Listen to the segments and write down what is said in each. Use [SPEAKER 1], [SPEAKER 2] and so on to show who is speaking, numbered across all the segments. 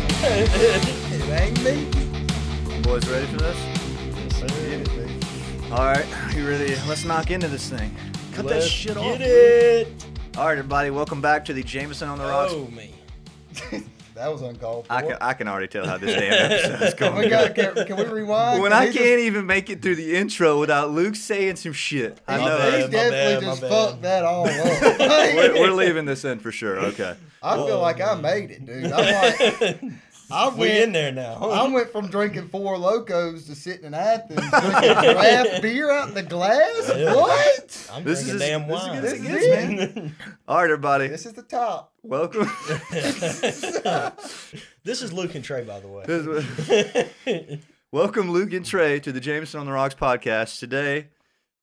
[SPEAKER 1] It ain't me.
[SPEAKER 2] Boys, ready for this?
[SPEAKER 1] Get it, baby.
[SPEAKER 2] All right, you ready? Let's knock into this thing. Cut
[SPEAKER 3] Let's
[SPEAKER 2] that shit
[SPEAKER 3] get
[SPEAKER 2] off.
[SPEAKER 3] it.
[SPEAKER 2] All right, everybody, welcome back to the Jameson on the Rocks.
[SPEAKER 3] Oh me.
[SPEAKER 1] That was uncalled for.
[SPEAKER 2] I can I can already tell how this damn episode is
[SPEAKER 1] Oh my
[SPEAKER 2] going.
[SPEAKER 1] God, can, can we rewind?
[SPEAKER 2] When
[SPEAKER 1] Can
[SPEAKER 2] I
[SPEAKER 1] he
[SPEAKER 2] can't even make it through the intro without Luke saying some shit, I
[SPEAKER 1] Just,
[SPEAKER 2] know.
[SPEAKER 1] he
[SPEAKER 3] bad,
[SPEAKER 2] it.
[SPEAKER 3] my bad,
[SPEAKER 1] definitely
[SPEAKER 3] my
[SPEAKER 1] just
[SPEAKER 3] bad.
[SPEAKER 1] fucked that all up. Like,
[SPEAKER 2] We're, we're leaving this in for sure. Okay.
[SPEAKER 1] I feel like I made it, dude. I'm like, I went,
[SPEAKER 3] we in there now.
[SPEAKER 1] I went from drinking four locos to sitting in Athens drinking draft beer out in the glass.
[SPEAKER 3] Yeah.
[SPEAKER 1] What?
[SPEAKER 3] I'm
[SPEAKER 2] This
[SPEAKER 3] drinking
[SPEAKER 2] is-
[SPEAKER 3] damn
[SPEAKER 2] this is
[SPEAKER 3] wine.
[SPEAKER 2] good as
[SPEAKER 1] it gets,
[SPEAKER 2] All right, everybody,
[SPEAKER 1] This is the top.
[SPEAKER 2] welcome.
[SPEAKER 3] this is Luke and Trey, by the way.
[SPEAKER 2] This is- welcome, Luke and Trey, to the Jameson on the Rocks podcast. Today,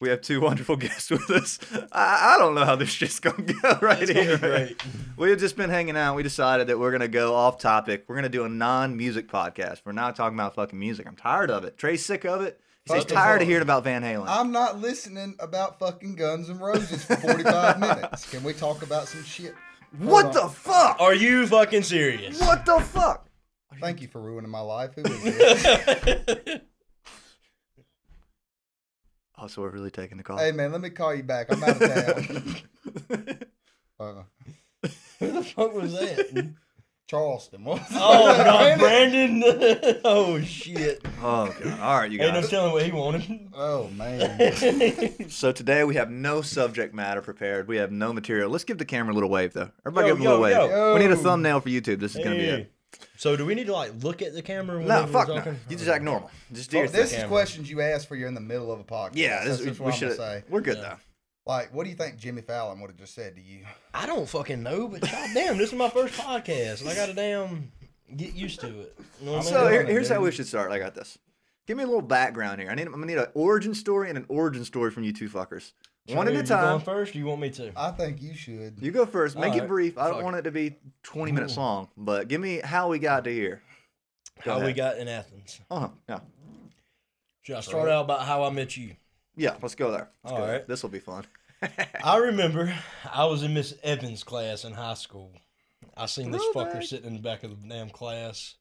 [SPEAKER 2] we have two wonderful guests with us. I, I don't know how this shit's gonna go right
[SPEAKER 3] It's
[SPEAKER 2] here.
[SPEAKER 3] gonna be great.
[SPEAKER 2] We had just been hanging out. We decided that we're gonna go off topic. We're gonna do a non-music podcast. We're not talking about fucking music. I'm tired of it. Trey's sick of it. He's
[SPEAKER 1] Fuck the
[SPEAKER 2] tired of
[SPEAKER 1] fuck.
[SPEAKER 2] hearing about Van Halen.
[SPEAKER 1] I'm not listening about fucking Guns and Roses for 45 minutes. Can we talk about some shit?
[SPEAKER 2] what
[SPEAKER 1] Hold
[SPEAKER 2] the fuck?
[SPEAKER 3] Are you fucking serious?
[SPEAKER 2] What the fuck?
[SPEAKER 1] Thank you for ruining my life. Who is this?
[SPEAKER 2] Oh, so we're really taking the call.
[SPEAKER 1] hey, man, let me call you back. I'm out of town. Uh,
[SPEAKER 3] Who the fuck was that?
[SPEAKER 1] Charleston. What was
[SPEAKER 3] Oh,
[SPEAKER 1] that?
[SPEAKER 3] no, Brandon. oh, shit.
[SPEAKER 2] oh god. All right, you
[SPEAKER 3] Ain't no
[SPEAKER 2] guys.
[SPEAKER 3] telling what he wanted.
[SPEAKER 1] Oh, man.
[SPEAKER 2] So today we have no subject matter prepared. We have no material. Let's give the camera a little wave though. Everybody
[SPEAKER 3] Yo,
[SPEAKER 2] give 'em a little
[SPEAKER 3] yo,
[SPEAKER 2] wave.
[SPEAKER 1] yo.
[SPEAKER 2] We need a thumbnail for YouTube. This is gonna be
[SPEAKER 3] Hey.
[SPEAKER 2] it.
[SPEAKER 3] So, do we need to like look at the camera?
[SPEAKER 2] No,
[SPEAKER 3] whenever we're
[SPEAKER 2] fuck no.
[SPEAKER 3] talking?
[SPEAKER 2] You just act normal. Just do
[SPEAKER 1] Oh,
[SPEAKER 2] your
[SPEAKER 1] this
[SPEAKER 2] thing.
[SPEAKER 1] is
[SPEAKER 3] camera.
[SPEAKER 1] questions you ask for you're in the middle of a podcast.
[SPEAKER 2] Yeah, this,
[SPEAKER 1] That's
[SPEAKER 2] is
[SPEAKER 1] just
[SPEAKER 2] we
[SPEAKER 1] what I'm gonna
[SPEAKER 2] should.
[SPEAKER 1] say.
[SPEAKER 2] We're good
[SPEAKER 3] Yeah.
[SPEAKER 2] though.
[SPEAKER 1] Like, what do you think Jimmy Fallon would have just said to you?
[SPEAKER 3] I don't fucking know, but goddamn, this is my first podcast. and I gotta damn get used to it. You know what I mean?
[SPEAKER 2] So here,
[SPEAKER 3] Kinda,
[SPEAKER 2] here's how
[SPEAKER 3] dude.
[SPEAKER 2] we should start. I got this. Give me a little background here. I need. I'm gonna need an origin story and an origin story from you two fuckers. One at
[SPEAKER 3] Trey,
[SPEAKER 2] a
[SPEAKER 3] you Going
[SPEAKER 2] time.
[SPEAKER 3] first, or you want me to?
[SPEAKER 1] I think you should.
[SPEAKER 2] You go first. Make it
[SPEAKER 3] Alright,
[SPEAKER 2] brief. I don't
[SPEAKER 3] fuck
[SPEAKER 2] want it to be 20 minutes long, but give me how we got to here. Go
[SPEAKER 3] how we
[SPEAKER 2] ahead.
[SPEAKER 3] got in Athens.
[SPEAKER 2] Uh huh. Yeah.
[SPEAKER 3] Should I start out about how I met you?
[SPEAKER 2] Yeah. Let's go there. Let's go there.
[SPEAKER 3] Alright.
[SPEAKER 2] This will be fun.
[SPEAKER 3] I remember I was in Miss Evans' class in high school. I seen this
[SPEAKER 2] Throwback.
[SPEAKER 3] fucker sitting in the back of the damn class.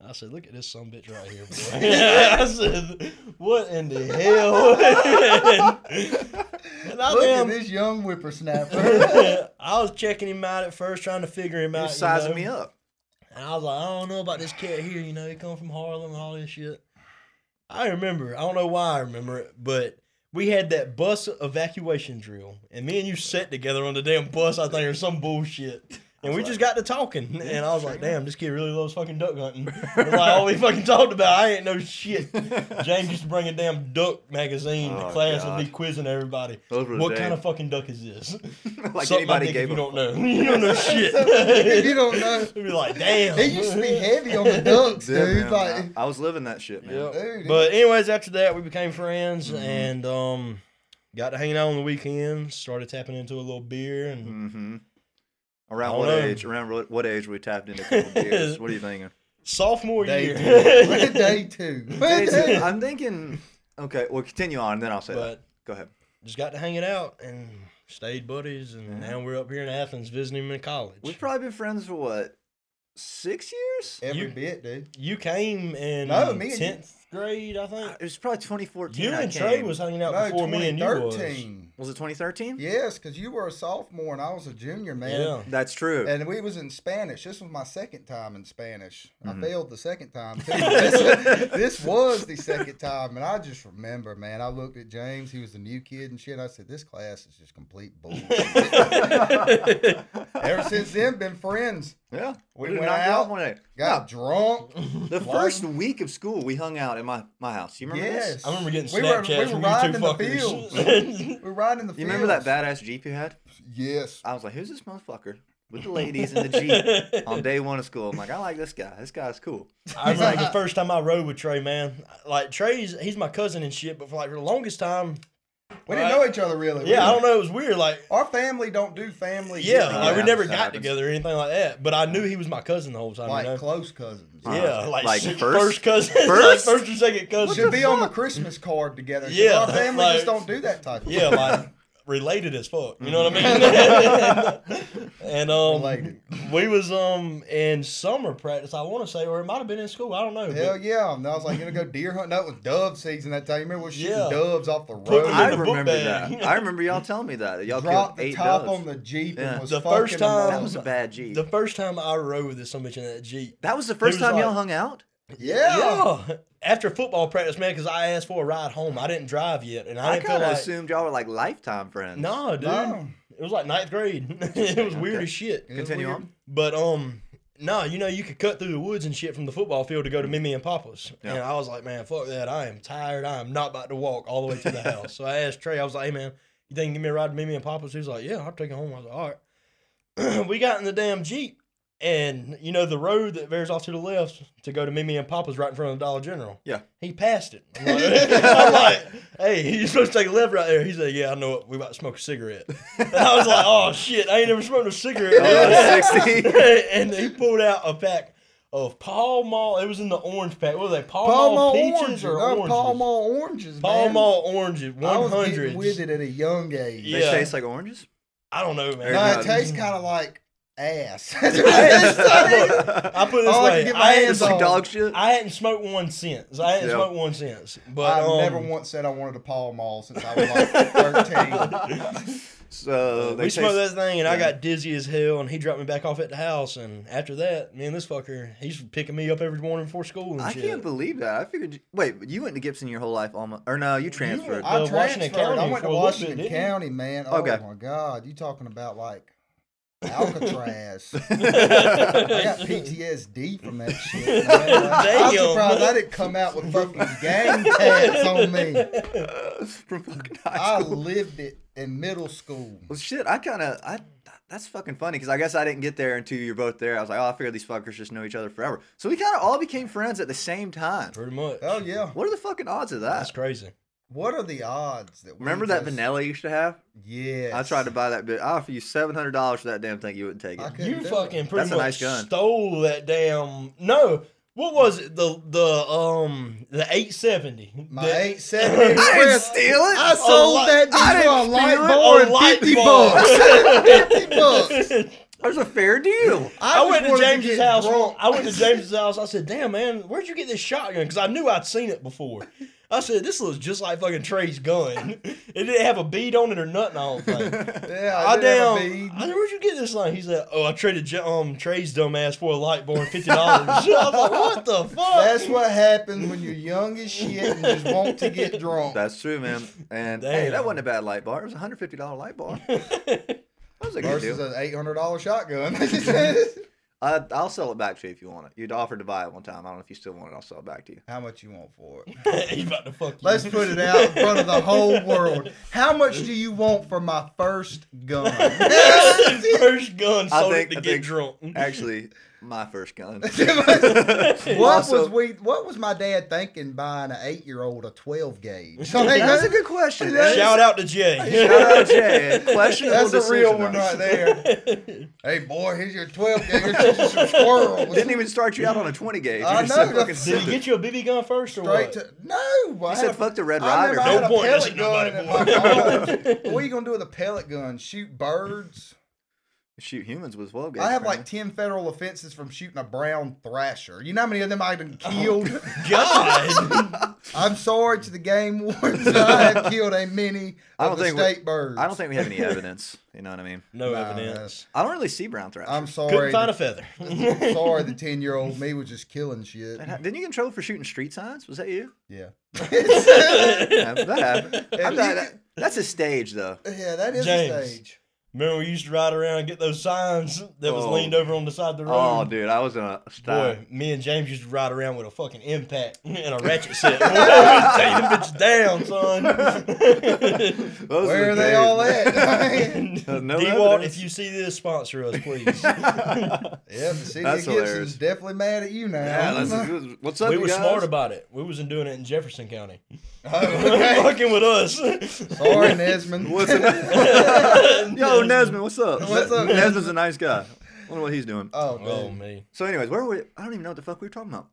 [SPEAKER 3] I said, "Look at this some bitch right here, boy." I said, "What in the hell?" and, I
[SPEAKER 1] Look
[SPEAKER 3] damn-
[SPEAKER 1] at this young whippersnapper.
[SPEAKER 3] I was checking him out at first, trying to figure him out.
[SPEAKER 2] You're
[SPEAKER 3] you
[SPEAKER 2] sizing
[SPEAKER 3] know?
[SPEAKER 2] me up.
[SPEAKER 3] And I was like, I don't know about this cat here. You know, he come from Harlem and all this shit. I remember. I don't know why I remember it, but we had that bus evacuation drill, and me and you sat together on the damn bus, I think, or some bullshit. And we just got to talking, and I was like, "Damn, this kid really loves fucking duck hunting." That's like all we fucking talked about. I ain't no shit. James used to bring a damn duck magazine
[SPEAKER 2] Oh,
[SPEAKER 3] to class and
[SPEAKER 2] God.
[SPEAKER 3] be quizzing everybody.
[SPEAKER 2] Those were the
[SPEAKER 3] What
[SPEAKER 2] days.
[SPEAKER 3] kind of fucking duck is this?
[SPEAKER 2] like
[SPEAKER 3] Suck my
[SPEAKER 2] anybody
[SPEAKER 3] dick
[SPEAKER 2] gave a
[SPEAKER 3] if you don't know. You don't know
[SPEAKER 1] if
[SPEAKER 3] shit.
[SPEAKER 1] you don't know,
[SPEAKER 3] We'd be like, damn.
[SPEAKER 1] he used to be heavy on the ducks,
[SPEAKER 2] Yeah,
[SPEAKER 1] dude.
[SPEAKER 2] man,
[SPEAKER 1] like,
[SPEAKER 2] I, I was living that shit, man.
[SPEAKER 3] Yep.
[SPEAKER 1] Dude, he-
[SPEAKER 3] But anyways, after that, we became
[SPEAKER 1] Mm-hmm.
[SPEAKER 3] friends and um, got to hanging out on the weekends. Started tapping into a little beer and
[SPEAKER 2] Mm-hmm. Around
[SPEAKER 3] I
[SPEAKER 2] what
[SPEAKER 3] don't know.
[SPEAKER 2] age? Around what- what age we tapped into a couple beers? What are you thinking?
[SPEAKER 3] sophomore
[SPEAKER 1] Day
[SPEAKER 3] year.
[SPEAKER 1] day two.
[SPEAKER 2] It's- I'm thinking. Okay, well, continue on, then I'll say that.
[SPEAKER 3] but
[SPEAKER 2] Go ahead.
[SPEAKER 3] just got to hanging out and stayed buddies, and
[SPEAKER 2] Mm-hmm.
[SPEAKER 3] now we're up here in Athens visiting him in college.
[SPEAKER 2] We've probably been friends for what six years?
[SPEAKER 1] Every
[SPEAKER 3] You-
[SPEAKER 1] bit, dude.
[SPEAKER 3] you came in
[SPEAKER 1] No, me and you-
[SPEAKER 3] tenth grade, I think.
[SPEAKER 2] It was probably 2014.
[SPEAKER 3] You
[SPEAKER 2] I
[SPEAKER 3] and Trey
[SPEAKER 2] came.
[SPEAKER 3] was hanging out
[SPEAKER 1] No,
[SPEAKER 3] before me and you was.
[SPEAKER 1] 2013.
[SPEAKER 2] Was it 2013?
[SPEAKER 1] Yes, because you were a sophomore and I was a junior, man.
[SPEAKER 3] Yeah.
[SPEAKER 2] That's true.
[SPEAKER 1] And we was in Spanish. This was my second time in Spanish.
[SPEAKER 3] Mm-hmm.
[SPEAKER 1] I failed the second time. Too. this, this was the second time, and I just remember, man. I looked at James. He was the new kid and shit. I said, "This class is just complete bullshit." Ever since then, been friends.
[SPEAKER 2] yeah,
[SPEAKER 1] We
[SPEAKER 2] did
[SPEAKER 1] went
[SPEAKER 2] knock it off
[SPEAKER 1] out,
[SPEAKER 2] one day.
[SPEAKER 1] Got drunk.
[SPEAKER 2] Yeah, the first week of school, we hung out at my, my house. You remember
[SPEAKER 1] yes,
[SPEAKER 2] this?
[SPEAKER 3] I remember getting
[SPEAKER 1] We were-
[SPEAKER 3] Snapchats
[SPEAKER 1] we were riding in the
[SPEAKER 3] from you two fuckers.
[SPEAKER 1] we were riding the.
[SPEAKER 2] You remember that badass Jeep you had?
[SPEAKER 1] Yes.
[SPEAKER 2] I was like, who's this motherfucker with the ladies in the Jeep on day one of school? I'm like, I like this guy. This guy's cool.
[SPEAKER 3] I remember the first time I rode with Trey, man. Like Trey's, he's my cousin and shit, but for like for the longest time,
[SPEAKER 1] We didn't
[SPEAKER 3] Right.
[SPEAKER 1] know each other really. We
[SPEAKER 3] Yeah, I
[SPEAKER 1] didn't-
[SPEAKER 3] don't know. It was weird. Like,
[SPEAKER 1] Our family don't do family.
[SPEAKER 3] yeah,
[SPEAKER 1] get-togethers,
[SPEAKER 3] like we
[SPEAKER 2] yeah,
[SPEAKER 3] never
[SPEAKER 2] that
[SPEAKER 3] got
[SPEAKER 2] happens.
[SPEAKER 3] together or anything like that. But I knew he was my cousin the whole time.
[SPEAKER 1] like
[SPEAKER 3] you know?
[SPEAKER 1] close cousins.
[SPEAKER 2] Uh,
[SPEAKER 3] yeah, like,
[SPEAKER 2] like
[SPEAKER 3] first,
[SPEAKER 2] first-
[SPEAKER 3] first cousin,
[SPEAKER 2] first?
[SPEAKER 3] first? like first or second cousin.
[SPEAKER 1] Should be on the Christmas card together. 'cause
[SPEAKER 3] Yeah,
[SPEAKER 1] our family
[SPEAKER 3] like-
[SPEAKER 1] just don't do that type. of
[SPEAKER 3] Yeah, like related as fuck. You know what I mean? and um,
[SPEAKER 1] Related.
[SPEAKER 3] we was um in summer practice. I want to say, or it might have been in school. I don't know.
[SPEAKER 1] Hell
[SPEAKER 3] but
[SPEAKER 1] yeah! And I was like, you gonna go deer hunting? That was dove season that time. You remember we were shooting
[SPEAKER 3] Yeah.
[SPEAKER 1] doves off the
[SPEAKER 3] Put
[SPEAKER 1] road?
[SPEAKER 3] them
[SPEAKER 2] I
[SPEAKER 3] in the book
[SPEAKER 2] remember
[SPEAKER 3] bag.
[SPEAKER 2] that. I remember y'all telling me that. that Y'all killed
[SPEAKER 1] dropped the
[SPEAKER 2] eight
[SPEAKER 1] top
[SPEAKER 2] doves.
[SPEAKER 1] on the jeep
[SPEAKER 2] Yeah.
[SPEAKER 1] and was
[SPEAKER 3] The
[SPEAKER 1] fucking
[SPEAKER 3] first time-
[SPEAKER 2] that
[SPEAKER 1] them
[SPEAKER 2] was a
[SPEAKER 1] up.
[SPEAKER 2] bad Jeep.
[SPEAKER 3] The first time I rode with this some bitch in that jeep.
[SPEAKER 2] that was the first
[SPEAKER 3] was
[SPEAKER 2] time y'all
[SPEAKER 3] like-
[SPEAKER 2] hung out.
[SPEAKER 1] yeah.
[SPEAKER 3] Yeah. After football practice, man, because I asked for a ride home. I didn't drive yet, and I,
[SPEAKER 2] I,
[SPEAKER 3] didn't
[SPEAKER 2] kind
[SPEAKER 3] feel
[SPEAKER 2] of
[SPEAKER 3] like.
[SPEAKER 2] assumed y'all were like lifetime friends.
[SPEAKER 3] No, dude.
[SPEAKER 1] No.
[SPEAKER 3] It was like ninth grade. it was weird
[SPEAKER 2] Okay.
[SPEAKER 3] as shit.
[SPEAKER 1] It was
[SPEAKER 2] Continue
[SPEAKER 1] weird.
[SPEAKER 2] on.
[SPEAKER 3] But um, no, you know, you could cut through the woods and shit from the football field to go to Mimi and Papa's.
[SPEAKER 2] Yeah.
[SPEAKER 3] And I was like, man, fuck that. I am tired. I am not about to walk all the way to the house. So I asked Trey. I was like, hey man, you think you can give me a ride to Mimi and Papa's? He was like, yeah, I'll take you home. I was like, all right. we got in the damn jeep, and you know the road that veers off to the left to go to Mimi and Papa's right in front of the Dollar General.
[SPEAKER 2] Yeah.
[SPEAKER 3] He passed it. I'm like, I'm like, hey, you're supposed to take a left right there. He's like, yeah, I know it. We about to smoke a cigarette. And I was like, oh shit, I ain't never smoked a cigarette. in my
[SPEAKER 1] Oh,
[SPEAKER 3] life."
[SPEAKER 2] 60.
[SPEAKER 3] and he pulled out a pack of Pall Mall. It was in the orange pack. What were they? Pall,
[SPEAKER 1] Pall Mall
[SPEAKER 3] Mall
[SPEAKER 1] oranges,
[SPEAKER 3] peaches or
[SPEAKER 1] no,
[SPEAKER 3] oranges?
[SPEAKER 1] Pall Mall oranges,
[SPEAKER 3] Pall
[SPEAKER 1] man.
[SPEAKER 3] Mall oranges.
[SPEAKER 1] I
[SPEAKER 3] One
[SPEAKER 1] was getting with
[SPEAKER 3] hundred.
[SPEAKER 1] it at a young age.
[SPEAKER 2] They
[SPEAKER 3] Yeah.
[SPEAKER 2] taste like oranges.
[SPEAKER 3] I don't know, man.
[SPEAKER 2] They're
[SPEAKER 1] No,
[SPEAKER 2] not-
[SPEAKER 1] it tastes kind of like ass.
[SPEAKER 3] I put it this
[SPEAKER 1] All Oh, I can
[SPEAKER 3] way.
[SPEAKER 1] get my
[SPEAKER 3] I,
[SPEAKER 1] hands
[SPEAKER 2] It's
[SPEAKER 3] hadn't,
[SPEAKER 1] on.
[SPEAKER 2] like dog shit.
[SPEAKER 3] I hadn't smoked one since. I hadn't
[SPEAKER 2] Yeah.
[SPEAKER 3] smoked one since. But
[SPEAKER 1] I've
[SPEAKER 3] um,
[SPEAKER 1] never once said I wanted a Pall Mall since I was like 13.
[SPEAKER 2] So Uh, they
[SPEAKER 3] Uh, we smoked
[SPEAKER 2] taste-
[SPEAKER 3] that thing, and I
[SPEAKER 2] yeah.
[SPEAKER 3] got dizzy as hell, and he dropped me back off at the house. And after that, me and this fucker, he's picking me up every morning before school and
[SPEAKER 2] I
[SPEAKER 3] shit.
[SPEAKER 2] can't believe that. I figured. you- Wait, you went to Gibson your whole life, almost, or no? You transferred.
[SPEAKER 3] I-
[SPEAKER 1] I
[SPEAKER 3] Uh,
[SPEAKER 1] transferred.
[SPEAKER 3] Washington County
[SPEAKER 1] I went
[SPEAKER 3] for
[SPEAKER 1] to
[SPEAKER 3] a little bit,
[SPEAKER 1] Washington
[SPEAKER 3] didn't you?
[SPEAKER 1] County, man. Oh
[SPEAKER 2] Okay.
[SPEAKER 1] my God, you talking about like Alcatraz? I got PTSD from that shit, man. I'm
[SPEAKER 3] Damn.
[SPEAKER 1] surprised I didn't come out with fucking gang tats on me.
[SPEAKER 2] from fucking high
[SPEAKER 1] I
[SPEAKER 2] school.
[SPEAKER 1] lived it in middle school.
[SPEAKER 2] Well, shit. I kind of. I. That's fucking funny because I guess I didn't get there until you're both there. I was like, oh, I figured these fuckers just know each other forever. So we kind of all became friends at the same time.
[SPEAKER 3] Pretty much.
[SPEAKER 1] Oh yeah.
[SPEAKER 2] What are the fucking odds of that?
[SPEAKER 3] That's crazy.
[SPEAKER 1] What are the odds that? we
[SPEAKER 2] Remember that
[SPEAKER 1] just-
[SPEAKER 2] vanilla you used to have?
[SPEAKER 1] Yes.
[SPEAKER 2] I tried to buy that bit. I offered you seven hundred dollars for that damn thing. You wouldn't take
[SPEAKER 1] I
[SPEAKER 2] it.
[SPEAKER 1] couldn't
[SPEAKER 3] You
[SPEAKER 1] do it.
[SPEAKER 3] fucking pretty
[SPEAKER 2] That's a nice
[SPEAKER 3] much
[SPEAKER 2] gun.
[SPEAKER 3] stole that damn. No, what was it? The the um the eight seventy.
[SPEAKER 1] My 870 Express.
[SPEAKER 2] steal it. Oh,
[SPEAKER 1] I
[SPEAKER 3] saw-
[SPEAKER 1] sold that
[SPEAKER 2] I
[SPEAKER 1] dude
[SPEAKER 2] didn't
[SPEAKER 1] for a light
[SPEAKER 2] steal it.
[SPEAKER 1] bulb and 50 bucks. 50 bucks.
[SPEAKER 2] That was a fair deal.
[SPEAKER 3] I,
[SPEAKER 1] just
[SPEAKER 3] went to
[SPEAKER 1] wanted
[SPEAKER 3] James's
[SPEAKER 1] get
[SPEAKER 3] house.
[SPEAKER 1] drunk.
[SPEAKER 3] I went to James's house. I said, "Damn man, where'd you get this shotgun?" Because I knew I'd seen it before. I said, "This looks just like fucking Trey's gun. It didn't have a bead on it or nothing. I don't think."
[SPEAKER 1] Yeah, I,
[SPEAKER 3] I
[SPEAKER 1] did have
[SPEAKER 3] damn.
[SPEAKER 1] a bead.
[SPEAKER 3] I said, where'd you get this thing? He said, oh, I traded J- um Trey's dumbass for a light bar and fifty dollars. I was like, what the fuck?
[SPEAKER 1] That's what happens when you're young as shit and just want to get drunk.
[SPEAKER 2] That's true, man. And hey, that
[SPEAKER 3] Damn.
[SPEAKER 2] wasn't a bad light bar. It was a hundred fifty dollar light bar. That was a good
[SPEAKER 1] Versus
[SPEAKER 2] deal.
[SPEAKER 1] an eight hundred dollar shotgun.
[SPEAKER 2] i I'll sell it back to you if you want it. You'd offered to buy it one time. I don't know if you still want it. I'll sell it back to you.
[SPEAKER 1] How much you want for it?
[SPEAKER 3] He's about to fuck you.
[SPEAKER 1] Let's put it out in front of the whole world. How much do you want for my first gun?
[SPEAKER 3] First gun
[SPEAKER 2] I
[SPEAKER 3] sold
[SPEAKER 2] think-
[SPEAKER 3] it to
[SPEAKER 2] I
[SPEAKER 3] get
[SPEAKER 2] think-
[SPEAKER 3] drunk.
[SPEAKER 2] Actually, my first gun.
[SPEAKER 1] What
[SPEAKER 2] Also-
[SPEAKER 1] was we? What was my dad thinking buying an eight year old a twelve gauge?
[SPEAKER 2] That's a good question.
[SPEAKER 1] That is-
[SPEAKER 3] Shout out to Jay.
[SPEAKER 2] Shout out, Jay. Questionable
[SPEAKER 1] That's a real
[SPEAKER 2] decision,
[SPEAKER 1] one
[SPEAKER 2] though.
[SPEAKER 1] right there. hey boy, here's your twelve gauge. Here's just some squirrels.
[SPEAKER 2] Didn't even start you out on a twenty gauge.
[SPEAKER 1] I
[SPEAKER 2] You just said
[SPEAKER 1] know,
[SPEAKER 2] fucking
[SPEAKER 1] that's-
[SPEAKER 3] Did
[SPEAKER 2] send
[SPEAKER 3] he
[SPEAKER 2] it.
[SPEAKER 3] get you a BB gun first or
[SPEAKER 1] straight
[SPEAKER 3] what?
[SPEAKER 1] to no. I
[SPEAKER 2] You
[SPEAKER 1] had
[SPEAKER 2] said
[SPEAKER 1] a-
[SPEAKER 2] fuck the Red
[SPEAKER 1] I
[SPEAKER 2] Rider.
[SPEAKER 1] remember I had a
[SPEAKER 2] bro.
[SPEAKER 3] No point,
[SPEAKER 1] pellet gun.
[SPEAKER 3] that's
[SPEAKER 1] At
[SPEAKER 3] not
[SPEAKER 1] my yard. what are you gonna do with a pellet gun? Shoot birds?
[SPEAKER 2] Shoot humans was well.
[SPEAKER 1] I have like ten federal offenses from shooting a brown thrasher. You know how many of them I've been
[SPEAKER 2] Oh,
[SPEAKER 1] killed?
[SPEAKER 3] God.
[SPEAKER 1] I'm sorry to the game wardens. I have killed a many
[SPEAKER 2] I
[SPEAKER 1] of
[SPEAKER 2] don't
[SPEAKER 1] the
[SPEAKER 2] think we-
[SPEAKER 1] state birds.
[SPEAKER 2] I don't think we have any evidence. You know what I mean?
[SPEAKER 3] no
[SPEAKER 1] Nah,
[SPEAKER 3] evidence.
[SPEAKER 2] I don't really see brown thrashers.
[SPEAKER 1] I'm sorry.
[SPEAKER 3] Couldn't find a
[SPEAKER 1] The,
[SPEAKER 3] feather.
[SPEAKER 1] sorry, the ten year old me was just killing shit.
[SPEAKER 2] And how- Didn't you get in trouble for shooting street signs? Was that you?
[SPEAKER 1] Yeah.
[SPEAKER 2] Yeah, that happened. I'm
[SPEAKER 1] you
[SPEAKER 2] not-
[SPEAKER 1] could-
[SPEAKER 2] that's a stage, though.
[SPEAKER 1] yeah, that is a
[SPEAKER 3] James.
[SPEAKER 1] stage.
[SPEAKER 3] Remember, we used to ride around and get those signs that was
[SPEAKER 2] Oh.
[SPEAKER 3] leaned over on the side of
[SPEAKER 1] Um,
[SPEAKER 3] the road.
[SPEAKER 2] Oh, dude, I was in a
[SPEAKER 3] Boy,
[SPEAKER 2] style.
[SPEAKER 3] me and James used to ride around with a fucking impact and a ratchet set. Boy, we was taking them bitches down, son.
[SPEAKER 2] Those
[SPEAKER 1] Where
[SPEAKER 2] were
[SPEAKER 1] are they
[SPEAKER 2] days,
[SPEAKER 1] all
[SPEAKER 2] man.
[SPEAKER 1] at?
[SPEAKER 2] No
[SPEAKER 3] D-Walt,
[SPEAKER 2] evidence.
[SPEAKER 3] if you see this, sponsor us, please.
[SPEAKER 1] yeah, the city
[SPEAKER 2] That's
[SPEAKER 1] of Gibson's
[SPEAKER 2] hilarious.
[SPEAKER 1] definitely mad at you now.
[SPEAKER 2] Yeah, that's- what's up,
[SPEAKER 3] we
[SPEAKER 2] you
[SPEAKER 3] were
[SPEAKER 2] guys?
[SPEAKER 3] smart about it. We wasn't doing it in Jefferson County.
[SPEAKER 1] Oh, okay.
[SPEAKER 3] fucking with us.
[SPEAKER 1] Sorry, Nesman.
[SPEAKER 2] What's Yo, Nesman, what's up?
[SPEAKER 1] What's up,
[SPEAKER 2] Nesman's a nice guy. Wonder what he's doing.
[SPEAKER 1] Oh,
[SPEAKER 3] Oh
[SPEAKER 1] dude.
[SPEAKER 3] me.
[SPEAKER 2] So, anyways, where were we? I don't even know what the fuck we were talking about.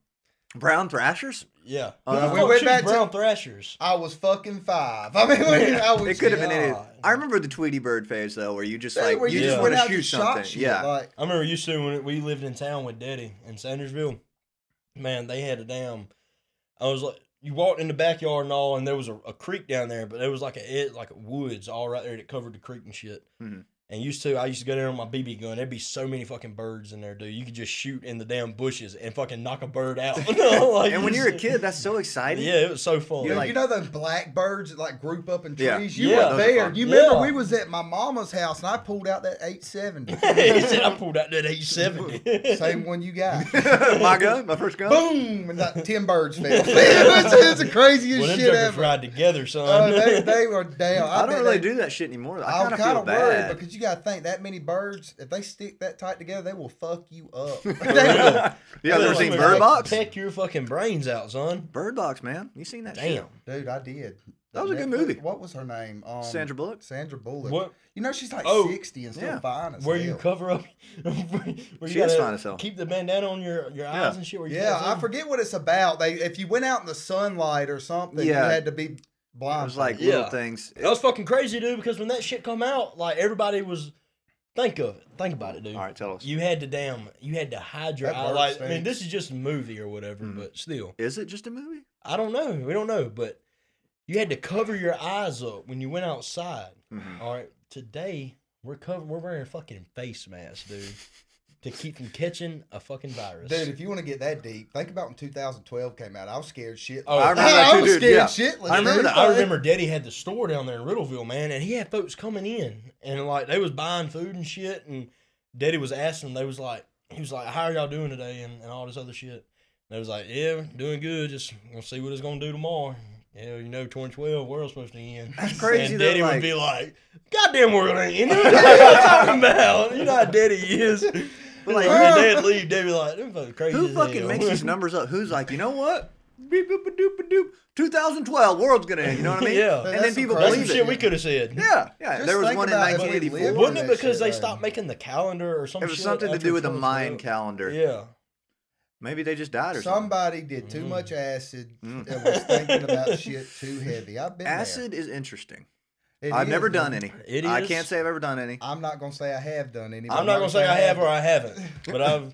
[SPEAKER 2] Brown thrashers?
[SPEAKER 3] Yeah.
[SPEAKER 2] Uh,
[SPEAKER 3] Who the
[SPEAKER 1] we
[SPEAKER 3] fuck
[SPEAKER 1] went
[SPEAKER 3] shoots
[SPEAKER 1] back to-
[SPEAKER 3] brown thrashers.
[SPEAKER 1] I was fucking five. I mean, when I was
[SPEAKER 2] It could have been any.
[SPEAKER 3] God.
[SPEAKER 2] I remember the Tweety Bird phase though, where you just
[SPEAKER 1] Hey,
[SPEAKER 2] like
[SPEAKER 1] where
[SPEAKER 2] you
[SPEAKER 3] just
[SPEAKER 2] just
[SPEAKER 3] went
[SPEAKER 2] want to
[SPEAKER 1] out
[SPEAKER 2] shoot
[SPEAKER 1] and shot
[SPEAKER 2] something.
[SPEAKER 1] shit,
[SPEAKER 2] Yeah,
[SPEAKER 1] Like,
[SPEAKER 3] I remember used to when we lived in town with Daddy in Sandersville. Man, they had a damn. I was like, you walked in the backyard and all, and there was a, a creek down there, but there was like a it like woods all right there that covered the creek and shit.
[SPEAKER 2] Mhm.
[SPEAKER 3] And used to, I used to go there with my BB gun. There'd be so many fucking birds in there, dude. You could just shoot in the damn bushes and fucking knock a bird out. Like,
[SPEAKER 2] and when
[SPEAKER 3] you
[SPEAKER 2] you're a
[SPEAKER 3] Oh, just-
[SPEAKER 2] kid, that's so exciting.
[SPEAKER 3] yeah, it was so fun.
[SPEAKER 2] You're
[SPEAKER 1] Dude,
[SPEAKER 2] like-
[SPEAKER 1] you know those blackbirds that like group up in
[SPEAKER 2] Yeah.
[SPEAKER 1] trees? You
[SPEAKER 3] Yeah.
[SPEAKER 1] were
[SPEAKER 2] Those are
[SPEAKER 1] there.
[SPEAKER 2] fun.
[SPEAKER 1] You remember
[SPEAKER 3] Yeah.
[SPEAKER 1] we was at my mama's house and I pulled out that 870.
[SPEAKER 3] he said, I pulled out that 870.
[SPEAKER 1] Same one you got.
[SPEAKER 2] my gun, my first gun.
[SPEAKER 1] Boom! And like 10 birds fell. it, was, it was the craziest
[SPEAKER 3] well, them
[SPEAKER 1] shit
[SPEAKER 3] jokers
[SPEAKER 1] ever.
[SPEAKER 3] ride together, son.
[SPEAKER 2] Oh,
[SPEAKER 1] Uh, they, they were down.
[SPEAKER 2] I,
[SPEAKER 1] bet
[SPEAKER 2] don't really
[SPEAKER 1] they-
[SPEAKER 2] do that shit anymore. I
[SPEAKER 1] I'm
[SPEAKER 2] kind of feel
[SPEAKER 1] of worried
[SPEAKER 2] bad.
[SPEAKER 1] because you got to think that many birds, if they stick that tight together, they will fuck you up. They will.
[SPEAKER 2] yeah, you ever
[SPEAKER 1] Like,
[SPEAKER 2] seen
[SPEAKER 1] like,
[SPEAKER 2] Bird Box?
[SPEAKER 3] Peck your fucking brains out, son.
[SPEAKER 2] Bird Box, man. You seen that? shit?
[SPEAKER 3] Damn.
[SPEAKER 1] Dude, I did.
[SPEAKER 2] That was a good
[SPEAKER 1] Netflix-
[SPEAKER 2] movie.
[SPEAKER 1] What was her name? Um,
[SPEAKER 2] Sandra Bullock.
[SPEAKER 1] Sandra Bullock.
[SPEAKER 3] What?
[SPEAKER 1] You know she's like
[SPEAKER 3] Oh,
[SPEAKER 1] 60 and still
[SPEAKER 2] yeah.
[SPEAKER 1] fine as
[SPEAKER 3] Where
[SPEAKER 1] hell.
[SPEAKER 3] you cover up, where you
[SPEAKER 2] She is
[SPEAKER 3] gotta
[SPEAKER 2] fine as hell.
[SPEAKER 3] keep the bandana on your, your eyes
[SPEAKER 2] Yeah.
[SPEAKER 3] and shit. Where you
[SPEAKER 1] Yeah,
[SPEAKER 3] gotta-
[SPEAKER 1] I forget what it's about. They if you went out in the sunlight or something,
[SPEAKER 2] Yeah.
[SPEAKER 1] you had to be blind.
[SPEAKER 2] It was like
[SPEAKER 3] Yeah.
[SPEAKER 2] little things.
[SPEAKER 3] That was fucking crazy, dude. Because when that shit come out, like everybody was, think of it, think about it, dude.
[SPEAKER 2] All right, tell us.
[SPEAKER 3] You had to damn, you had to hide your
[SPEAKER 1] That
[SPEAKER 3] eye.
[SPEAKER 1] bird
[SPEAKER 3] Like, I mean,
[SPEAKER 1] stinks.
[SPEAKER 3] this is just a movie or whatever,
[SPEAKER 2] Mhm.
[SPEAKER 3] but still,
[SPEAKER 2] Is it just a movie?
[SPEAKER 3] I don't know. We don't know, but you had to cover your eyes up when you went outside.
[SPEAKER 2] Mhm.
[SPEAKER 3] All right, today we're covering, we're wearing fucking face masks, dude, to keep from catching a fucking virus.
[SPEAKER 1] Dude, if you want to get that deep, think about when 2012 came out. I was scared shitless.
[SPEAKER 3] Oh, I
[SPEAKER 2] remember that too,
[SPEAKER 1] was
[SPEAKER 2] dude, yeah.
[SPEAKER 1] scared shitless.
[SPEAKER 2] I remember
[SPEAKER 1] dude.
[SPEAKER 2] that.
[SPEAKER 3] I remember Daddy had the store down there in Riddleville, man, and he had folks coming in and like they was buying food and shit, and Daddy was asking, they was like, he was like, "How are y'all doing today?" and, and all this other shit. And they was like, "Yeah, doing good. Just gonna see what it's gonna do tomorrow." Yeah, you know, 2012 world's supposed to end.
[SPEAKER 2] That's crazy
[SPEAKER 3] And
[SPEAKER 2] that,
[SPEAKER 3] Daddy
[SPEAKER 2] like-
[SPEAKER 3] would be like, "Goddamn world ain't ending. What you talking about? You know how Daddy is."
[SPEAKER 2] like-
[SPEAKER 3] like, when Dad leave, Daddy be like, "Them folks crazy."
[SPEAKER 2] Who
[SPEAKER 3] as
[SPEAKER 2] fucking
[SPEAKER 3] hell."
[SPEAKER 2] makes these numbers up? Who's like, you know what? Beep, boop, a doop, a doop. 2012, world's gonna end. You know what I mean?
[SPEAKER 3] Yeah.
[SPEAKER 2] And
[SPEAKER 1] That's
[SPEAKER 2] then
[SPEAKER 1] some
[SPEAKER 2] people
[SPEAKER 1] crazy
[SPEAKER 3] That's some
[SPEAKER 2] believe
[SPEAKER 3] shit
[SPEAKER 2] it.
[SPEAKER 3] we could have said.
[SPEAKER 2] Yeah, yeah.
[SPEAKER 1] Just
[SPEAKER 2] there was
[SPEAKER 1] think
[SPEAKER 2] one in
[SPEAKER 1] about it, what we
[SPEAKER 2] 1984.
[SPEAKER 1] live
[SPEAKER 3] Wasn't
[SPEAKER 1] doing
[SPEAKER 3] it
[SPEAKER 1] that
[SPEAKER 3] because
[SPEAKER 1] shit,
[SPEAKER 3] they
[SPEAKER 1] right?
[SPEAKER 3] stopped making the calendar or some
[SPEAKER 2] It was
[SPEAKER 3] shit
[SPEAKER 2] something to
[SPEAKER 3] after
[SPEAKER 2] do with the
[SPEAKER 3] 12
[SPEAKER 2] mind
[SPEAKER 3] broke?
[SPEAKER 2] calendar.
[SPEAKER 3] Yeah.
[SPEAKER 2] Maybe they just died or something.
[SPEAKER 1] Somebody did too
[SPEAKER 3] Mm.
[SPEAKER 1] much acid
[SPEAKER 2] Mm.
[SPEAKER 1] and was thinking about shit too heavy. I've been there.
[SPEAKER 2] Acid is interesting.
[SPEAKER 1] It
[SPEAKER 2] I've
[SPEAKER 1] is,
[SPEAKER 2] never done
[SPEAKER 1] man.
[SPEAKER 2] any.
[SPEAKER 3] It
[SPEAKER 2] I
[SPEAKER 3] is.
[SPEAKER 2] can't say I've ever done any.
[SPEAKER 1] I'm not gonna say I have done any. but
[SPEAKER 3] I'm not gonna say I have or I haven't, but I've.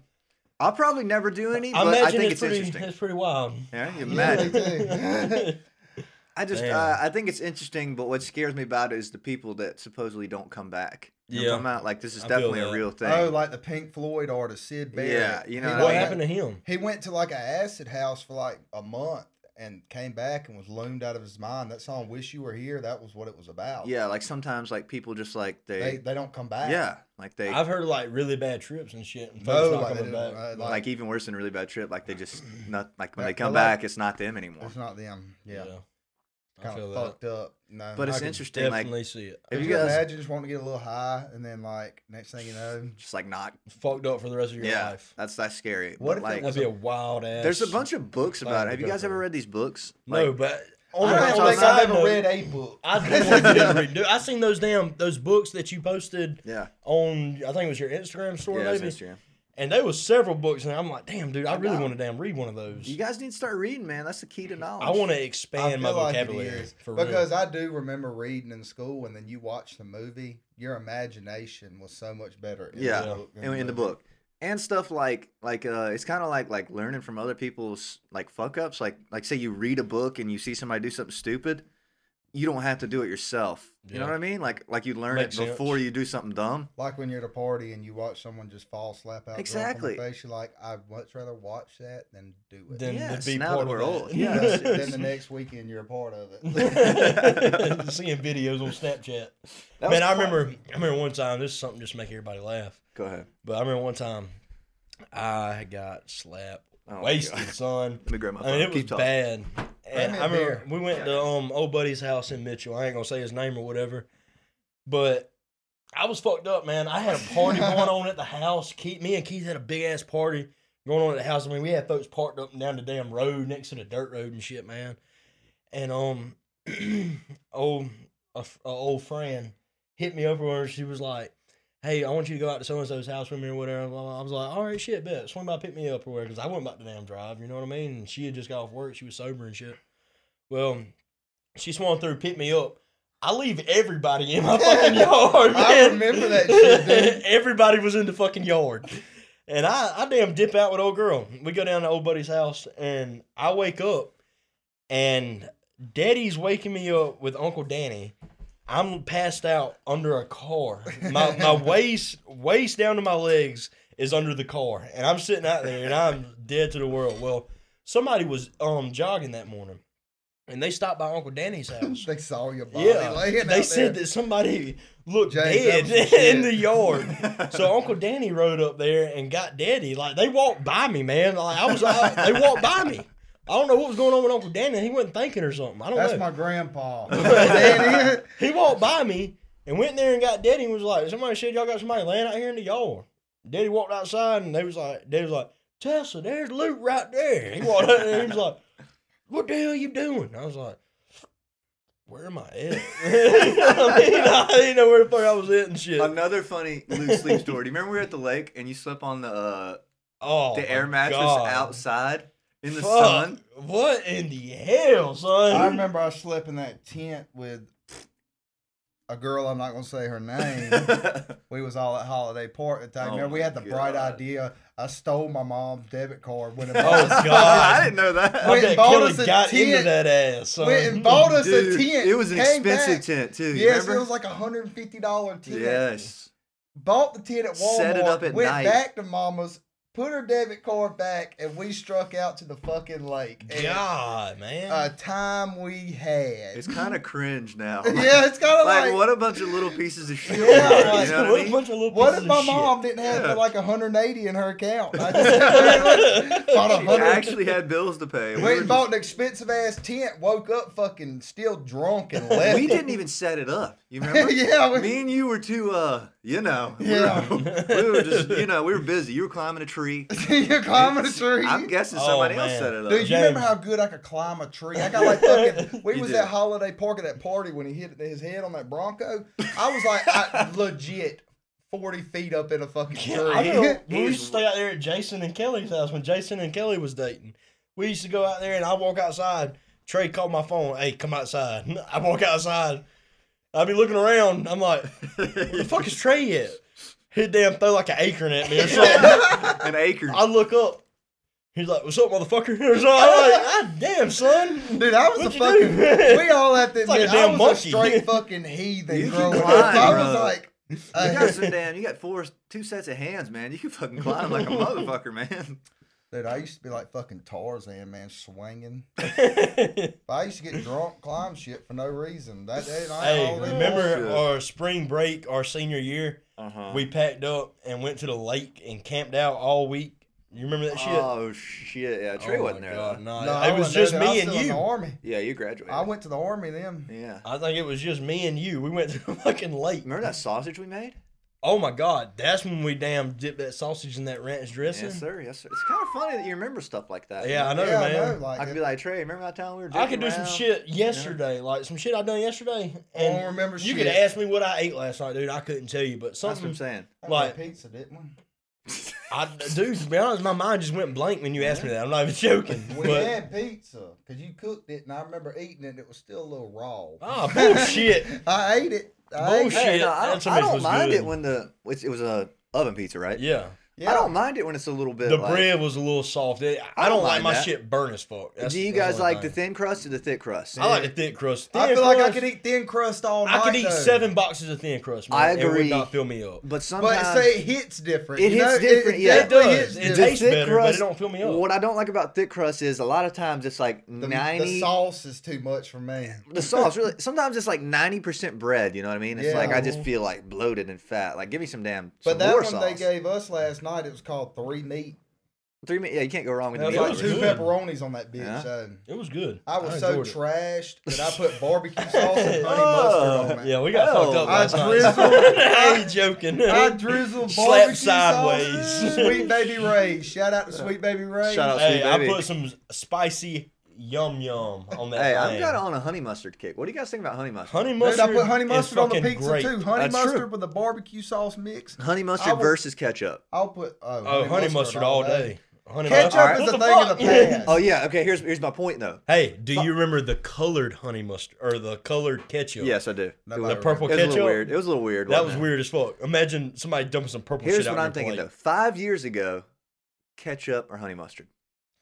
[SPEAKER 2] I'll probably never do any,
[SPEAKER 3] I
[SPEAKER 2] but
[SPEAKER 3] imagine
[SPEAKER 2] I think
[SPEAKER 3] it's,
[SPEAKER 2] it's,
[SPEAKER 3] pretty.
[SPEAKER 2] interesting.
[SPEAKER 3] It's pretty wild.
[SPEAKER 2] Yeah, you
[SPEAKER 1] Yeah,
[SPEAKER 2] imagine.
[SPEAKER 1] they do.
[SPEAKER 2] I just,
[SPEAKER 3] Damn.
[SPEAKER 2] uh, I think it's interesting, but what scares me about it is the people that supposedly don't come back. Don't
[SPEAKER 3] Yeah.
[SPEAKER 2] come out. Like, this is
[SPEAKER 3] I feel
[SPEAKER 2] definitely a
[SPEAKER 3] that.
[SPEAKER 2] real thing.
[SPEAKER 1] oh, like the Pink Floyd artist Sid Barrett.
[SPEAKER 2] Yeah, you know
[SPEAKER 1] He
[SPEAKER 2] what I
[SPEAKER 3] what
[SPEAKER 1] like-
[SPEAKER 2] mean?
[SPEAKER 3] happened to him?
[SPEAKER 1] He went to like an acid house for like a month and came back and was looned out of his mind. That song "Wish You Were Here" that was what it was about.
[SPEAKER 2] yeah, like sometimes, like, people just, like, they,
[SPEAKER 1] they they don't come back.
[SPEAKER 2] yeah, like, they,
[SPEAKER 3] I've heard like really bad trips and shit, and
[SPEAKER 1] no,
[SPEAKER 3] folks not
[SPEAKER 1] like, they
[SPEAKER 3] coming
[SPEAKER 1] don't-
[SPEAKER 3] back.
[SPEAKER 1] uh,
[SPEAKER 2] like,
[SPEAKER 1] like,
[SPEAKER 2] even worse than a really bad trip. Like, they just, not, like, when
[SPEAKER 1] Yeah,
[SPEAKER 2] they come
[SPEAKER 1] but, like,
[SPEAKER 2] back, it's not them anymore.
[SPEAKER 1] it's not them. Yeah,
[SPEAKER 3] I
[SPEAKER 1] kind
[SPEAKER 3] feel
[SPEAKER 1] of
[SPEAKER 3] that.
[SPEAKER 1] fucked up. No,
[SPEAKER 2] But
[SPEAKER 1] I
[SPEAKER 2] it's
[SPEAKER 1] could-
[SPEAKER 2] interesting, like,
[SPEAKER 3] Definitely see it.
[SPEAKER 2] if
[SPEAKER 1] Could
[SPEAKER 2] you
[SPEAKER 1] you
[SPEAKER 2] guys
[SPEAKER 1] imagine just wanting to get a little high and then like next thing you know,
[SPEAKER 2] just, like, not,
[SPEAKER 3] Fucked up for the rest of your
[SPEAKER 2] yeah,
[SPEAKER 3] life.
[SPEAKER 2] that's, that's scary.
[SPEAKER 1] What
[SPEAKER 2] But,
[SPEAKER 1] if it
[SPEAKER 2] like,
[SPEAKER 3] That'd be a wild ass.
[SPEAKER 2] there's a bunch of books about it.
[SPEAKER 3] to
[SPEAKER 2] Have you
[SPEAKER 3] go
[SPEAKER 2] guys ever
[SPEAKER 3] through.
[SPEAKER 2] read these books?
[SPEAKER 3] No,
[SPEAKER 2] Like,
[SPEAKER 3] but
[SPEAKER 1] only
[SPEAKER 2] know,
[SPEAKER 1] thing I
[SPEAKER 2] so
[SPEAKER 1] don't think
[SPEAKER 3] side
[SPEAKER 1] I've ever
[SPEAKER 3] note-
[SPEAKER 1] read a book.
[SPEAKER 3] I definitely didn't read. Dude, I seen those damn those books that you posted
[SPEAKER 2] yeah,
[SPEAKER 3] on. I think it was your Instagram story,
[SPEAKER 2] yeah, it's
[SPEAKER 3] maybe.
[SPEAKER 2] Instagram.
[SPEAKER 3] And there was several books, and I'm like, damn, dude, I, really
[SPEAKER 2] got
[SPEAKER 3] want to damn read one of those.
[SPEAKER 2] You guys need to start reading, man. That's the key to knowledge.
[SPEAKER 3] I want to
[SPEAKER 1] I
[SPEAKER 3] expand my
[SPEAKER 1] feel like it
[SPEAKER 3] vocabulary
[SPEAKER 1] is,
[SPEAKER 3] for
[SPEAKER 1] because
[SPEAKER 3] real.
[SPEAKER 1] I do remember reading in school, and then you watch the movie. Your imagination was so much better. In
[SPEAKER 2] Yeah,
[SPEAKER 1] the book than
[SPEAKER 2] in, in the
[SPEAKER 1] movie.
[SPEAKER 2] book and stuff like like uh it's kind of like like learning from other people's like fuck ups like like say you read a book and you see somebody do something stupid you don't have to do it yourself you know
[SPEAKER 3] Yeah.
[SPEAKER 2] what i mean like like you learn
[SPEAKER 3] Makes
[SPEAKER 2] it before
[SPEAKER 3] sense.
[SPEAKER 2] you do something dumb
[SPEAKER 1] Like when you're at a party and you watch someone just fall slap out
[SPEAKER 2] Exactly.
[SPEAKER 1] drunk on their face, you're like, I'd much rather watch that than do it.
[SPEAKER 3] Then
[SPEAKER 2] Yes,
[SPEAKER 3] to be
[SPEAKER 2] now that
[SPEAKER 3] part
[SPEAKER 2] we're
[SPEAKER 3] of
[SPEAKER 2] old,
[SPEAKER 3] That.
[SPEAKER 2] yeah.
[SPEAKER 1] Yes, then the next weekend you're a part of it.
[SPEAKER 3] Seeing videos on Snapchat.
[SPEAKER 2] That was
[SPEAKER 3] Man, I
[SPEAKER 2] quite-
[SPEAKER 3] remember. I remember one time. This is something just to make everybody laugh.
[SPEAKER 2] go ahead
[SPEAKER 3] But I remember one time, I got slapped,
[SPEAKER 2] Oh my
[SPEAKER 3] wasted,
[SPEAKER 2] God.
[SPEAKER 3] son.
[SPEAKER 2] let me grab my phone
[SPEAKER 3] I mean, it was
[SPEAKER 2] keep talking
[SPEAKER 3] bad. And
[SPEAKER 1] me
[SPEAKER 3] I
[SPEAKER 1] a
[SPEAKER 3] remember
[SPEAKER 1] beer.
[SPEAKER 3] we went to um old buddy's house in Mitchell. I ain't gonna say his name or whatever, but I was fucked up, man. I had a party going on at the house. Keith, me and Keith had a big ass party going on at the house. I mean, we had folks parked up and down the damn road next to the dirt road and shit, man. and um, old a, f- a old friend hit me up where she was like, "Hey, I want you to go out to so and so's house with me or whatever." Blah, blah. I was like, "All right, shit, bet. Swing by, pick me up or whatever," because I wasn't about to damn drive. You know what I mean? And she had just got off work; she was sober and shit. Well, she swung through, picked me up. I leave everybody in my fucking yard.
[SPEAKER 1] I
[SPEAKER 3] man.
[SPEAKER 1] remember that shit, dude.
[SPEAKER 3] everybody was in the fucking yard. And I, I damn dip out with old girl. We go down to old buddy's house and I wake up and daddy's waking me up with Uncle Danny. I'm passed out under a car. My my waist waist down to my legs is under the car. And I'm sitting out there and I'm dead to the world. Well, somebody was um jogging that morning and they stopped by Uncle Danny's house.
[SPEAKER 1] They saw your body
[SPEAKER 3] Yeah,
[SPEAKER 1] laying out
[SPEAKER 3] they said
[SPEAKER 1] there.
[SPEAKER 3] that somebody looked
[SPEAKER 1] James, that was
[SPEAKER 3] dead
[SPEAKER 1] some
[SPEAKER 3] in
[SPEAKER 1] shit.
[SPEAKER 3] the yard. so Uncle Danny rode up there and got Daddy. Like they walked by me, man. Like I was, I, they walked by me. I don't know what was going on with Uncle Danny. He wasn't thinking or something. I don't
[SPEAKER 1] That's
[SPEAKER 3] know.
[SPEAKER 1] my grandpa. Danny,
[SPEAKER 3] He walked by me and went in there and got Daddy and was like, somebody said y'all got somebody laying out here in the yard. Daddy walked outside and they was like, Daddy was like, Tessa, there's Luke right there. He walked out there and he was like, what the hell you doing? I was like, where am I at? I, mean, I didn't know where the fuck I was at and shit.
[SPEAKER 2] Another funny Luke sleep story. Do you remember we were at the lake and you slept on the uh,
[SPEAKER 3] oh,
[SPEAKER 2] the
[SPEAKER 3] my
[SPEAKER 2] air mattress
[SPEAKER 3] God.
[SPEAKER 2] outside in the
[SPEAKER 3] Fuck.
[SPEAKER 2] sun?
[SPEAKER 3] What in the hell, son?
[SPEAKER 1] I remember I slept in that tent with a girl. I'm not gonna say her name. we was all at Holiday Park at the time.
[SPEAKER 2] Oh
[SPEAKER 1] Remember, we
[SPEAKER 2] my
[SPEAKER 1] had the bright
[SPEAKER 2] God.
[SPEAKER 1] idea. I stole my mom's debit card. Went and
[SPEAKER 3] Oh,
[SPEAKER 1] bought,
[SPEAKER 3] God.
[SPEAKER 2] I didn't know that.
[SPEAKER 3] I
[SPEAKER 1] Went
[SPEAKER 3] bet
[SPEAKER 1] and bought
[SPEAKER 3] Kelly
[SPEAKER 1] us a
[SPEAKER 3] got into
[SPEAKER 1] tent.
[SPEAKER 3] that ass. Son.
[SPEAKER 1] went and bought us
[SPEAKER 2] Dude,
[SPEAKER 1] a tent.
[SPEAKER 2] It was an
[SPEAKER 1] came
[SPEAKER 2] expensive
[SPEAKER 1] back.
[SPEAKER 2] tent too. You
[SPEAKER 1] Yes,
[SPEAKER 2] remember?
[SPEAKER 1] it was like a hundred and fifty dollar tent.
[SPEAKER 2] Yes.
[SPEAKER 1] Bought the tent at Walmart.
[SPEAKER 2] Set it up at
[SPEAKER 1] went
[SPEAKER 2] night.
[SPEAKER 1] back to Mama's. Put her debit card back, and we struck out to the fucking lake. And
[SPEAKER 3] God, man.
[SPEAKER 1] A time we had.
[SPEAKER 2] It's kind of cringe now.
[SPEAKER 1] yeah, it's kind of
[SPEAKER 2] like,
[SPEAKER 1] like,
[SPEAKER 2] what a bunch of little pieces of shit.
[SPEAKER 1] Yeah,
[SPEAKER 2] we were,
[SPEAKER 1] like,
[SPEAKER 2] you know
[SPEAKER 3] what
[SPEAKER 2] what I
[SPEAKER 3] a
[SPEAKER 2] mean?
[SPEAKER 3] bunch of little
[SPEAKER 1] What
[SPEAKER 3] pieces
[SPEAKER 1] if
[SPEAKER 3] of
[SPEAKER 1] my
[SPEAKER 3] shit.
[SPEAKER 1] mom didn't have
[SPEAKER 2] Yeah.
[SPEAKER 1] but like 180 in her account? I just bought
[SPEAKER 3] She
[SPEAKER 1] a
[SPEAKER 2] I
[SPEAKER 1] hundred.
[SPEAKER 2] actually had bills to pay.
[SPEAKER 1] Went and bought an expensive ass tent. Woke up fucking still drunk and
[SPEAKER 2] just-
[SPEAKER 1] left.
[SPEAKER 2] we didn't even set it up. You remember?
[SPEAKER 1] yeah, we,
[SPEAKER 2] Me and you were too, uh, you know. we
[SPEAKER 1] Yeah.
[SPEAKER 2] were- We were just, you know, we were busy. You were climbing a tree.
[SPEAKER 1] you're climbing a tree.
[SPEAKER 2] I'm guessing
[SPEAKER 3] Oh,
[SPEAKER 2] somebody else
[SPEAKER 3] man.
[SPEAKER 2] set it up.
[SPEAKER 1] Dude, you remember
[SPEAKER 3] James.
[SPEAKER 1] how good I could climb a tree? I got like fucking. We
[SPEAKER 2] You
[SPEAKER 1] was
[SPEAKER 2] did.
[SPEAKER 1] at Holiday Park at that party when he hit his head on that Bronco. I was like, I, legit, forty feet up in a fucking tree.
[SPEAKER 3] Yeah, I remember we
[SPEAKER 2] He's-
[SPEAKER 3] used to stay out there at Jason and Kelly's house when Jason and Kelly was dating. We used to go out there and I walk outside. Trey called my phone. Hey, come outside. I walk outside. I'd be looking around. I'm like, where the fuck is Trey at? He'd damn throw like an acorn at me or something.
[SPEAKER 2] An acre.
[SPEAKER 3] I look up. He's like, "What's up, motherfucker?" Or something. I'm like, "God damn, son."
[SPEAKER 1] Dude, I was
[SPEAKER 3] What'd
[SPEAKER 1] a
[SPEAKER 3] you do?
[SPEAKER 1] fucking. we all have to
[SPEAKER 3] It's like a
[SPEAKER 1] admit, I
[SPEAKER 3] damn
[SPEAKER 1] was
[SPEAKER 3] monkey.
[SPEAKER 1] a straight fucking heathen
[SPEAKER 2] You can
[SPEAKER 1] growing up.
[SPEAKER 2] climb,
[SPEAKER 1] I
[SPEAKER 2] bro.
[SPEAKER 1] was like,
[SPEAKER 2] You
[SPEAKER 1] uh,
[SPEAKER 2] got some damn. You got four, two sets of hands, man. You can fucking climb like a motherfucker, man.
[SPEAKER 1] dude, I used to be like fucking Tarzan, man, swinging. I used to get drunk, climb shit for no reason. That day, I
[SPEAKER 3] hey,
[SPEAKER 1] all in
[SPEAKER 3] remember
[SPEAKER 2] Bullshit.
[SPEAKER 3] our spring break, our senior year?
[SPEAKER 2] Uh huh.
[SPEAKER 3] We packed up and went to the lake and camped out all week. You remember that shit?
[SPEAKER 2] Oh shit! Yeah, Trey
[SPEAKER 3] Oh
[SPEAKER 2] wasn't
[SPEAKER 3] my
[SPEAKER 2] there.
[SPEAKER 3] God,
[SPEAKER 2] though.
[SPEAKER 1] one.
[SPEAKER 3] No,
[SPEAKER 1] No,
[SPEAKER 3] it
[SPEAKER 1] I wasn't
[SPEAKER 3] was
[SPEAKER 1] there,
[SPEAKER 3] just
[SPEAKER 1] dude. I was
[SPEAKER 3] me and
[SPEAKER 1] still in the
[SPEAKER 3] you.
[SPEAKER 1] army.
[SPEAKER 2] Yeah, you graduated.
[SPEAKER 1] I went to the army then.
[SPEAKER 2] Yeah.
[SPEAKER 3] I think it was just me and you. We went to the fucking lake.
[SPEAKER 2] Remember that sausage we made?
[SPEAKER 3] Oh my god, that's when we damn dipped that sausage in that ranch dressing.
[SPEAKER 2] Yes, sir. Yes, sir. It's kind of funny that you remember stuff like that.
[SPEAKER 3] Yeah, I know,
[SPEAKER 1] yeah,
[SPEAKER 3] man.
[SPEAKER 1] I know. Like,
[SPEAKER 2] I could be like Trey. Remember that time we were?
[SPEAKER 3] I could do
[SPEAKER 2] dicking
[SPEAKER 3] some
[SPEAKER 2] around?
[SPEAKER 3] shit yesterday, like some shit I done yesterday.
[SPEAKER 1] I don't
[SPEAKER 3] And
[SPEAKER 1] remember
[SPEAKER 3] you could
[SPEAKER 1] shit.
[SPEAKER 3] ask me what I ate last night, dude. I couldn't tell you, but
[SPEAKER 2] That's what I'm
[SPEAKER 3] something,
[SPEAKER 2] saying.
[SPEAKER 1] that was
[SPEAKER 3] like-
[SPEAKER 1] a pizza, didn't we?
[SPEAKER 3] I, dude. To be honest, my mind just went blank when you asked me that. I'm not even joking.
[SPEAKER 1] We
[SPEAKER 3] But,
[SPEAKER 1] had pizza because you cooked it, and I remember eating it. and It was still a little raw.
[SPEAKER 3] oh bullshit!
[SPEAKER 1] I ate it. I ate
[SPEAKER 3] Bullshit.
[SPEAKER 1] it.
[SPEAKER 2] Hey, no,
[SPEAKER 3] that
[SPEAKER 2] I don't,
[SPEAKER 3] to me
[SPEAKER 2] I don't
[SPEAKER 3] was
[SPEAKER 2] mind
[SPEAKER 3] good.
[SPEAKER 2] it when the it's, it was a oven pizza, right?
[SPEAKER 3] Yeah,
[SPEAKER 1] Yeah.
[SPEAKER 2] I don't mind it when it's a little bit.
[SPEAKER 3] the
[SPEAKER 2] like-
[SPEAKER 3] bread was a little soft. It-
[SPEAKER 2] I
[SPEAKER 3] I, don't
[SPEAKER 2] don't
[SPEAKER 3] like
[SPEAKER 2] mind
[SPEAKER 3] my
[SPEAKER 2] that.
[SPEAKER 3] shit burn as fuck. That's-
[SPEAKER 2] Do you
[SPEAKER 3] that's
[SPEAKER 2] guys
[SPEAKER 3] only
[SPEAKER 2] like
[SPEAKER 3] thing.
[SPEAKER 2] the thin crust or the thick crust?
[SPEAKER 3] I like the thick crust.
[SPEAKER 1] I
[SPEAKER 3] Thin
[SPEAKER 1] feel like I
[SPEAKER 3] crust,
[SPEAKER 1] could eat thin crust all night.
[SPEAKER 3] I could eat
[SPEAKER 1] though.
[SPEAKER 3] seven boxes of thin crust. Man.
[SPEAKER 2] I
[SPEAKER 3] It would
[SPEAKER 2] agree.
[SPEAKER 3] not fill me up.
[SPEAKER 2] But sometimes
[SPEAKER 1] But say it hits different.
[SPEAKER 2] It
[SPEAKER 1] you know?
[SPEAKER 2] hits different, yeah. It
[SPEAKER 1] definitely
[SPEAKER 3] does.
[SPEAKER 1] hits
[SPEAKER 3] It
[SPEAKER 2] The
[SPEAKER 1] different.
[SPEAKER 3] tastes better, but it don't fill me up.
[SPEAKER 2] What I don't like about thick crust is a lot of times it's like
[SPEAKER 1] The,
[SPEAKER 2] ninety.
[SPEAKER 1] the sauce is too much for me.
[SPEAKER 2] the sauce really sometimes it's like 90% bread you know what i mean it's
[SPEAKER 1] Yeah.
[SPEAKER 2] like i just feel like bloated and fat like give me some damn some
[SPEAKER 1] But that
[SPEAKER 2] more
[SPEAKER 1] one
[SPEAKER 2] sauce.
[SPEAKER 1] they gave us last night, it was called three meat.
[SPEAKER 2] three mi- yeah you can't go wrong with
[SPEAKER 1] There
[SPEAKER 2] the
[SPEAKER 1] was
[SPEAKER 2] meat
[SPEAKER 1] like
[SPEAKER 3] was
[SPEAKER 1] two
[SPEAKER 3] good.
[SPEAKER 1] pepperonis on that bitch.
[SPEAKER 2] Yeah.
[SPEAKER 1] So
[SPEAKER 3] It was good.
[SPEAKER 1] I was so
[SPEAKER 3] enjoyed it.
[SPEAKER 1] trashed that I put barbecue sauce and honey
[SPEAKER 2] Oh,
[SPEAKER 1] mustard on it.
[SPEAKER 3] Yeah, we got
[SPEAKER 2] Hell,
[SPEAKER 3] fucked up
[SPEAKER 1] I
[SPEAKER 3] last night.
[SPEAKER 1] drizzled-
[SPEAKER 3] I ain't joking.
[SPEAKER 1] I drizzled
[SPEAKER 3] Slap
[SPEAKER 1] barbecue
[SPEAKER 3] sideways.
[SPEAKER 1] sauce. Sweet Baby Ray. Shout out to Sweet Baby Ray.
[SPEAKER 2] Shout out.
[SPEAKER 3] hey,
[SPEAKER 2] Sweet
[SPEAKER 3] I
[SPEAKER 2] baby.
[SPEAKER 3] put some spicy yum yum on that.
[SPEAKER 2] Hey,
[SPEAKER 3] thing.
[SPEAKER 2] I'm kind of on a honey mustard kick. What do you guys think about honey mustard?
[SPEAKER 3] honey
[SPEAKER 1] Dude,
[SPEAKER 3] mustard.
[SPEAKER 1] I put honey
[SPEAKER 3] is
[SPEAKER 1] mustard on the
[SPEAKER 3] fucking
[SPEAKER 1] pizza
[SPEAKER 3] great.
[SPEAKER 1] too. Honey
[SPEAKER 2] That's
[SPEAKER 1] mustard
[SPEAKER 2] true.
[SPEAKER 1] with a barbecue sauce mix.
[SPEAKER 2] Honey mustard
[SPEAKER 1] would-
[SPEAKER 2] versus ketchup.
[SPEAKER 1] I'll put oh,
[SPEAKER 3] Oh, honey mustard, all day. Honey
[SPEAKER 1] Ketchup
[SPEAKER 2] Alright.
[SPEAKER 1] is
[SPEAKER 3] What
[SPEAKER 1] a
[SPEAKER 3] the
[SPEAKER 1] thing of the
[SPEAKER 3] fuck?
[SPEAKER 1] past.
[SPEAKER 2] Oh yeah. Okay. Here's here's my point though.
[SPEAKER 3] Hey, do you remember the colored honey mustard or the colored ketchup?
[SPEAKER 2] Yes, I do.
[SPEAKER 1] Nobody
[SPEAKER 3] the
[SPEAKER 1] remembers.
[SPEAKER 3] purple
[SPEAKER 2] It was a
[SPEAKER 3] ketchup.
[SPEAKER 2] little weird. It was a little weird.
[SPEAKER 3] That
[SPEAKER 2] wasn't
[SPEAKER 3] was
[SPEAKER 2] it?
[SPEAKER 3] weird as fuck. Imagine somebody dumping some purple
[SPEAKER 2] Here's
[SPEAKER 3] shit out
[SPEAKER 2] what
[SPEAKER 3] on
[SPEAKER 2] I'm
[SPEAKER 3] your
[SPEAKER 2] thinking
[SPEAKER 3] plate.
[SPEAKER 2] though. Five years ago, ketchup or honey mustard.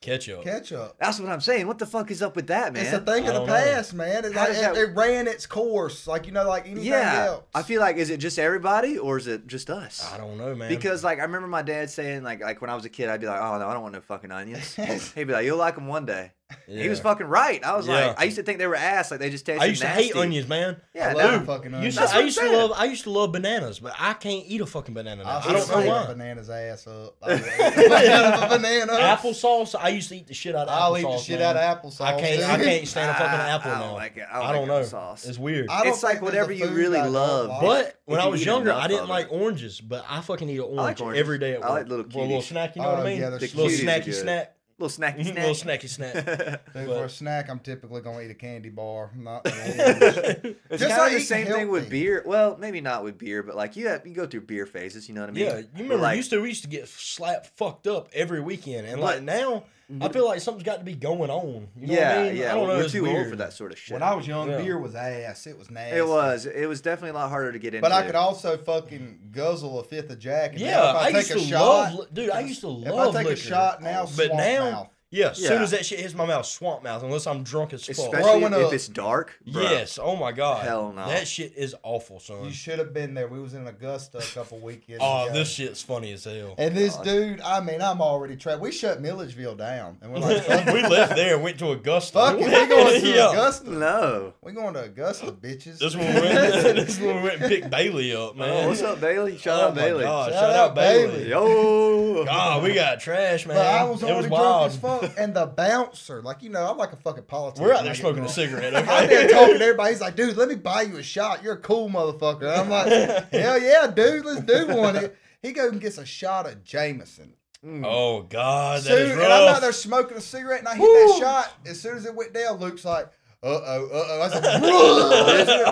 [SPEAKER 3] Ketchup.
[SPEAKER 1] ketchup.
[SPEAKER 2] That's what I'm saying. What the fuck is up with that, man?
[SPEAKER 1] It's a thing
[SPEAKER 3] I
[SPEAKER 1] of the
[SPEAKER 3] don't know.
[SPEAKER 1] past, man. It's
[SPEAKER 2] How
[SPEAKER 1] like,
[SPEAKER 2] does
[SPEAKER 1] it,
[SPEAKER 2] that-
[SPEAKER 1] it ran its course, like you know, like anything
[SPEAKER 2] yeah.
[SPEAKER 1] else.
[SPEAKER 2] I feel like is it just everybody or is it just us?
[SPEAKER 3] I don't know, man.
[SPEAKER 2] Because like I remember my dad saying like like when I was a kid I'd be like oh no I don't want no fucking onions. He'd be like you'll like them one day.
[SPEAKER 3] yeah.
[SPEAKER 2] He was fucking right. I was
[SPEAKER 3] Yeah.
[SPEAKER 2] like I used to think they were ass like they just tasted.
[SPEAKER 3] I used to hate
[SPEAKER 2] nasty.
[SPEAKER 3] onions, man.
[SPEAKER 2] Yeah,
[SPEAKER 1] I
[SPEAKER 2] now-
[SPEAKER 1] love fucking
[SPEAKER 3] You
[SPEAKER 1] onions.
[SPEAKER 3] said,
[SPEAKER 2] That's
[SPEAKER 3] I
[SPEAKER 2] what
[SPEAKER 3] used
[SPEAKER 2] I'm
[SPEAKER 3] to
[SPEAKER 2] saying.
[SPEAKER 3] love I used to love bananas, but I can't eat a fucking banana now. I,
[SPEAKER 1] I
[SPEAKER 3] don't know
[SPEAKER 1] save a
[SPEAKER 3] why.
[SPEAKER 1] Banana's ass up. I would eat a banana for banana.
[SPEAKER 3] Applesauce, I used to eat the shit out of
[SPEAKER 1] I'll
[SPEAKER 3] applesauce.
[SPEAKER 1] eat the shit out
[SPEAKER 3] man.
[SPEAKER 1] of applesauce.
[SPEAKER 3] I can't I
[SPEAKER 1] dude.
[SPEAKER 3] can't stand a fucking apple
[SPEAKER 2] I don't
[SPEAKER 3] now.
[SPEAKER 2] like it. I
[SPEAKER 3] I
[SPEAKER 2] don't
[SPEAKER 3] don't,
[SPEAKER 2] like
[SPEAKER 3] know.
[SPEAKER 2] sauce.
[SPEAKER 3] It's weird.
[SPEAKER 1] I don't
[SPEAKER 2] It's like
[SPEAKER 1] think there's
[SPEAKER 2] whatever
[SPEAKER 1] a
[SPEAKER 2] you
[SPEAKER 1] food
[SPEAKER 2] really
[SPEAKER 1] I don't
[SPEAKER 2] love.
[SPEAKER 1] like.
[SPEAKER 3] But when
[SPEAKER 2] If
[SPEAKER 3] I
[SPEAKER 2] you
[SPEAKER 3] was
[SPEAKER 2] eat
[SPEAKER 3] younger,
[SPEAKER 2] enough
[SPEAKER 3] I didn't
[SPEAKER 2] of
[SPEAKER 3] like
[SPEAKER 2] it.
[SPEAKER 3] oranges, but I fucking eat an
[SPEAKER 2] like
[SPEAKER 3] orange
[SPEAKER 2] oranges.
[SPEAKER 3] every day at
[SPEAKER 2] I
[SPEAKER 3] work.
[SPEAKER 2] like little
[SPEAKER 3] For a little
[SPEAKER 2] cuties. Uh,
[SPEAKER 3] snack, you know
[SPEAKER 1] Oh,
[SPEAKER 3] what I mean?
[SPEAKER 1] yeah, they're The
[SPEAKER 3] little
[SPEAKER 2] cuties are
[SPEAKER 3] snacky
[SPEAKER 2] good.
[SPEAKER 3] snack.
[SPEAKER 2] little snacky snack.
[SPEAKER 3] little snacky snack.
[SPEAKER 1] Dude, for
[SPEAKER 3] But-
[SPEAKER 1] a snack, I'm typically gonna eat a candy bar. Not
[SPEAKER 2] It's
[SPEAKER 1] Just
[SPEAKER 2] kind
[SPEAKER 1] like
[SPEAKER 2] of the
[SPEAKER 1] eating
[SPEAKER 2] same thing with
[SPEAKER 1] healthy.
[SPEAKER 2] beer. Well, maybe not with beer, but like you have, you go through beer phases. You know what I mean?
[SPEAKER 3] Yeah, you
[SPEAKER 2] But,
[SPEAKER 3] remember
[SPEAKER 2] like,
[SPEAKER 3] we used to we used to get slapped fucked up every weekend, and like
[SPEAKER 2] But-
[SPEAKER 3] now I feel like something's got to be going on. You know
[SPEAKER 2] yeah,
[SPEAKER 3] what I mean?
[SPEAKER 2] yeah.
[SPEAKER 3] I don't know,
[SPEAKER 2] we're
[SPEAKER 3] it's
[SPEAKER 2] too old
[SPEAKER 3] weird.
[SPEAKER 2] for that sort of shit.
[SPEAKER 1] when I was young,
[SPEAKER 3] Yeah.
[SPEAKER 1] beer was ass. It was nasty.
[SPEAKER 2] it was, it was definitely a lot harder to get into.
[SPEAKER 1] But I could also fucking guzzle a fifth of Jack. And
[SPEAKER 3] Yeah,
[SPEAKER 1] now if I,
[SPEAKER 3] I,
[SPEAKER 1] take
[SPEAKER 3] used to
[SPEAKER 1] a shot,
[SPEAKER 3] love, li- dude. I used to
[SPEAKER 1] if
[SPEAKER 3] love.
[SPEAKER 1] I take
[SPEAKER 3] liquor.
[SPEAKER 1] a shot now,
[SPEAKER 3] but
[SPEAKER 1] swamp
[SPEAKER 3] now,
[SPEAKER 1] mouth.
[SPEAKER 3] yeah, as soon
[SPEAKER 2] Yeah.
[SPEAKER 3] as that shit hits my mouth, swamp mouth. Unless I'm drunk as fuck.
[SPEAKER 2] especially if,
[SPEAKER 1] Growing
[SPEAKER 2] if
[SPEAKER 1] up-
[SPEAKER 2] it's dark. Bro.
[SPEAKER 3] yes. Oh my god.
[SPEAKER 2] Hell no.
[SPEAKER 3] That shit is awful, son.
[SPEAKER 1] you should have been there. We was in Augusta a couple weekends.
[SPEAKER 3] Oh,
[SPEAKER 1] ago.
[SPEAKER 3] this shit's funny as hell.
[SPEAKER 1] And this
[SPEAKER 2] God.
[SPEAKER 1] dude, I mean, I'm already trapped. We shut Milledgeville down, and we're
[SPEAKER 3] we
[SPEAKER 1] like, fuck, it,
[SPEAKER 3] left there and went to Augusta.
[SPEAKER 1] fuck it, we going to
[SPEAKER 3] Yeah.
[SPEAKER 1] Augusta.
[SPEAKER 2] No.
[SPEAKER 1] We going to Augusta, bitches.
[SPEAKER 3] That's when we went. that's when we went and picked Bailey up, man.
[SPEAKER 2] Oh, what's up, Bailey? Shout
[SPEAKER 3] Oh
[SPEAKER 2] out
[SPEAKER 3] my
[SPEAKER 2] Bailey.
[SPEAKER 3] God,
[SPEAKER 1] Shout
[SPEAKER 3] shout,
[SPEAKER 1] out
[SPEAKER 3] out Bailey.
[SPEAKER 1] Bailey.
[SPEAKER 2] Yo.
[SPEAKER 3] God, we got trash, man.
[SPEAKER 1] but I was
[SPEAKER 3] it
[SPEAKER 1] already
[SPEAKER 3] was
[SPEAKER 1] drunk
[SPEAKER 3] wild.
[SPEAKER 1] as fuck, and the bouncer, like you know, I'm like a fucking politician.
[SPEAKER 3] We're out
[SPEAKER 1] when I
[SPEAKER 3] there
[SPEAKER 1] get
[SPEAKER 3] smoking a
[SPEAKER 1] drunk.
[SPEAKER 3] cigarette.
[SPEAKER 1] I'm
[SPEAKER 3] Okay.
[SPEAKER 1] there talking to everybody. He's like, dude, let me buy you a shot. You're a cool motherfucker. And I'm like, hell yeah, dude, let's do one. He goes and gets a shot of Jameson.
[SPEAKER 2] Hmm.
[SPEAKER 3] Oh God, that
[SPEAKER 1] Soon-
[SPEAKER 3] is
[SPEAKER 1] and I'm out
[SPEAKER 3] rough.
[SPEAKER 1] there smoking a cigarette, and I hit that
[SPEAKER 3] Woo.
[SPEAKER 1] shot. As soon as it went down, Luke's like, uh oh, uh oh. I said, "Bruh."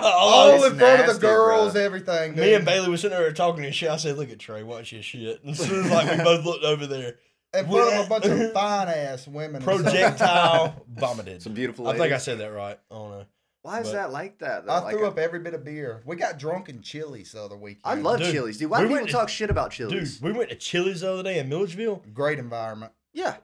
[SPEAKER 3] oh,
[SPEAKER 1] all
[SPEAKER 2] it's
[SPEAKER 1] in front of
[SPEAKER 2] nasty,
[SPEAKER 1] the girls,
[SPEAKER 2] bro.
[SPEAKER 1] everything. Dude.
[SPEAKER 3] Me and Bailey was sitting there talking and shit. I said, "Look at Trey, watch his shit." And as soon as like we both looked over there,
[SPEAKER 1] in front of a bunch of fine ass women.
[SPEAKER 3] projectile vomited.
[SPEAKER 2] Some beautiful.
[SPEAKER 3] I think I
[SPEAKER 2] ladies.
[SPEAKER 3] said that right. I don't know.
[SPEAKER 2] Why is
[SPEAKER 3] but-
[SPEAKER 2] that like that? though?
[SPEAKER 1] I
[SPEAKER 2] Like,
[SPEAKER 1] threw up every bit of beer. We got drunk in Chili's the other weekend.
[SPEAKER 2] I love
[SPEAKER 3] Dude,
[SPEAKER 2] Chili's, dude. Why
[SPEAKER 3] we
[SPEAKER 2] do people
[SPEAKER 3] went-
[SPEAKER 2] talk shit about
[SPEAKER 3] Dude,
[SPEAKER 2] Chili's?
[SPEAKER 3] we went to Chili's the other day in Milledgeville.
[SPEAKER 1] great environment.
[SPEAKER 2] Yeah.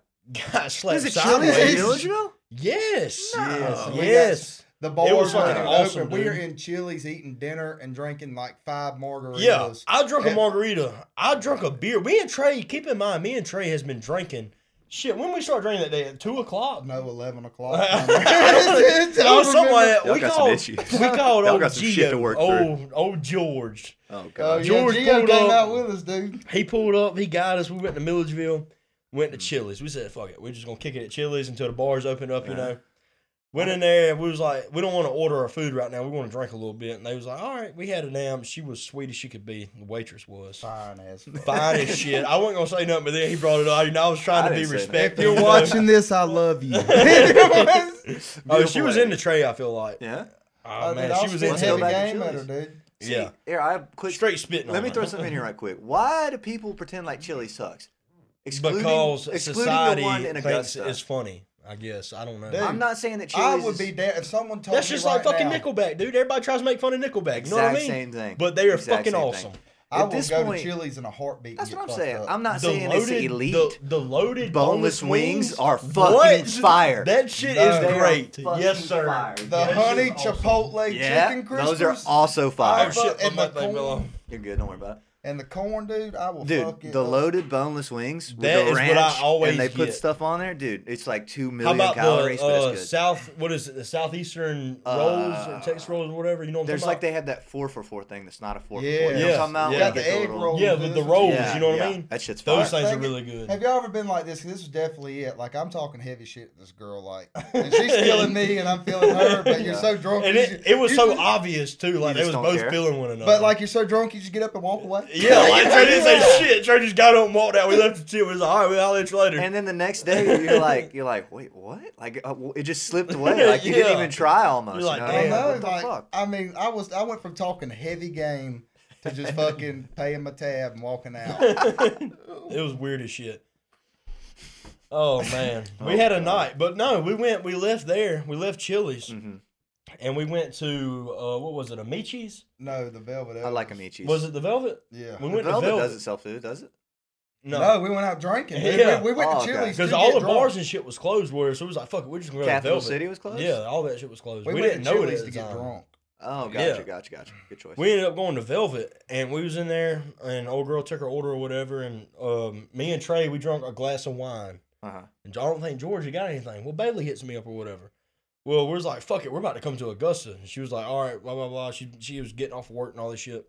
[SPEAKER 3] Got slapped
[SPEAKER 2] Is it Chili's in
[SPEAKER 1] sideways.
[SPEAKER 2] Milledgeville?
[SPEAKER 3] Yes.
[SPEAKER 2] No.
[SPEAKER 1] Yes, we got-
[SPEAKER 3] Oh, Yes.
[SPEAKER 1] The bar
[SPEAKER 3] was
[SPEAKER 1] wasn't
[SPEAKER 2] fucking
[SPEAKER 1] open.
[SPEAKER 3] awesome,
[SPEAKER 1] we
[SPEAKER 3] dude.
[SPEAKER 1] were in Chili's eating dinner and drinking like five margaritas.
[SPEAKER 3] Yeah, I drunk a
[SPEAKER 1] And-
[SPEAKER 3] margarita. I drunk a beer. Me and Trey, keep in mind, me and Trey has been drinking. Shit, when we started drinking that day at two o'clock.
[SPEAKER 1] No, eleven o'clock.
[SPEAKER 3] I
[SPEAKER 1] It's- it's-
[SPEAKER 3] It
[SPEAKER 1] I
[SPEAKER 3] was something like
[SPEAKER 1] remember-
[SPEAKER 3] that.
[SPEAKER 2] Y'all
[SPEAKER 3] We
[SPEAKER 2] got some
[SPEAKER 3] called,
[SPEAKER 2] issues. Oh,
[SPEAKER 3] we called
[SPEAKER 2] Y'all
[SPEAKER 3] old
[SPEAKER 2] got some shit to
[SPEAKER 3] Gio,
[SPEAKER 2] work through.
[SPEAKER 3] old old George.
[SPEAKER 2] Oh
[SPEAKER 1] Oh,
[SPEAKER 2] god.
[SPEAKER 1] yeah,
[SPEAKER 3] George
[SPEAKER 1] Gio
[SPEAKER 3] pulled
[SPEAKER 1] came
[SPEAKER 3] up.
[SPEAKER 1] out with us, dude.
[SPEAKER 3] He pulled up. He got us. We went to Milledgeville. Went
[SPEAKER 2] Mm.
[SPEAKER 3] to Chili's. We said, "Fuck it, we're just gonna kick it at Chili's until the bars open up." You
[SPEAKER 2] Yeah.
[SPEAKER 3] know. Went in there. We was like, "We don't want to order our food right now. We want to drink a little bit." And they was like, "All right." We had a damn. She was sweet as she could be. The waitress was
[SPEAKER 1] Fine ass.
[SPEAKER 3] fine as shit. I wasn't gonna say nothing, but then he brought it up. You know, I was trying
[SPEAKER 2] I
[SPEAKER 3] to be
[SPEAKER 2] didn't say nothing.
[SPEAKER 3] respectful.
[SPEAKER 1] You're
[SPEAKER 3] you know.
[SPEAKER 1] watching this. I love you.
[SPEAKER 3] Oh, she
[SPEAKER 2] Beautiful
[SPEAKER 3] was
[SPEAKER 2] lady.
[SPEAKER 3] in the tray. I feel like.
[SPEAKER 2] Yeah.
[SPEAKER 3] Oh, man, she was
[SPEAKER 1] in
[SPEAKER 3] into
[SPEAKER 1] heavy
[SPEAKER 2] Back
[SPEAKER 3] it.
[SPEAKER 2] at
[SPEAKER 1] game at her,
[SPEAKER 2] Chili's.
[SPEAKER 1] dude.
[SPEAKER 3] Yeah,
[SPEAKER 2] Here, I have quick.
[SPEAKER 3] straight spitting.
[SPEAKER 2] Let
[SPEAKER 3] on
[SPEAKER 2] me
[SPEAKER 3] it.
[SPEAKER 2] throw something in here right quick. Why do people pretend like Chili sucks? Excluding,
[SPEAKER 3] Because
[SPEAKER 2] excluding
[SPEAKER 3] society
[SPEAKER 2] the one in
[SPEAKER 3] thinks
[SPEAKER 2] Augusta.
[SPEAKER 3] it's funny. I guess I don't know.
[SPEAKER 1] Dude,
[SPEAKER 2] I'm not saying that Chili's
[SPEAKER 1] I would
[SPEAKER 2] is
[SPEAKER 1] be down if someone told
[SPEAKER 3] That's
[SPEAKER 1] me
[SPEAKER 3] just
[SPEAKER 1] right
[SPEAKER 3] like fucking
[SPEAKER 1] now,
[SPEAKER 3] Nickelback, dude. Everybody tries to make fun of Nickelback. You know what I
[SPEAKER 2] Exact
[SPEAKER 3] mean?
[SPEAKER 2] same thing.
[SPEAKER 3] But they are
[SPEAKER 2] Exact
[SPEAKER 3] fucking
[SPEAKER 2] same thing.
[SPEAKER 3] awesome.
[SPEAKER 1] I
[SPEAKER 2] At
[SPEAKER 1] will
[SPEAKER 2] this
[SPEAKER 1] go
[SPEAKER 2] point-
[SPEAKER 1] to Chili's in a heartbeat. and
[SPEAKER 2] That's
[SPEAKER 1] get
[SPEAKER 2] what I'm
[SPEAKER 1] fucked
[SPEAKER 2] saying.
[SPEAKER 1] up.
[SPEAKER 2] I'm not
[SPEAKER 3] The
[SPEAKER 2] saying it's
[SPEAKER 3] loaded,
[SPEAKER 2] elite.
[SPEAKER 3] the, the loaded
[SPEAKER 2] Boneless
[SPEAKER 3] boneless,
[SPEAKER 2] wings are fucking
[SPEAKER 3] What?
[SPEAKER 2] fire.
[SPEAKER 3] That shit
[SPEAKER 1] No.
[SPEAKER 2] They
[SPEAKER 3] is
[SPEAKER 2] are
[SPEAKER 3] great.
[SPEAKER 2] fucking
[SPEAKER 3] Yes, sir.
[SPEAKER 2] fire.
[SPEAKER 1] the
[SPEAKER 2] That
[SPEAKER 3] That
[SPEAKER 1] honey
[SPEAKER 3] shit's awesome.
[SPEAKER 1] chipotle
[SPEAKER 2] yeah,
[SPEAKER 1] chicken crispers.
[SPEAKER 2] those are also
[SPEAKER 1] I
[SPEAKER 3] Oh
[SPEAKER 2] fire.
[SPEAKER 1] fuck-
[SPEAKER 3] shit!
[SPEAKER 1] and
[SPEAKER 3] my
[SPEAKER 1] the
[SPEAKER 3] mouth
[SPEAKER 1] corn.
[SPEAKER 3] fell off.
[SPEAKER 2] You're good. Don't worry about it.
[SPEAKER 1] and the corn, dude. I will
[SPEAKER 2] Dude,
[SPEAKER 1] fuck it.
[SPEAKER 2] the
[SPEAKER 1] up.
[SPEAKER 2] loaded boneless wings with
[SPEAKER 3] That
[SPEAKER 2] the
[SPEAKER 3] is what I
[SPEAKER 2] ranch,
[SPEAKER 3] always
[SPEAKER 2] and they put
[SPEAKER 3] get.
[SPEAKER 2] stuff on there, dude. It's like two
[SPEAKER 3] How
[SPEAKER 2] million
[SPEAKER 3] about
[SPEAKER 2] calories,
[SPEAKER 3] the
[SPEAKER 2] but
[SPEAKER 3] uh,
[SPEAKER 2] it's good.
[SPEAKER 3] south? What is it? The southeastern
[SPEAKER 2] Uh,
[SPEAKER 3] rolls or Texas rolls or whatever. You know what I'm
[SPEAKER 2] There's like
[SPEAKER 3] talking
[SPEAKER 2] they have that four for four thing that's not a four
[SPEAKER 1] Yeah.
[SPEAKER 2] for four. You know what
[SPEAKER 3] Yeah.
[SPEAKER 2] I'm talking about?
[SPEAKER 3] Yeah.
[SPEAKER 2] Where you
[SPEAKER 3] Got
[SPEAKER 1] the
[SPEAKER 2] get
[SPEAKER 1] egg
[SPEAKER 2] little-
[SPEAKER 1] roll.
[SPEAKER 3] about? Yeah, with the
[SPEAKER 1] Those-
[SPEAKER 3] rolls.
[SPEAKER 2] Yeah,
[SPEAKER 3] you know what
[SPEAKER 2] yeah.
[SPEAKER 3] I mean?
[SPEAKER 2] That shit's fire.
[SPEAKER 3] Those things are
[SPEAKER 1] Thank you.
[SPEAKER 3] really good.
[SPEAKER 1] Have y'all ever been like this? This is definitely it. Like I'm talking heavy shit to this girl, like, and she's feeling me and I'm feeling her, but you're so drunk.
[SPEAKER 3] and
[SPEAKER 1] you
[SPEAKER 3] it,
[SPEAKER 1] just-
[SPEAKER 3] it was
[SPEAKER 1] you
[SPEAKER 3] so
[SPEAKER 1] just-
[SPEAKER 3] obvious too. Like they
[SPEAKER 2] just
[SPEAKER 3] was
[SPEAKER 2] don't
[SPEAKER 3] both
[SPEAKER 2] care.
[SPEAKER 3] feeling one another.
[SPEAKER 1] But like you're so drunk, you just get up and walk away.
[SPEAKER 3] Yeah, like Trey didn't say shit. Trey just got up and walked out. We left the tent. We was like, all right, we'll holler at you later.
[SPEAKER 2] And then the next day, you're like, you're like, wait, what? Like uh, well, it just slipped away. Like you didn't
[SPEAKER 3] Yeah.
[SPEAKER 2] even try almost.
[SPEAKER 3] You're like,
[SPEAKER 2] you know?
[SPEAKER 1] I
[SPEAKER 3] damn,
[SPEAKER 2] Like,
[SPEAKER 1] know,
[SPEAKER 2] what the
[SPEAKER 1] like,
[SPEAKER 2] fuck?
[SPEAKER 1] I mean, I was I went from talking heavy game to just fucking paying my tab and walking out.
[SPEAKER 3] it was weird as shit. Oh man, we had a night, but no, we went. We left there. We left Chili's,
[SPEAKER 2] Mhm.
[SPEAKER 3] and we went to uh, what was it? Amici's?
[SPEAKER 1] No, the velvet.
[SPEAKER 2] I like
[SPEAKER 1] Elvis.
[SPEAKER 2] Amici's.
[SPEAKER 3] Was it the Velvet?
[SPEAKER 1] Yeah.
[SPEAKER 3] We
[SPEAKER 2] The
[SPEAKER 3] went
[SPEAKER 2] Velvet
[SPEAKER 3] to Velvet.
[SPEAKER 2] doesn't sell food, does it?
[SPEAKER 1] No.
[SPEAKER 3] no,
[SPEAKER 1] we went out drinking. We-
[SPEAKER 3] Yeah.
[SPEAKER 1] We, we went
[SPEAKER 2] Oh,
[SPEAKER 1] to
[SPEAKER 2] okay.
[SPEAKER 1] Chili's
[SPEAKER 3] because
[SPEAKER 1] to
[SPEAKER 3] all
[SPEAKER 1] get
[SPEAKER 3] the
[SPEAKER 1] drunk.
[SPEAKER 3] bars and shit was closed. Where so it was like, fuck it, we're just going to
[SPEAKER 2] Capital
[SPEAKER 3] Velvet.
[SPEAKER 2] City was closed.
[SPEAKER 3] Yeah, all that shit was closed.
[SPEAKER 1] We,
[SPEAKER 3] We,
[SPEAKER 1] went
[SPEAKER 3] didn't
[SPEAKER 1] to
[SPEAKER 3] know it
[SPEAKER 1] Chili's
[SPEAKER 3] at
[SPEAKER 1] to
[SPEAKER 3] the
[SPEAKER 1] get
[SPEAKER 3] time.
[SPEAKER 1] drunk.
[SPEAKER 2] Oh,
[SPEAKER 3] Yeah.
[SPEAKER 2] gotcha, gotcha, gotcha. Good choice.
[SPEAKER 3] We ended up going to Velvet, and we was in there, and old girl took her order or whatever, and um, me and Trey we drunk a glass of wine.
[SPEAKER 2] uh-huh.
[SPEAKER 3] And I don't think Georgia got anything. Well, Bailey hits me up or whatever. Well, we're like, fuck it, we're about to come to Augusta. And she was like, all right, blah blah blah. She she was getting off work and all this shit.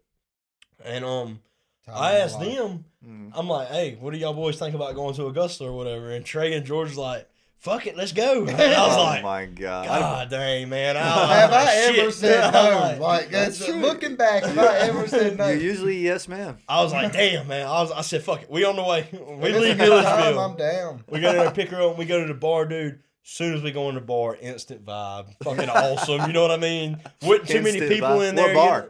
[SPEAKER 3] And um,
[SPEAKER 1] Time
[SPEAKER 3] I
[SPEAKER 1] of
[SPEAKER 3] asked
[SPEAKER 1] life.
[SPEAKER 3] them,
[SPEAKER 2] Mhm.
[SPEAKER 3] I'm like, hey, what do y'all boys think about going to Augusta or whatever? And Trey and George's like, fuck it, let's go. And I was
[SPEAKER 2] oh
[SPEAKER 3] like,
[SPEAKER 2] my god.
[SPEAKER 3] God dang, man. I,
[SPEAKER 1] Have I
[SPEAKER 3] shit.
[SPEAKER 1] ever said no?
[SPEAKER 3] I'm like-
[SPEAKER 1] Like, that's
[SPEAKER 2] That's right.
[SPEAKER 1] looking back, have I ever said no?
[SPEAKER 2] You're usually yes, ma'am.
[SPEAKER 3] I was like, damn, man. I was, I said, fuck it. We on the way. We
[SPEAKER 1] This
[SPEAKER 3] leave
[SPEAKER 1] is the time
[SPEAKER 3] Millersville.
[SPEAKER 1] I'm down.
[SPEAKER 3] We go there and pick her up. and We go to the bar, dude. Soon as we go in the bar, instant vibe, fucking awesome. You know what I mean? Wasn't too many
[SPEAKER 2] Instant
[SPEAKER 3] people
[SPEAKER 2] vibe.
[SPEAKER 3] in
[SPEAKER 2] What
[SPEAKER 3] there. you
[SPEAKER 2] bar?
[SPEAKER 3] know?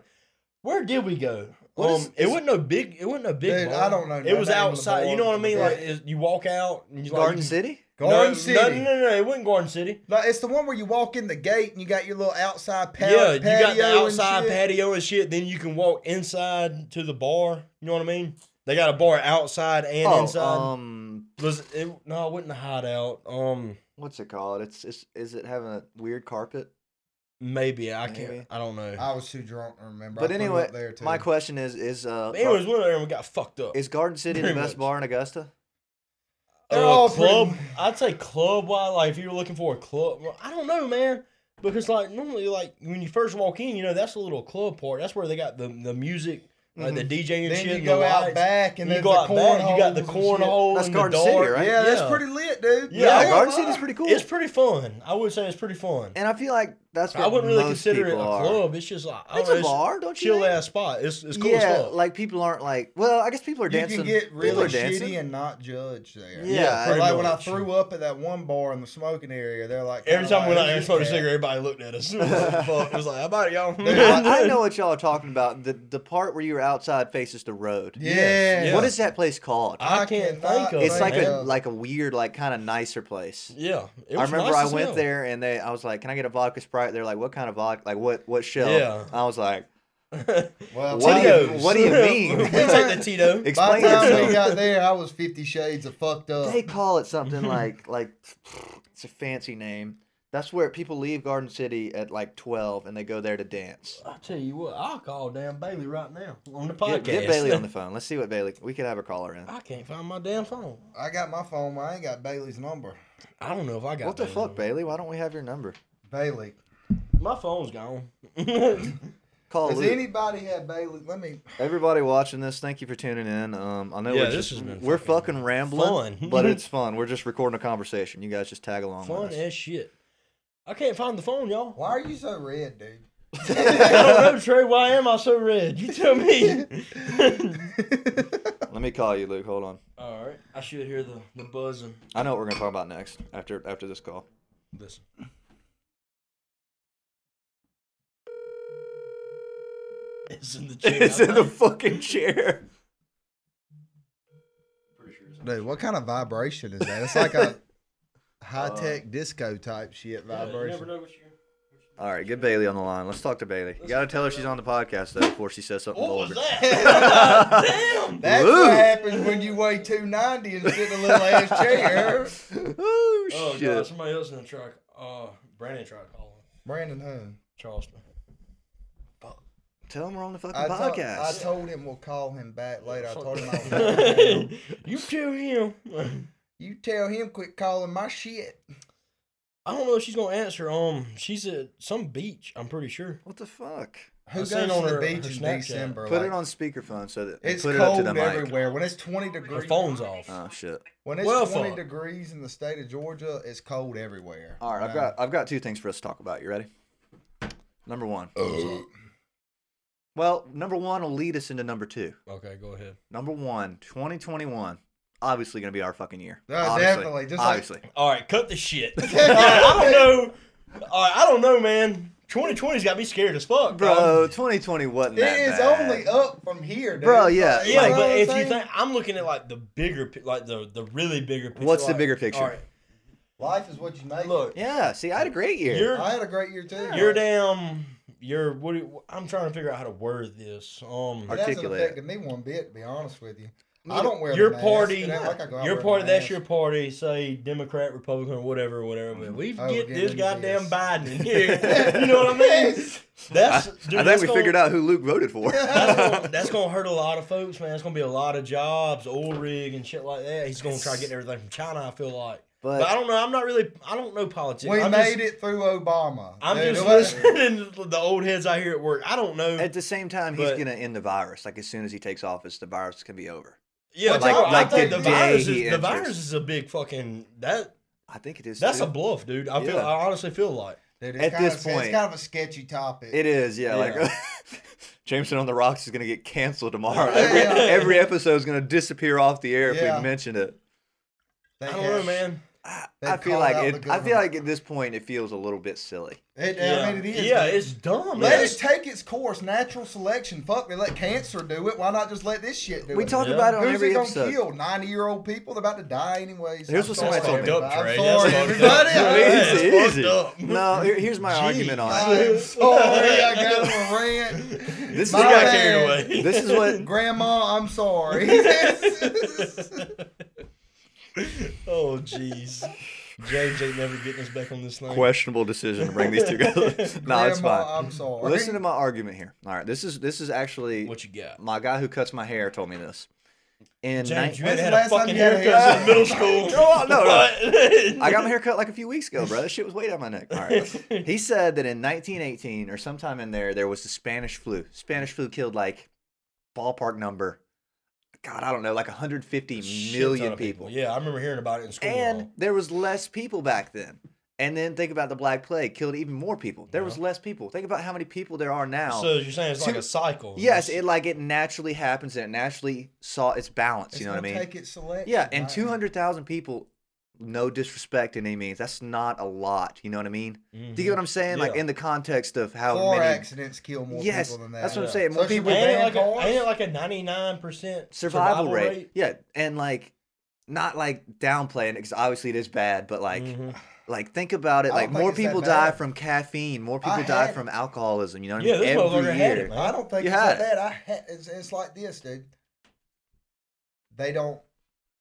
[SPEAKER 3] Where did we go?
[SPEAKER 2] What
[SPEAKER 3] um,
[SPEAKER 2] is-
[SPEAKER 3] it
[SPEAKER 2] is-
[SPEAKER 3] wasn't no big. It wasn't a big.
[SPEAKER 1] Dude,
[SPEAKER 3] bar.
[SPEAKER 1] I don't know no
[SPEAKER 3] It was
[SPEAKER 1] name of the
[SPEAKER 3] outside. You
[SPEAKER 1] bar.
[SPEAKER 3] know what I mean?
[SPEAKER 1] Yeah.
[SPEAKER 3] Like is- you walk out. And you like,
[SPEAKER 2] Garden
[SPEAKER 3] you-
[SPEAKER 2] City.
[SPEAKER 1] Garden
[SPEAKER 3] no,
[SPEAKER 1] City.
[SPEAKER 3] No, no, no, no. It wasn't Garden City.
[SPEAKER 1] No, it's the one where you walk in the gate and you got your little outside pa-
[SPEAKER 3] yeah, you
[SPEAKER 1] patio.
[SPEAKER 3] got the
[SPEAKER 1] and
[SPEAKER 3] outside
[SPEAKER 1] shit.
[SPEAKER 3] patio and shit. Then you can walk inside to the bar. You know what I mean? They got a bar outside and
[SPEAKER 2] oh,
[SPEAKER 3] inside.
[SPEAKER 2] um,
[SPEAKER 3] Was it, no, it wasn't a hideout. Um,
[SPEAKER 2] what's it called? It's, it's is it having a weird carpet?
[SPEAKER 3] maybe I can't.
[SPEAKER 2] Maybe.
[SPEAKER 3] I don't know.
[SPEAKER 1] I was too drunk to remember.
[SPEAKER 2] But
[SPEAKER 1] I put it
[SPEAKER 2] anyway,
[SPEAKER 1] up there too.
[SPEAKER 2] My question is is uh
[SPEAKER 3] But anyways, we went there and we got fucked up.
[SPEAKER 2] is Garden City the
[SPEAKER 3] Pretty
[SPEAKER 2] best
[SPEAKER 3] much.
[SPEAKER 2] bar in Augusta?
[SPEAKER 1] They're all
[SPEAKER 3] Uh, club.
[SPEAKER 1] pretty-
[SPEAKER 3] I'd say club wise, like if you were looking for a club, well, I don't know, man. Because like normally, like when you first walk in, you know that's a little club part. That's where they got the the music, like the DJ and
[SPEAKER 1] Mm-hmm. then
[SPEAKER 3] shit.
[SPEAKER 1] you
[SPEAKER 3] and
[SPEAKER 1] go
[SPEAKER 3] the
[SPEAKER 1] out
[SPEAKER 3] lights.
[SPEAKER 1] back and
[SPEAKER 3] you
[SPEAKER 1] there's
[SPEAKER 3] go
[SPEAKER 1] the
[SPEAKER 3] out back. You got the
[SPEAKER 1] cornholes and shit.
[SPEAKER 3] cornhole.
[SPEAKER 2] That's
[SPEAKER 3] and the
[SPEAKER 2] Garden City,
[SPEAKER 3] darts.
[SPEAKER 2] right?
[SPEAKER 1] Yeah,
[SPEAKER 3] Yeah.
[SPEAKER 1] that's pretty lit, dude.
[SPEAKER 3] Yeah,
[SPEAKER 2] Yeah,
[SPEAKER 1] it
[SPEAKER 2] Garden
[SPEAKER 1] was.
[SPEAKER 2] City's pretty cool.
[SPEAKER 3] It's pretty fun. I would say it's pretty fun.
[SPEAKER 2] and I feel like that's
[SPEAKER 3] I
[SPEAKER 2] what
[SPEAKER 3] wouldn't really
[SPEAKER 2] most
[SPEAKER 3] consider it a
[SPEAKER 2] people are.
[SPEAKER 3] club. It's just like I
[SPEAKER 2] It's
[SPEAKER 3] don't
[SPEAKER 2] a
[SPEAKER 3] know,
[SPEAKER 2] bar, don't you?
[SPEAKER 3] chill
[SPEAKER 2] think?
[SPEAKER 3] ass spot. It's it's cool
[SPEAKER 2] yeah,
[SPEAKER 3] as fuck.
[SPEAKER 2] like people aren't like. Well, I guess people are
[SPEAKER 1] You
[SPEAKER 2] dancing.
[SPEAKER 1] can get
[SPEAKER 2] people
[SPEAKER 1] really
[SPEAKER 2] are dancing.
[SPEAKER 1] shitty and not judge there.
[SPEAKER 2] Yeah,
[SPEAKER 1] Or
[SPEAKER 2] pretty
[SPEAKER 1] like when I
[SPEAKER 3] much.
[SPEAKER 1] threw up at that one bar in the smoking area, they're like,
[SPEAKER 3] Every
[SPEAKER 1] kinda
[SPEAKER 3] time we
[SPEAKER 1] like,
[SPEAKER 3] went out there and
[SPEAKER 1] "Who's
[SPEAKER 3] smoked a
[SPEAKER 1] that?"
[SPEAKER 3] cigarette, everybody looked at us. It was like, fuck. It was like, how about it, y'all?
[SPEAKER 1] Dude,
[SPEAKER 2] I, I know what y'all are talking about. The the part where you're outside faces the road.
[SPEAKER 1] Yeah.
[SPEAKER 3] Yes,
[SPEAKER 2] What is that place called?
[SPEAKER 3] I can't
[SPEAKER 1] cannot
[SPEAKER 3] think of
[SPEAKER 2] it's
[SPEAKER 1] think
[SPEAKER 2] like
[SPEAKER 1] of
[SPEAKER 2] a
[SPEAKER 1] it.
[SPEAKER 2] like a weird, like kind of nicer place.
[SPEAKER 3] Yeah. It
[SPEAKER 2] I
[SPEAKER 3] was
[SPEAKER 2] remember
[SPEAKER 3] nice
[SPEAKER 2] I
[SPEAKER 3] as
[SPEAKER 2] went
[SPEAKER 3] hell.
[SPEAKER 2] there and they I was like, "Can I get a vodka sprite?" They're like, "What kind of vodka? Like what what shell?"
[SPEAKER 3] Yeah.
[SPEAKER 2] I was like,
[SPEAKER 1] well,
[SPEAKER 2] What
[SPEAKER 1] by
[SPEAKER 2] do you-
[SPEAKER 1] the-
[SPEAKER 3] Tito's.
[SPEAKER 2] what do you mean?
[SPEAKER 3] we take the Tito.
[SPEAKER 1] By
[SPEAKER 2] "Explain
[SPEAKER 1] the time we
[SPEAKER 2] yourself."
[SPEAKER 1] got there, I was Fifty Shades of fucked up.
[SPEAKER 2] They call it something like like it's a fancy name. That's where people leave Garden City at like twelve and they go there to dance.
[SPEAKER 3] I tell you what, I'll call damn Bailey right now on the
[SPEAKER 2] Get,
[SPEAKER 3] podcast.
[SPEAKER 2] get Bailey on the phone. Let's see what Bailey. We could have her call her in.
[SPEAKER 3] I can't find my damn phone.
[SPEAKER 1] I got my phone, but I ain't got Bailey's number.
[SPEAKER 3] I don't know if I got
[SPEAKER 2] What the
[SPEAKER 3] Bailey's
[SPEAKER 2] fuck,
[SPEAKER 3] number.
[SPEAKER 2] Bailey? Why don't we have your number?
[SPEAKER 1] Bailey.
[SPEAKER 3] My phone's gone. yeah,
[SPEAKER 2] Call
[SPEAKER 1] Does
[SPEAKER 2] Luke.
[SPEAKER 1] anybody have Bailey? Let me.
[SPEAKER 2] Everybody watching this, thank you for tuning in. Um, I know
[SPEAKER 3] Yeah,
[SPEAKER 2] we're just,
[SPEAKER 3] this has been
[SPEAKER 2] we're
[SPEAKER 3] fucking
[SPEAKER 2] fucking rambling,
[SPEAKER 3] fun.
[SPEAKER 2] but it's fun. We're just recording a conversation. You guys just tag along.
[SPEAKER 3] fun
[SPEAKER 2] with us.
[SPEAKER 3] as shit. I can't find the phone, y'all.
[SPEAKER 1] Why are you so red, dude?
[SPEAKER 3] I don't know, Trey. Why am I so red? You tell me.
[SPEAKER 2] Let me call you, Luke. Hold on.
[SPEAKER 3] All right, I should hear the the buzzing.
[SPEAKER 2] I know what we're gonna talk about next after after this call.
[SPEAKER 3] Listen. It's in the chair.
[SPEAKER 2] it's
[SPEAKER 3] I
[SPEAKER 2] in the
[SPEAKER 3] think.
[SPEAKER 2] fucking chair.
[SPEAKER 1] Dude, what kind of vibration is that? It's like a high tech disco type shit
[SPEAKER 3] Uh, Yeah, you never
[SPEAKER 1] vibration.
[SPEAKER 3] know what you're.
[SPEAKER 2] All right, get Bailey on the line. Let's talk to Bailey. You gotta tell her she's on the podcast though before she says something
[SPEAKER 1] Oh,
[SPEAKER 3] What was
[SPEAKER 2] vulgar.
[SPEAKER 3] that? Damn!
[SPEAKER 1] That's
[SPEAKER 2] Woo.
[SPEAKER 1] what happens when you weigh 290 and sit in a little ass chair.
[SPEAKER 2] oh
[SPEAKER 3] Oh
[SPEAKER 2] shit!
[SPEAKER 3] god, somebody else in the truck. Uh, Brandon tried calling
[SPEAKER 1] Brandon Hoon.
[SPEAKER 3] Charleston.
[SPEAKER 2] Tell him we're on the fucking
[SPEAKER 1] I, told-
[SPEAKER 2] podcast.
[SPEAKER 1] I told him we'll call him back later. I told him I was down.
[SPEAKER 3] you tell him.
[SPEAKER 1] You tell him quit calling my shit.
[SPEAKER 3] I don't know if she's gonna answer. Um, she's at some beach. I'm pretty sure.
[SPEAKER 2] what the fuck?
[SPEAKER 1] Who
[SPEAKER 3] I
[SPEAKER 1] goes
[SPEAKER 3] seen
[SPEAKER 1] to
[SPEAKER 3] on
[SPEAKER 1] the
[SPEAKER 3] her-
[SPEAKER 1] beach
[SPEAKER 3] her
[SPEAKER 1] in
[SPEAKER 3] Snapchat.
[SPEAKER 1] December?
[SPEAKER 2] Put
[SPEAKER 1] like,
[SPEAKER 2] it on speakerphone so that
[SPEAKER 1] It's
[SPEAKER 2] put it up
[SPEAKER 1] cold
[SPEAKER 2] to the mic.
[SPEAKER 1] everywhere. When it's 20
[SPEAKER 3] Her
[SPEAKER 1] degrees.
[SPEAKER 3] phone's off.
[SPEAKER 2] Oh shit!
[SPEAKER 1] When it's
[SPEAKER 3] Well,
[SPEAKER 1] 20
[SPEAKER 3] fuck.
[SPEAKER 1] degrees in the state of Georgia, it's cold everywhere.
[SPEAKER 2] All right, I've got I've got two things for us to talk about. You ready? Number one,
[SPEAKER 1] got.
[SPEAKER 2] Well, number one will lead us into number two.
[SPEAKER 3] Okay, go ahead.
[SPEAKER 2] Number one, 2021. Obviously going to be our fucking year.
[SPEAKER 1] No,
[SPEAKER 2] Obviously.
[SPEAKER 1] definitely, just like-
[SPEAKER 2] obviously.
[SPEAKER 3] All right, cut the shit. All right, I don't know. All right, I don't know, man. 2020's got me scared as fuck, dog.
[SPEAKER 2] Bro, 2020 wasn't
[SPEAKER 1] It
[SPEAKER 2] that
[SPEAKER 1] is
[SPEAKER 2] bad.
[SPEAKER 1] only up from here, dude.
[SPEAKER 2] Bro, yeah,
[SPEAKER 1] Like,
[SPEAKER 3] Yeah,
[SPEAKER 1] you know what
[SPEAKER 3] but
[SPEAKER 1] I'm
[SPEAKER 3] if you
[SPEAKER 1] saying?
[SPEAKER 3] think I'm looking at like the bigger, pi- like the the really bigger picture.
[SPEAKER 2] What's the
[SPEAKER 3] like-
[SPEAKER 2] bigger picture?
[SPEAKER 3] All right,
[SPEAKER 1] life is what you make.
[SPEAKER 3] look,
[SPEAKER 2] Yeah, see, I had a great year.
[SPEAKER 3] You're-
[SPEAKER 1] I had a great year too.
[SPEAKER 3] you're damn. You're what? do you- I'm trying to figure out how to word this. Um,
[SPEAKER 1] It hasn't
[SPEAKER 2] Articulate.
[SPEAKER 1] affected me one bit, to be honest with you. I don't wear
[SPEAKER 3] your
[SPEAKER 1] the mask.
[SPEAKER 3] party.
[SPEAKER 1] It ain't like I go out
[SPEAKER 3] your
[SPEAKER 1] wearing a
[SPEAKER 3] party. That's
[SPEAKER 1] mask.
[SPEAKER 3] your party. Say Democrat, Republican, whatever, whatever. But we
[SPEAKER 1] Oh,
[SPEAKER 3] get
[SPEAKER 1] we're
[SPEAKER 3] this
[SPEAKER 1] getting into
[SPEAKER 3] goddamn
[SPEAKER 1] this.
[SPEAKER 3] Biden in here. you know what I mean? That's. dude,
[SPEAKER 2] I think
[SPEAKER 3] that's
[SPEAKER 2] we
[SPEAKER 3] gonna-
[SPEAKER 2] figured out who Luke voted for.
[SPEAKER 3] that's gonna, that's gonna hurt a lot of folks, man. It's gonna be a lot of jobs, oil rig and shit like that. He's gonna try to get everything from China. I feel like, but,
[SPEAKER 2] But-
[SPEAKER 3] I don't know. I'm not really. I don't know politics.
[SPEAKER 1] We
[SPEAKER 3] I'm
[SPEAKER 1] made
[SPEAKER 3] just,
[SPEAKER 1] it through Obama.
[SPEAKER 3] I'm
[SPEAKER 1] Dude,
[SPEAKER 3] just
[SPEAKER 1] it was-
[SPEAKER 3] listening to the old heads out here at work. I don't know.
[SPEAKER 2] At the same time, he's
[SPEAKER 3] But-
[SPEAKER 2] going to end the virus. Like, as soon as he takes office, the virus can be over.
[SPEAKER 3] yeah,
[SPEAKER 1] Like-
[SPEAKER 3] I,
[SPEAKER 1] like
[SPEAKER 3] I think
[SPEAKER 1] the
[SPEAKER 3] the
[SPEAKER 1] day
[SPEAKER 3] virus
[SPEAKER 2] he
[SPEAKER 3] is the
[SPEAKER 2] enters.
[SPEAKER 3] virus is a big fucking that.
[SPEAKER 2] I think it is.
[SPEAKER 3] That's
[SPEAKER 2] too.
[SPEAKER 3] a bluff, dude. I feel.
[SPEAKER 2] Yeah.
[SPEAKER 3] I honestly feel like.
[SPEAKER 1] Dude, it's
[SPEAKER 2] At
[SPEAKER 1] kind
[SPEAKER 2] this
[SPEAKER 1] of,
[SPEAKER 2] point-
[SPEAKER 1] it's kind of a sketchy topic.
[SPEAKER 2] It is, yeah.
[SPEAKER 3] Yeah.
[SPEAKER 2] Like Jameson on the Rocks is gonna get canceled tomorrow.
[SPEAKER 1] Yeah.
[SPEAKER 2] Every, every episode is gonna disappear off the air if
[SPEAKER 1] Yeah.
[SPEAKER 2] we mention it.
[SPEAKER 1] They
[SPEAKER 3] I don't
[SPEAKER 1] have-
[SPEAKER 3] know, man.
[SPEAKER 2] I,
[SPEAKER 1] They
[SPEAKER 2] I feel
[SPEAKER 1] called
[SPEAKER 2] like
[SPEAKER 1] out
[SPEAKER 2] it,
[SPEAKER 1] the
[SPEAKER 2] I feel
[SPEAKER 1] government.
[SPEAKER 2] like at this point it feels a little bit silly.
[SPEAKER 1] It,
[SPEAKER 3] yeah,
[SPEAKER 1] I mean, it is.
[SPEAKER 3] yeah,
[SPEAKER 1] dude.
[SPEAKER 3] it's dumb.
[SPEAKER 1] Let
[SPEAKER 3] man.
[SPEAKER 1] it take its course. Natural selection. Fuck, they let cancer do it. Why not just let this shit do
[SPEAKER 2] We
[SPEAKER 1] it?
[SPEAKER 2] talk
[SPEAKER 3] Yeah.
[SPEAKER 2] about it on
[SPEAKER 1] Who's
[SPEAKER 2] every
[SPEAKER 1] it gonna
[SPEAKER 2] episode.
[SPEAKER 1] kill? Ninety-year-old people? They're about to die anyways.
[SPEAKER 2] Here's
[SPEAKER 1] I'm
[SPEAKER 2] what
[SPEAKER 1] sorry,
[SPEAKER 2] somebody told me.
[SPEAKER 1] everybody.
[SPEAKER 3] Fucked up, Trey.
[SPEAKER 1] I'm sorry,
[SPEAKER 3] That's fucked up.
[SPEAKER 1] everybody.
[SPEAKER 3] That's
[SPEAKER 1] I'm-
[SPEAKER 2] Easy,
[SPEAKER 3] fucked
[SPEAKER 2] easy.
[SPEAKER 3] up.
[SPEAKER 2] No, here- here's my argument on it.
[SPEAKER 1] I'm sorry, Oh, I got on a rant.
[SPEAKER 2] This is
[SPEAKER 1] My
[SPEAKER 3] He got
[SPEAKER 1] bad.
[SPEAKER 3] carried away.
[SPEAKER 2] This is what
[SPEAKER 1] Grandma, I'm sorry.
[SPEAKER 3] oh jeez. James ain't never getting us back on this thing.
[SPEAKER 2] questionable decision to bring these two together. no, it's
[SPEAKER 1] Grandma,
[SPEAKER 2] fine.
[SPEAKER 1] I'm sorry.
[SPEAKER 2] Listen to my argument here. All right, this is this is actually
[SPEAKER 3] What you got?
[SPEAKER 2] my guy who cuts my hair told me this. In
[SPEAKER 3] James, you
[SPEAKER 1] When's
[SPEAKER 3] had, had
[SPEAKER 1] the
[SPEAKER 3] a
[SPEAKER 1] last time
[SPEAKER 3] fucking
[SPEAKER 1] you had a
[SPEAKER 3] haircut since
[SPEAKER 1] haircut?
[SPEAKER 3] middle school.
[SPEAKER 2] Oh, no, no.
[SPEAKER 3] What?
[SPEAKER 2] I got my hair cut like a few weeks ago, bro. That shit was way down my neck. All right. He said that in 1918 or sometime in there, there was the Spanish flu. Spanish flu killed like ballpark number, God, I don't know, like 150
[SPEAKER 3] Shit ton
[SPEAKER 2] million
[SPEAKER 3] of
[SPEAKER 2] people.
[SPEAKER 3] Yeah, I remember hearing about it in school.
[SPEAKER 2] And there was less people back then. And then think about the Black Plague killed even more people. There was less people. Think about how many people there are now.
[SPEAKER 3] so you're saying it's like
[SPEAKER 2] Two-
[SPEAKER 3] a cycle.
[SPEAKER 2] yes,
[SPEAKER 3] It's-
[SPEAKER 2] it like it naturally happens and it naturally saw its balance.
[SPEAKER 1] It's
[SPEAKER 2] you know what I
[SPEAKER 1] gonna
[SPEAKER 2] mean?
[SPEAKER 1] Take it selection.
[SPEAKER 2] Yeah, and
[SPEAKER 1] right?
[SPEAKER 2] two hundred thousand people. No disrespect in any means. That's not a lot. You know what I mean?
[SPEAKER 3] Mm-hmm.
[SPEAKER 2] Do you get what I'm saying? Like
[SPEAKER 3] Yeah.
[SPEAKER 2] in the context of how
[SPEAKER 1] Car
[SPEAKER 2] many
[SPEAKER 1] accidents kill more
[SPEAKER 2] Yes,
[SPEAKER 1] people than that.
[SPEAKER 2] that's what I'm
[SPEAKER 3] Yeah.
[SPEAKER 2] saying. More
[SPEAKER 1] So should
[SPEAKER 2] people
[SPEAKER 1] we
[SPEAKER 3] ain't it
[SPEAKER 1] ban
[SPEAKER 3] like
[SPEAKER 1] cars?
[SPEAKER 3] a, ain't it like a 99 percent
[SPEAKER 2] survival, rate. Yeah, and like not like downplaying because obviously it is bad, but like
[SPEAKER 1] Mm-hmm.
[SPEAKER 3] Mhm.
[SPEAKER 2] like think about
[SPEAKER 1] I
[SPEAKER 2] it.
[SPEAKER 1] don't
[SPEAKER 2] Like
[SPEAKER 1] think
[SPEAKER 2] more
[SPEAKER 1] it's that
[SPEAKER 2] people die
[SPEAKER 1] bad.
[SPEAKER 2] from caffeine. More
[SPEAKER 1] I
[SPEAKER 2] people die
[SPEAKER 1] had
[SPEAKER 2] from alcoholism. You know what
[SPEAKER 3] Yeah,
[SPEAKER 2] I
[SPEAKER 3] this
[SPEAKER 2] mean?
[SPEAKER 3] motherfucker
[SPEAKER 2] Every
[SPEAKER 3] had
[SPEAKER 2] year.
[SPEAKER 3] it, man.
[SPEAKER 1] I don't think
[SPEAKER 2] You
[SPEAKER 1] it's
[SPEAKER 2] had
[SPEAKER 1] that bad. I ha- it's, it's like this, dude. They don't.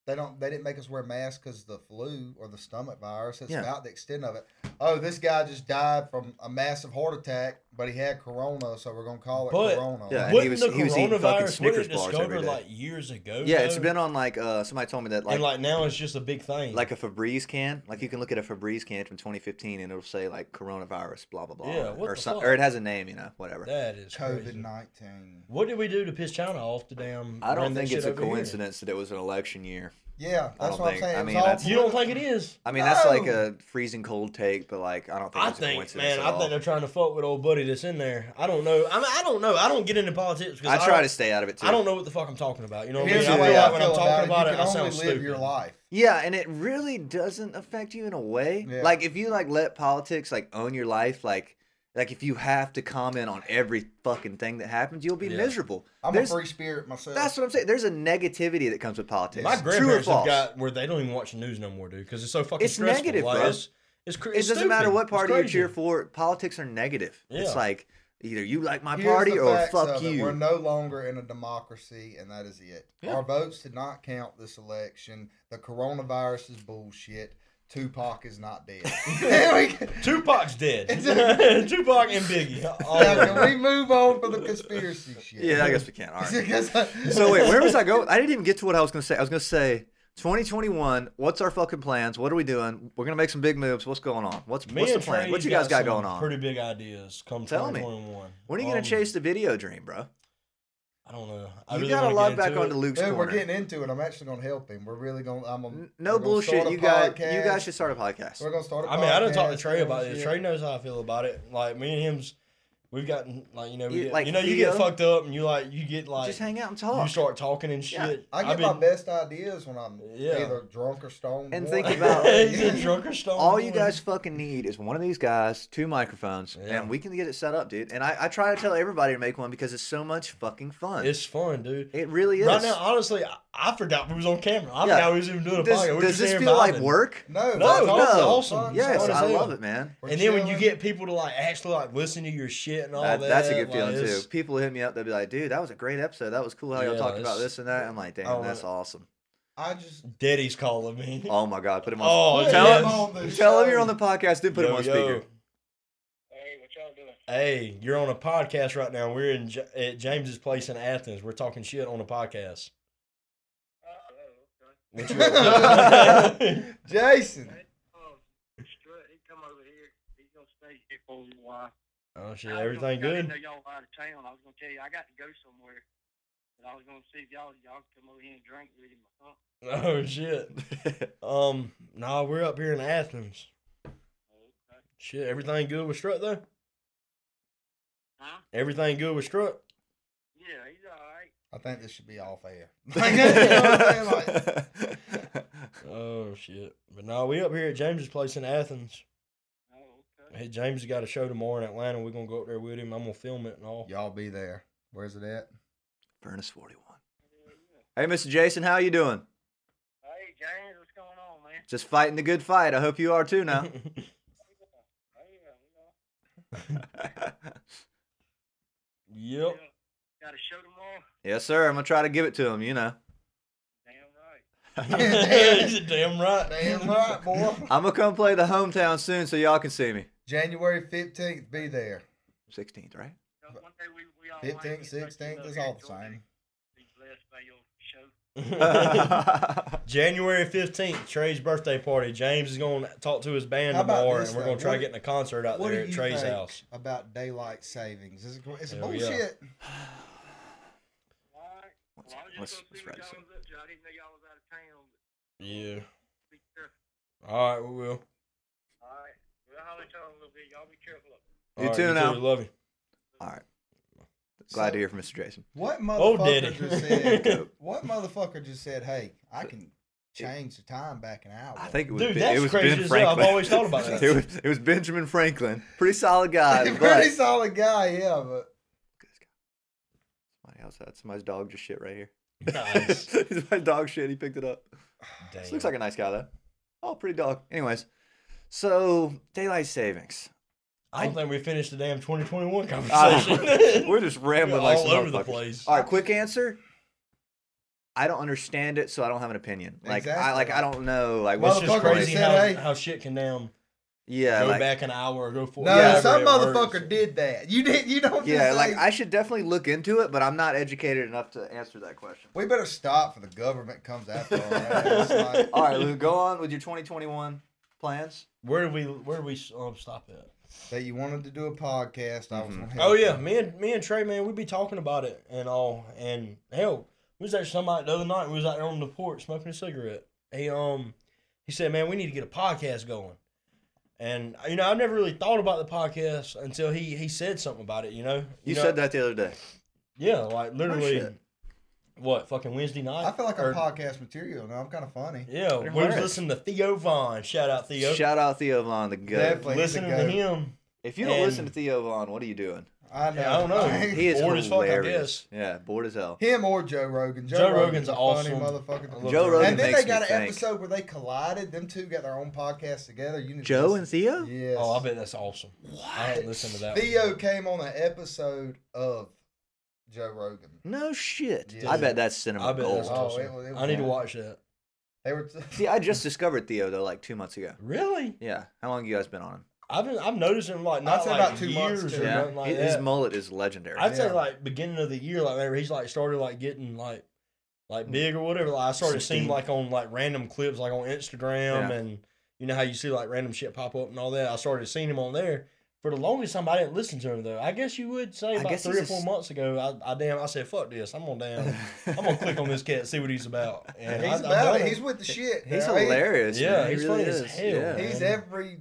[SPEAKER 1] They don't. They didn't make us wear masks because the flu or the stomach virus. It's
[SPEAKER 2] Yeah.
[SPEAKER 1] about the extent of it. Oh, this guy just died from a massive heart attack, but he had corona, so we're gonna call it
[SPEAKER 3] But-
[SPEAKER 1] corona.
[SPEAKER 2] Yeah, and he
[SPEAKER 3] Wouldn't
[SPEAKER 2] was-
[SPEAKER 3] the
[SPEAKER 2] he was eating fucking
[SPEAKER 3] coronavirus what
[SPEAKER 2] Snickers
[SPEAKER 3] it
[SPEAKER 2] bars every
[SPEAKER 3] discovered
[SPEAKER 2] day.
[SPEAKER 3] like years ago?
[SPEAKER 2] Yeah, it's
[SPEAKER 3] though?
[SPEAKER 2] been on like uh somebody told me that like
[SPEAKER 3] and like now it's just a big thing.
[SPEAKER 2] like a Febreze can. Like you can look at a Febreze can from 2015 and it'll say like coronavirus, blah blah blah,
[SPEAKER 3] Yeah,
[SPEAKER 2] on it,
[SPEAKER 3] what
[SPEAKER 2] or
[SPEAKER 3] the
[SPEAKER 2] some-
[SPEAKER 3] fuck?
[SPEAKER 2] or it has a name, you know, whatever.
[SPEAKER 3] that is
[SPEAKER 1] COVID
[SPEAKER 3] COVID.
[SPEAKER 1] nineteen.
[SPEAKER 3] What did we do to piss China off to damn?
[SPEAKER 2] I
[SPEAKER 3] run
[SPEAKER 2] don't
[SPEAKER 3] that
[SPEAKER 2] think
[SPEAKER 3] shit
[SPEAKER 2] it's a
[SPEAKER 3] over here?
[SPEAKER 2] coincidence that it was an election year.
[SPEAKER 1] Yeah,
[SPEAKER 2] I
[SPEAKER 1] that's
[SPEAKER 2] don't
[SPEAKER 1] what I'm
[SPEAKER 2] think-
[SPEAKER 1] saying.
[SPEAKER 2] I
[SPEAKER 1] It was
[SPEAKER 2] mean,
[SPEAKER 1] all
[SPEAKER 2] that's-
[SPEAKER 3] You don't think it is?
[SPEAKER 2] I mean, that's like
[SPEAKER 1] No.
[SPEAKER 2] a freezing cold take, but like I don't think
[SPEAKER 3] I
[SPEAKER 2] it's a
[SPEAKER 3] think,
[SPEAKER 2] coincidence
[SPEAKER 3] man,
[SPEAKER 2] at
[SPEAKER 3] I
[SPEAKER 2] all.
[SPEAKER 3] think they're trying to fuck with old buddy that's in there. I don't know. I mean, I don't know. I don't get into politics because
[SPEAKER 2] I try to
[SPEAKER 3] don't-
[SPEAKER 2] stay out of it too.
[SPEAKER 3] I don't know what the fuck I'm talking about. You know what I
[SPEAKER 1] Here's
[SPEAKER 3] mean?
[SPEAKER 2] Yeah,
[SPEAKER 1] the
[SPEAKER 3] I
[SPEAKER 2] yeah,
[SPEAKER 1] way
[SPEAKER 3] feel
[SPEAKER 1] I
[SPEAKER 3] like
[SPEAKER 1] feel
[SPEAKER 3] when I'm talking about it,
[SPEAKER 1] You
[SPEAKER 3] I
[SPEAKER 1] can only
[SPEAKER 3] sound
[SPEAKER 1] live
[SPEAKER 3] stupid.
[SPEAKER 1] your life.
[SPEAKER 2] Yeah, and it really doesn't affect you in a way.
[SPEAKER 1] Yeah.
[SPEAKER 2] Like if you like let politics like own your life, like like if you have to comment on every fucking thing that happens, you'll be
[SPEAKER 3] Yeah.
[SPEAKER 2] miserable.
[SPEAKER 1] I'm
[SPEAKER 2] There's-
[SPEAKER 1] a free spirit myself.
[SPEAKER 2] That's what I'm saying. There's a negativity that comes with politics.
[SPEAKER 3] My
[SPEAKER 2] True or
[SPEAKER 3] grandparents have
[SPEAKER 2] false?
[SPEAKER 3] got where they don't even watch the news no more, dude, because it's so fucking
[SPEAKER 2] It's
[SPEAKER 3] stressful.
[SPEAKER 2] negative,
[SPEAKER 3] like,
[SPEAKER 2] bro.
[SPEAKER 3] It's, it's, cr-
[SPEAKER 2] it
[SPEAKER 3] it's
[SPEAKER 2] doesn't matter
[SPEAKER 3] stupid.
[SPEAKER 2] what
[SPEAKER 3] It's
[SPEAKER 2] party you cheer
[SPEAKER 3] crazy.
[SPEAKER 2] for. Politics are negative.
[SPEAKER 3] Yeah.
[SPEAKER 2] It's like either you like my
[SPEAKER 1] Here's
[SPEAKER 2] party
[SPEAKER 1] the
[SPEAKER 2] or
[SPEAKER 1] facts
[SPEAKER 2] fuck
[SPEAKER 1] of it.
[SPEAKER 2] you.
[SPEAKER 1] We're no longer in a democracy, and that is it.
[SPEAKER 3] Yeah.
[SPEAKER 1] Our votes did not count this election. The coronavirus is bullshit. Tupac is not dead. Now,
[SPEAKER 3] Tupac's dead.
[SPEAKER 1] It's-
[SPEAKER 3] Tupac and Biggie. All of
[SPEAKER 1] can
[SPEAKER 3] them.
[SPEAKER 1] we move on from the conspiracy shit?
[SPEAKER 2] yeah, I guess we can. All right.
[SPEAKER 1] Because-
[SPEAKER 2] so wait, where was I going? I didn't even get to what I was going to say. I was going to say 2021. What's our fucking plans? What are we doing? We're going to make some big moves. What's going on? What's
[SPEAKER 3] Me
[SPEAKER 2] what's the
[SPEAKER 3] and
[SPEAKER 2] plan?
[SPEAKER 3] Trey
[SPEAKER 2] what you guys got,
[SPEAKER 3] some
[SPEAKER 2] going on?
[SPEAKER 3] Pretty big ideas. Come
[SPEAKER 2] Tell me.
[SPEAKER 3] 2021.
[SPEAKER 2] when are you going
[SPEAKER 3] Um,
[SPEAKER 2] to chase the video dream, bro?
[SPEAKER 3] I don't know. I
[SPEAKER 2] You
[SPEAKER 3] really
[SPEAKER 2] got to
[SPEAKER 3] wanna
[SPEAKER 2] log
[SPEAKER 3] get
[SPEAKER 2] back
[SPEAKER 3] into
[SPEAKER 2] onto
[SPEAKER 3] it.
[SPEAKER 2] Luke's
[SPEAKER 1] Dude, we're
[SPEAKER 2] corner.
[SPEAKER 1] getting into it. I'm actually gonna help him. We're really gonna. I'm. A,
[SPEAKER 2] N- no
[SPEAKER 1] we're gonna
[SPEAKER 2] bullshit.
[SPEAKER 1] start a
[SPEAKER 2] You got you
[SPEAKER 1] podcast.
[SPEAKER 2] guys should start a podcast.
[SPEAKER 1] We're gonna start. A
[SPEAKER 3] I mean, I done talked to
[SPEAKER 1] podcast,
[SPEAKER 3] Trey about
[SPEAKER 1] shit.
[SPEAKER 3] this. Trey knows how I feel about it. Like me and him's, We've gotten like you know we
[SPEAKER 2] You-
[SPEAKER 3] get,
[SPEAKER 2] like
[SPEAKER 3] you know you get
[SPEAKER 2] Theo?
[SPEAKER 3] fucked up and you like you get like
[SPEAKER 2] just hang out and
[SPEAKER 3] you
[SPEAKER 2] talk
[SPEAKER 3] start talking and shit.
[SPEAKER 2] Yeah,
[SPEAKER 1] I
[SPEAKER 3] I've
[SPEAKER 1] get
[SPEAKER 3] been-
[SPEAKER 1] my best ideas when I'm
[SPEAKER 3] Yeah.
[SPEAKER 1] either drunk or stoned.
[SPEAKER 2] And
[SPEAKER 1] one.
[SPEAKER 2] think about-
[SPEAKER 3] He's a drunk or stoned
[SPEAKER 2] all you
[SPEAKER 3] boy.
[SPEAKER 2] guys fucking need is one of these guys, two microphones,
[SPEAKER 3] Yeah.
[SPEAKER 2] and we can get it set up, dude. And I, I try to tell everybody to make one because it's so much fucking fun.
[SPEAKER 3] It's fun, dude.
[SPEAKER 2] it really is.
[SPEAKER 3] Right now, honestly, I, I forgot we was on camera. I
[SPEAKER 2] Yeah.
[SPEAKER 3] forgot we was even doing a
[SPEAKER 2] does
[SPEAKER 3] podcast. We're
[SPEAKER 2] does
[SPEAKER 3] just
[SPEAKER 2] this
[SPEAKER 3] here
[SPEAKER 2] feel like
[SPEAKER 3] vibing.
[SPEAKER 2] work?
[SPEAKER 1] no,
[SPEAKER 3] No,
[SPEAKER 1] that's
[SPEAKER 3] no,
[SPEAKER 1] awesome.
[SPEAKER 3] awesome.
[SPEAKER 1] Fun,
[SPEAKER 2] Yes,
[SPEAKER 1] fun as
[SPEAKER 2] I
[SPEAKER 1] hell.
[SPEAKER 2] love it, man.
[SPEAKER 1] We're
[SPEAKER 3] And then when you
[SPEAKER 1] chilling.
[SPEAKER 3] get people to like actually like listen to your shit and all that,
[SPEAKER 2] That- that's a good
[SPEAKER 3] like,
[SPEAKER 2] feeling too.
[SPEAKER 3] it's-
[SPEAKER 2] People hit me up, they'll be like, "Dude, that was a great episode. That was cool how y'all
[SPEAKER 3] Yeah,
[SPEAKER 2] talked about
[SPEAKER 3] it's-
[SPEAKER 2] this and that." I'm like, "Damn,
[SPEAKER 3] Oh,
[SPEAKER 2] that's
[SPEAKER 3] uh,
[SPEAKER 2] awesome."
[SPEAKER 1] I just
[SPEAKER 3] Daddy's calling me.
[SPEAKER 2] Oh my god, put him
[SPEAKER 3] Oh,
[SPEAKER 2] on.
[SPEAKER 1] Put
[SPEAKER 2] tell
[SPEAKER 1] him
[SPEAKER 3] yes.
[SPEAKER 1] on the
[SPEAKER 2] him, tell him
[SPEAKER 1] show.
[SPEAKER 2] you're on the podcast. Then put him
[SPEAKER 3] Yo,
[SPEAKER 2] on
[SPEAKER 3] yo.
[SPEAKER 2] speaker.
[SPEAKER 4] Hey, what y'all doing?
[SPEAKER 3] Hey, you're on a podcast right now. We're in J- at James's place in Athens. We're talking shit on a podcast.
[SPEAKER 4] Oh, okay.
[SPEAKER 3] What you up to?
[SPEAKER 1] Jason.
[SPEAKER 4] Hey, um, Strut, he come over here. He's gonna stay here for a little while.
[SPEAKER 3] oh shit,
[SPEAKER 4] I was gonna-
[SPEAKER 3] everything
[SPEAKER 4] I didn't know
[SPEAKER 3] good?
[SPEAKER 4] y'all were out of town. I was gonna tell you, I got to go somewhere. But I was gonna see if y'all y'all could come over here and drink with him or
[SPEAKER 3] Oh
[SPEAKER 4] something.
[SPEAKER 3] shit. Um, nah, we're up here in Athens.
[SPEAKER 4] Okay.
[SPEAKER 3] Shit, everything good with Strut though?
[SPEAKER 4] Huh?
[SPEAKER 3] Everything good with Strut?
[SPEAKER 4] Yeah, he's all right.
[SPEAKER 1] I think this should be off air. Like, you know what I'm saying? Like,
[SPEAKER 2] That's
[SPEAKER 3] Oh shit. But nah, we up here at James's place in Athens.
[SPEAKER 4] Oh, okay.
[SPEAKER 3] Hey, James has got a show tomorrow in Atlanta. We're gonna go up there with him. I'm gonna film it and all.
[SPEAKER 1] y'all be there. Where's it at?
[SPEAKER 2] Furnace 41.
[SPEAKER 4] Yeah, yeah.
[SPEAKER 2] Hey, Mr. Jason, how you doing?
[SPEAKER 4] Hey, James, what's going on, man?
[SPEAKER 2] Just fighting the good fight. I hope you are too now.
[SPEAKER 4] Oh, yeah, you know.
[SPEAKER 3] yep.
[SPEAKER 4] Yeah. Got a show tomorrow?
[SPEAKER 2] yes, sir. I'm gonna try to give it to him. You know,
[SPEAKER 4] Damn right.
[SPEAKER 3] He's damn right.
[SPEAKER 1] Damn right, boy.
[SPEAKER 2] I'm gonna come play the hometown soon, so y'all can see me.
[SPEAKER 1] January 15th, be there.
[SPEAKER 2] 16th, right?
[SPEAKER 4] So one day we, we all might
[SPEAKER 1] 15th,
[SPEAKER 4] get such a
[SPEAKER 1] 16th,
[SPEAKER 4] little
[SPEAKER 1] it's all the
[SPEAKER 4] enjoy
[SPEAKER 1] same.
[SPEAKER 4] it. Be blessed by your show.
[SPEAKER 3] January 15th, Trey's birthday party. James is going to talk to his band
[SPEAKER 1] How about
[SPEAKER 3] tomorrow,
[SPEAKER 1] this,
[SPEAKER 3] and we're
[SPEAKER 1] though?
[SPEAKER 3] going to try
[SPEAKER 1] What-
[SPEAKER 3] getting a concert out
[SPEAKER 1] What
[SPEAKER 3] there
[SPEAKER 1] do
[SPEAKER 3] at
[SPEAKER 1] you
[SPEAKER 3] Trey's
[SPEAKER 1] think
[SPEAKER 3] house.
[SPEAKER 1] about daylight savings? It's, it's
[SPEAKER 3] Hell yeah.
[SPEAKER 1] bullshit.
[SPEAKER 4] Alright.
[SPEAKER 2] Let's-
[SPEAKER 4] Well, I was
[SPEAKER 2] let's-
[SPEAKER 4] just
[SPEAKER 2] let's
[SPEAKER 4] gonna
[SPEAKER 2] write this
[SPEAKER 4] see what y'all was up to. I didn't know uh, y'all was out of town.
[SPEAKER 3] Yeah.
[SPEAKER 4] Be careful.
[SPEAKER 3] All right, we will.
[SPEAKER 4] Alright. We'll holler at y'all in a little bit. Y'all be careful.
[SPEAKER 2] You
[SPEAKER 3] All
[SPEAKER 2] too now.
[SPEAKER 3] Love you.
[SPEAKER 2] All right. Glad
[SPEAKER 1] So-
[SPEAKER 2] to hear from Mr. Jason.
[SPEAKER 1] What
[SPEAKER 3] Oh,
[SPEAKER 1] motherfucker
[SPEAKER 3] Daddy.
[SPEAKER 1] just said?
[SPEAKER 2] Dope.
[SPEAKER 1] what motherfucker just said? Hey, I can change the time back an hour.
[SPEAKER 2] I think it was,
[SPEAKER 3] Dude,
[SPEAKER 2] Ben-
[SPEAKER 3] that's
[SPEAKER 2] it was
[SPEAKER 3] crazy
[SPEAKER 2] Ben
[SPEAKER 3] as hell.
[SPEAKER 2] Franklin.
[SPEAKER 3] I've always thought about that.
[SPEAKER 2] it, was, it was Benjamin Franklin. Pretty solid guy.
[SPEAKER 1] Pretty
[SPEAKER 2] but...
[SPEAKER 1] solid guy, yeah, but
[SPEAKER 2] Somebody outside. Somebody's dog just shit right here.
[SPEAKER 3] Nice.
[SPEAKER 2] My dog shit. He picked it up.
[SPEAKER 3] Damn.
[SPEAKER 2] This looks like a nice guy though. Oh, pretty dog. Anyways, so daylight savings.
[SPEAKER 3] I don't think we finished the damn 2021
[SPEAKER 2] Uh,
[SPEAKER 3] conversation.
[SPEAKER 2] we're just rambling
[SPEAKER 3] We're
[SPEAKER 2] like
[SPEAKER 3] all
[SPEAKER 2] some
[SPEAKER 3] over the
[SPEAKER 2] motherfuckers.
[SPEAKER 3] place.
[SPEAKER 2] All right, quick answer. I don't understand it, so I don't have an opinion. Like I like I
[SPEAKER 1] Exactly.
[SPEAKER 2] don't know. Like
[SPEAKER 3] It's
[SPEAKER 2] what's
[SPEAKER 1] Motherfucker
[SPEAKER 3] just
[SPEAKER 1] they
[SPEAKER 3] crazy
[SPEAKER 1] said,
[SPEAKER 3] how,
[SPEAKER 1] hey.
[SPEAKER 3] how shit can damn
[SPEAKER 2] yeah
[SPEAKER 3] go
[SPEAKER 2] like
[SPEAKER 3] back an hour or go forward.
[SPEAKER 1] no,
[SPEAKER 2] Yeah,
[SPEAKER 1] some
[SPEAKER 3] whatever it
[SPEAKER 1] motherfucker
[SPEAKER 3] works.
[SPEAKER 1] did that. You did. You don't.
[SPEAKER 2] yeah
[SPEAKER 1] just
[SPEAKER 2] like
[SPEAKER 1] say-
[SPEAKER 2] I should definitely look into it, but I'm not educated enough to answer that question.
[SPEAKER 1] We better stop for the government comes after all that. It's like-
[SPEAKER 2] All right, Lou, go on with your 2021 plans.
[SPEAKER 3] Where did we where did we um, stop at?
[SPEAKER 1] that you wanted to do a podcast. I was.
[SPEAKER 2] Mhm.
[SPEAKER 1] gonna
[SPEAKER 3] Oh
[SPEAKER 1] help
[SPEAKER 3] yeah,
[SPEAKER 1] you.
[SPEAKER 3] me and me and Trey, man, we'd be talking about it and all. And hell, we was at somebody the other night. We was out there on the porch smoking a cigarette. He um, he said, "Man, we need to get a podcast going." And you know, I've never really thought about the podcast until he he said something about it. You know,
[SPEAKER 2] You, said that the other day.
[SPEAKER 3] yeah, like literally,
[SPEAKER 2] shit.
[SPEAKER 3] what fucking Wednesday night?
[SPEAKER 1] I feel like I'm
[SPEAKER 3] Or-
[SPEAKER 1] podcast material now. I'm kind of funny.
[SPEAKER 3] Yeah, we was
[SPEAKER 2] hilarious.
[SPEAKER 3] listening to Theo Vaughn. Shout out Theo.
[SPEAKER 2] Shout out Theo Vaughn, the goat.
[SPEAKER 1] Definitely. He's a
[SPEAKER 3] listening to
[SPEAKER 1] goat.
[SPEAKER 3] him.
[SPEAKER 2] If you don't listen to
[SPEAKER 3] And-
[SPEAKER 2] Theo Vaughn, what are you doing?
[SPEAKER 1] I know.
[SPEAKER 3] Yeah, I don't know.
[SPEAKER 2] He is
[SPEAKER 3] Bored as fuck, I
[SPEAKER 2] hilarious. Yeah, bored as hell.
[SPEAKER 1] Him or Joe Rogan. Joe,
[SPEAKER 3] Joe
[SPEAKER 1] Rogan's,
[SPEAKER 3] Rogan's
[SPEAKER 1] a funny
[SPEAKER 3] awesome. I
[SPEAKER 1] motherfucker.
[SPEAKER 3] love
[SPEAKER 2] Joe
[SPEAKER 3] him.
[SPEAKER 2] Rogan
[SPEAKER 1] And then
[SPEAKER 2] makes
[SPEAKER 1] they got
[SPEAKER 2] me
[SPEAKER 1] an
[SPEAKER 2] think.
[SPEAKER 1] episode where they collided. Them two got their own podcast together. You need to
[SPEAKER 2] Joe
[SPEAKER 1] listen.
[SPEAKER 2] and Theo?
[SPEAKER 1] Yes.
[SPEAKER 3] Oh, I bet that's awesome. I hadn't listened to that.
[SPEAKER 1] Theo
[SPEAKER 3] one.
[SPEAKER 1] came on an episode of Joe Rogan.
[SPEAKER 2] No shit.
[SPEAKER 1] Yeah.
[SPEAKER 2] I bet that's cinema
[SPEAKER 3] I bet
[SPEAKER 2] gold.
[SPEAKER 3] that's awesome.
[SPEAKER 1] Oh, it- it
[SPEAKER 3] I need to
[SPEAKER 1] was-
[SPEAKER 3] watch that.
[SPEAKER 1] They were.
[SPEAKER 2] See, I just discovered Theo though, like two months ago.
[SPEAKER 3] Really?
[SPEAKER 2] Yeah. How long you guys been on him?
[SPEAKER 3] I've been, I've noticed him like not
[SPEAKER 1] say
[SPEAKER 3] like
[SPEAKER 1] about two
[SPEAKER 3] years
[SPEAKER 1] months,
[SPEAKER 3] or
[SPEAKER 1] too.
[SPEAKER 2] Yeah.
[SPEAKER 3] nothing like
[SPEAKER 2] He- His
[SPEAKER 3] that.
[SPEAKER 2] mullet is legendary.
[SPEAKER 3] I'd say
[SPEAKER 1] Yeah.
[SPEAKER 3] like beginning of the year, like whenever he's like started like getting like
[SPEAKER 2] Mm.
[SPEAKER 3] like big or whatever. Like I started seeing
[SPEAKER 2] steam.
[SPEAKER 3] like on like random clips like on Instagram
[SPEAKER 2] Yeah.
[SPEAKER 3] and you know how you see like random shit pop up and all that. I started seeing him on there. For the longest time, I didn't listen to him though. I guess you would say
[SPEAKER 2] I
[SPEAKER 3] about
[SPEAKER 2] guess
[SPEAKER 3] three
[SPEAKER 2] he's
[SPEAKER 3] or
[SPEAKER 2] a
[SPEAKER 3] four
[SPEAKER 2] s-
[SPEAKER 3] months ago, I, I damn, I said fuck this. I'm gonna damn, I'm gonna click on this cat, and see what he's about. And I-
[SPEAKER 1] he's
[SPEAKER 3] I
[SPEAKER 1] about
[SPEAKER 3] done
[SPEAKER 1] it. He's with the shit.
[SPEAKER 2] He's
[SPEAKER 1] now. He-
[SPEAKER 2] hilarious.
[SPEAKER 3] Yeah,
[SPEAKER 2] man. He
[SPEAKER 3] he's
[SPEAKER 2] really
[SPEAKER 3] funny as
[SPEAKER 2] is.
[SPEAKER 3] hell,
[SPEAKER 2] Yeah.
[SPEAKER 3] man.
[SPEAKER 1] He's everything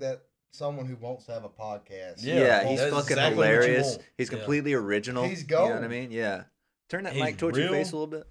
[SPEAKER 1] that someone who wants to have a podcast.
[SPEAKER 3] Yeah,
[SPEAKER 2] Yeah,
[SPEAKER 3] well,
[SPEAKER 2] he's
[SPEAKER 3] that's
[SPEAKER 2] fucking
[SPEAKER 3] exactly what you
[SPEAKER 2] hilarious.
[SPEAKER 3] want.
[SPEAKER 2] He's
[SPEAKER 3] Yeah.
[SPEAKER 2] completely original.
[SPEAKER 1] He's
[SPEAKER 2] You know what I
[SPEAKER 1] gold.
[SPEAKER 2] mean? Yeah. Turn that
[SPEAKER 3] He's
[SPEAKER 2] mic towards your
[SPEAKER 3] real.
[SPEAKER 2] face a little bit.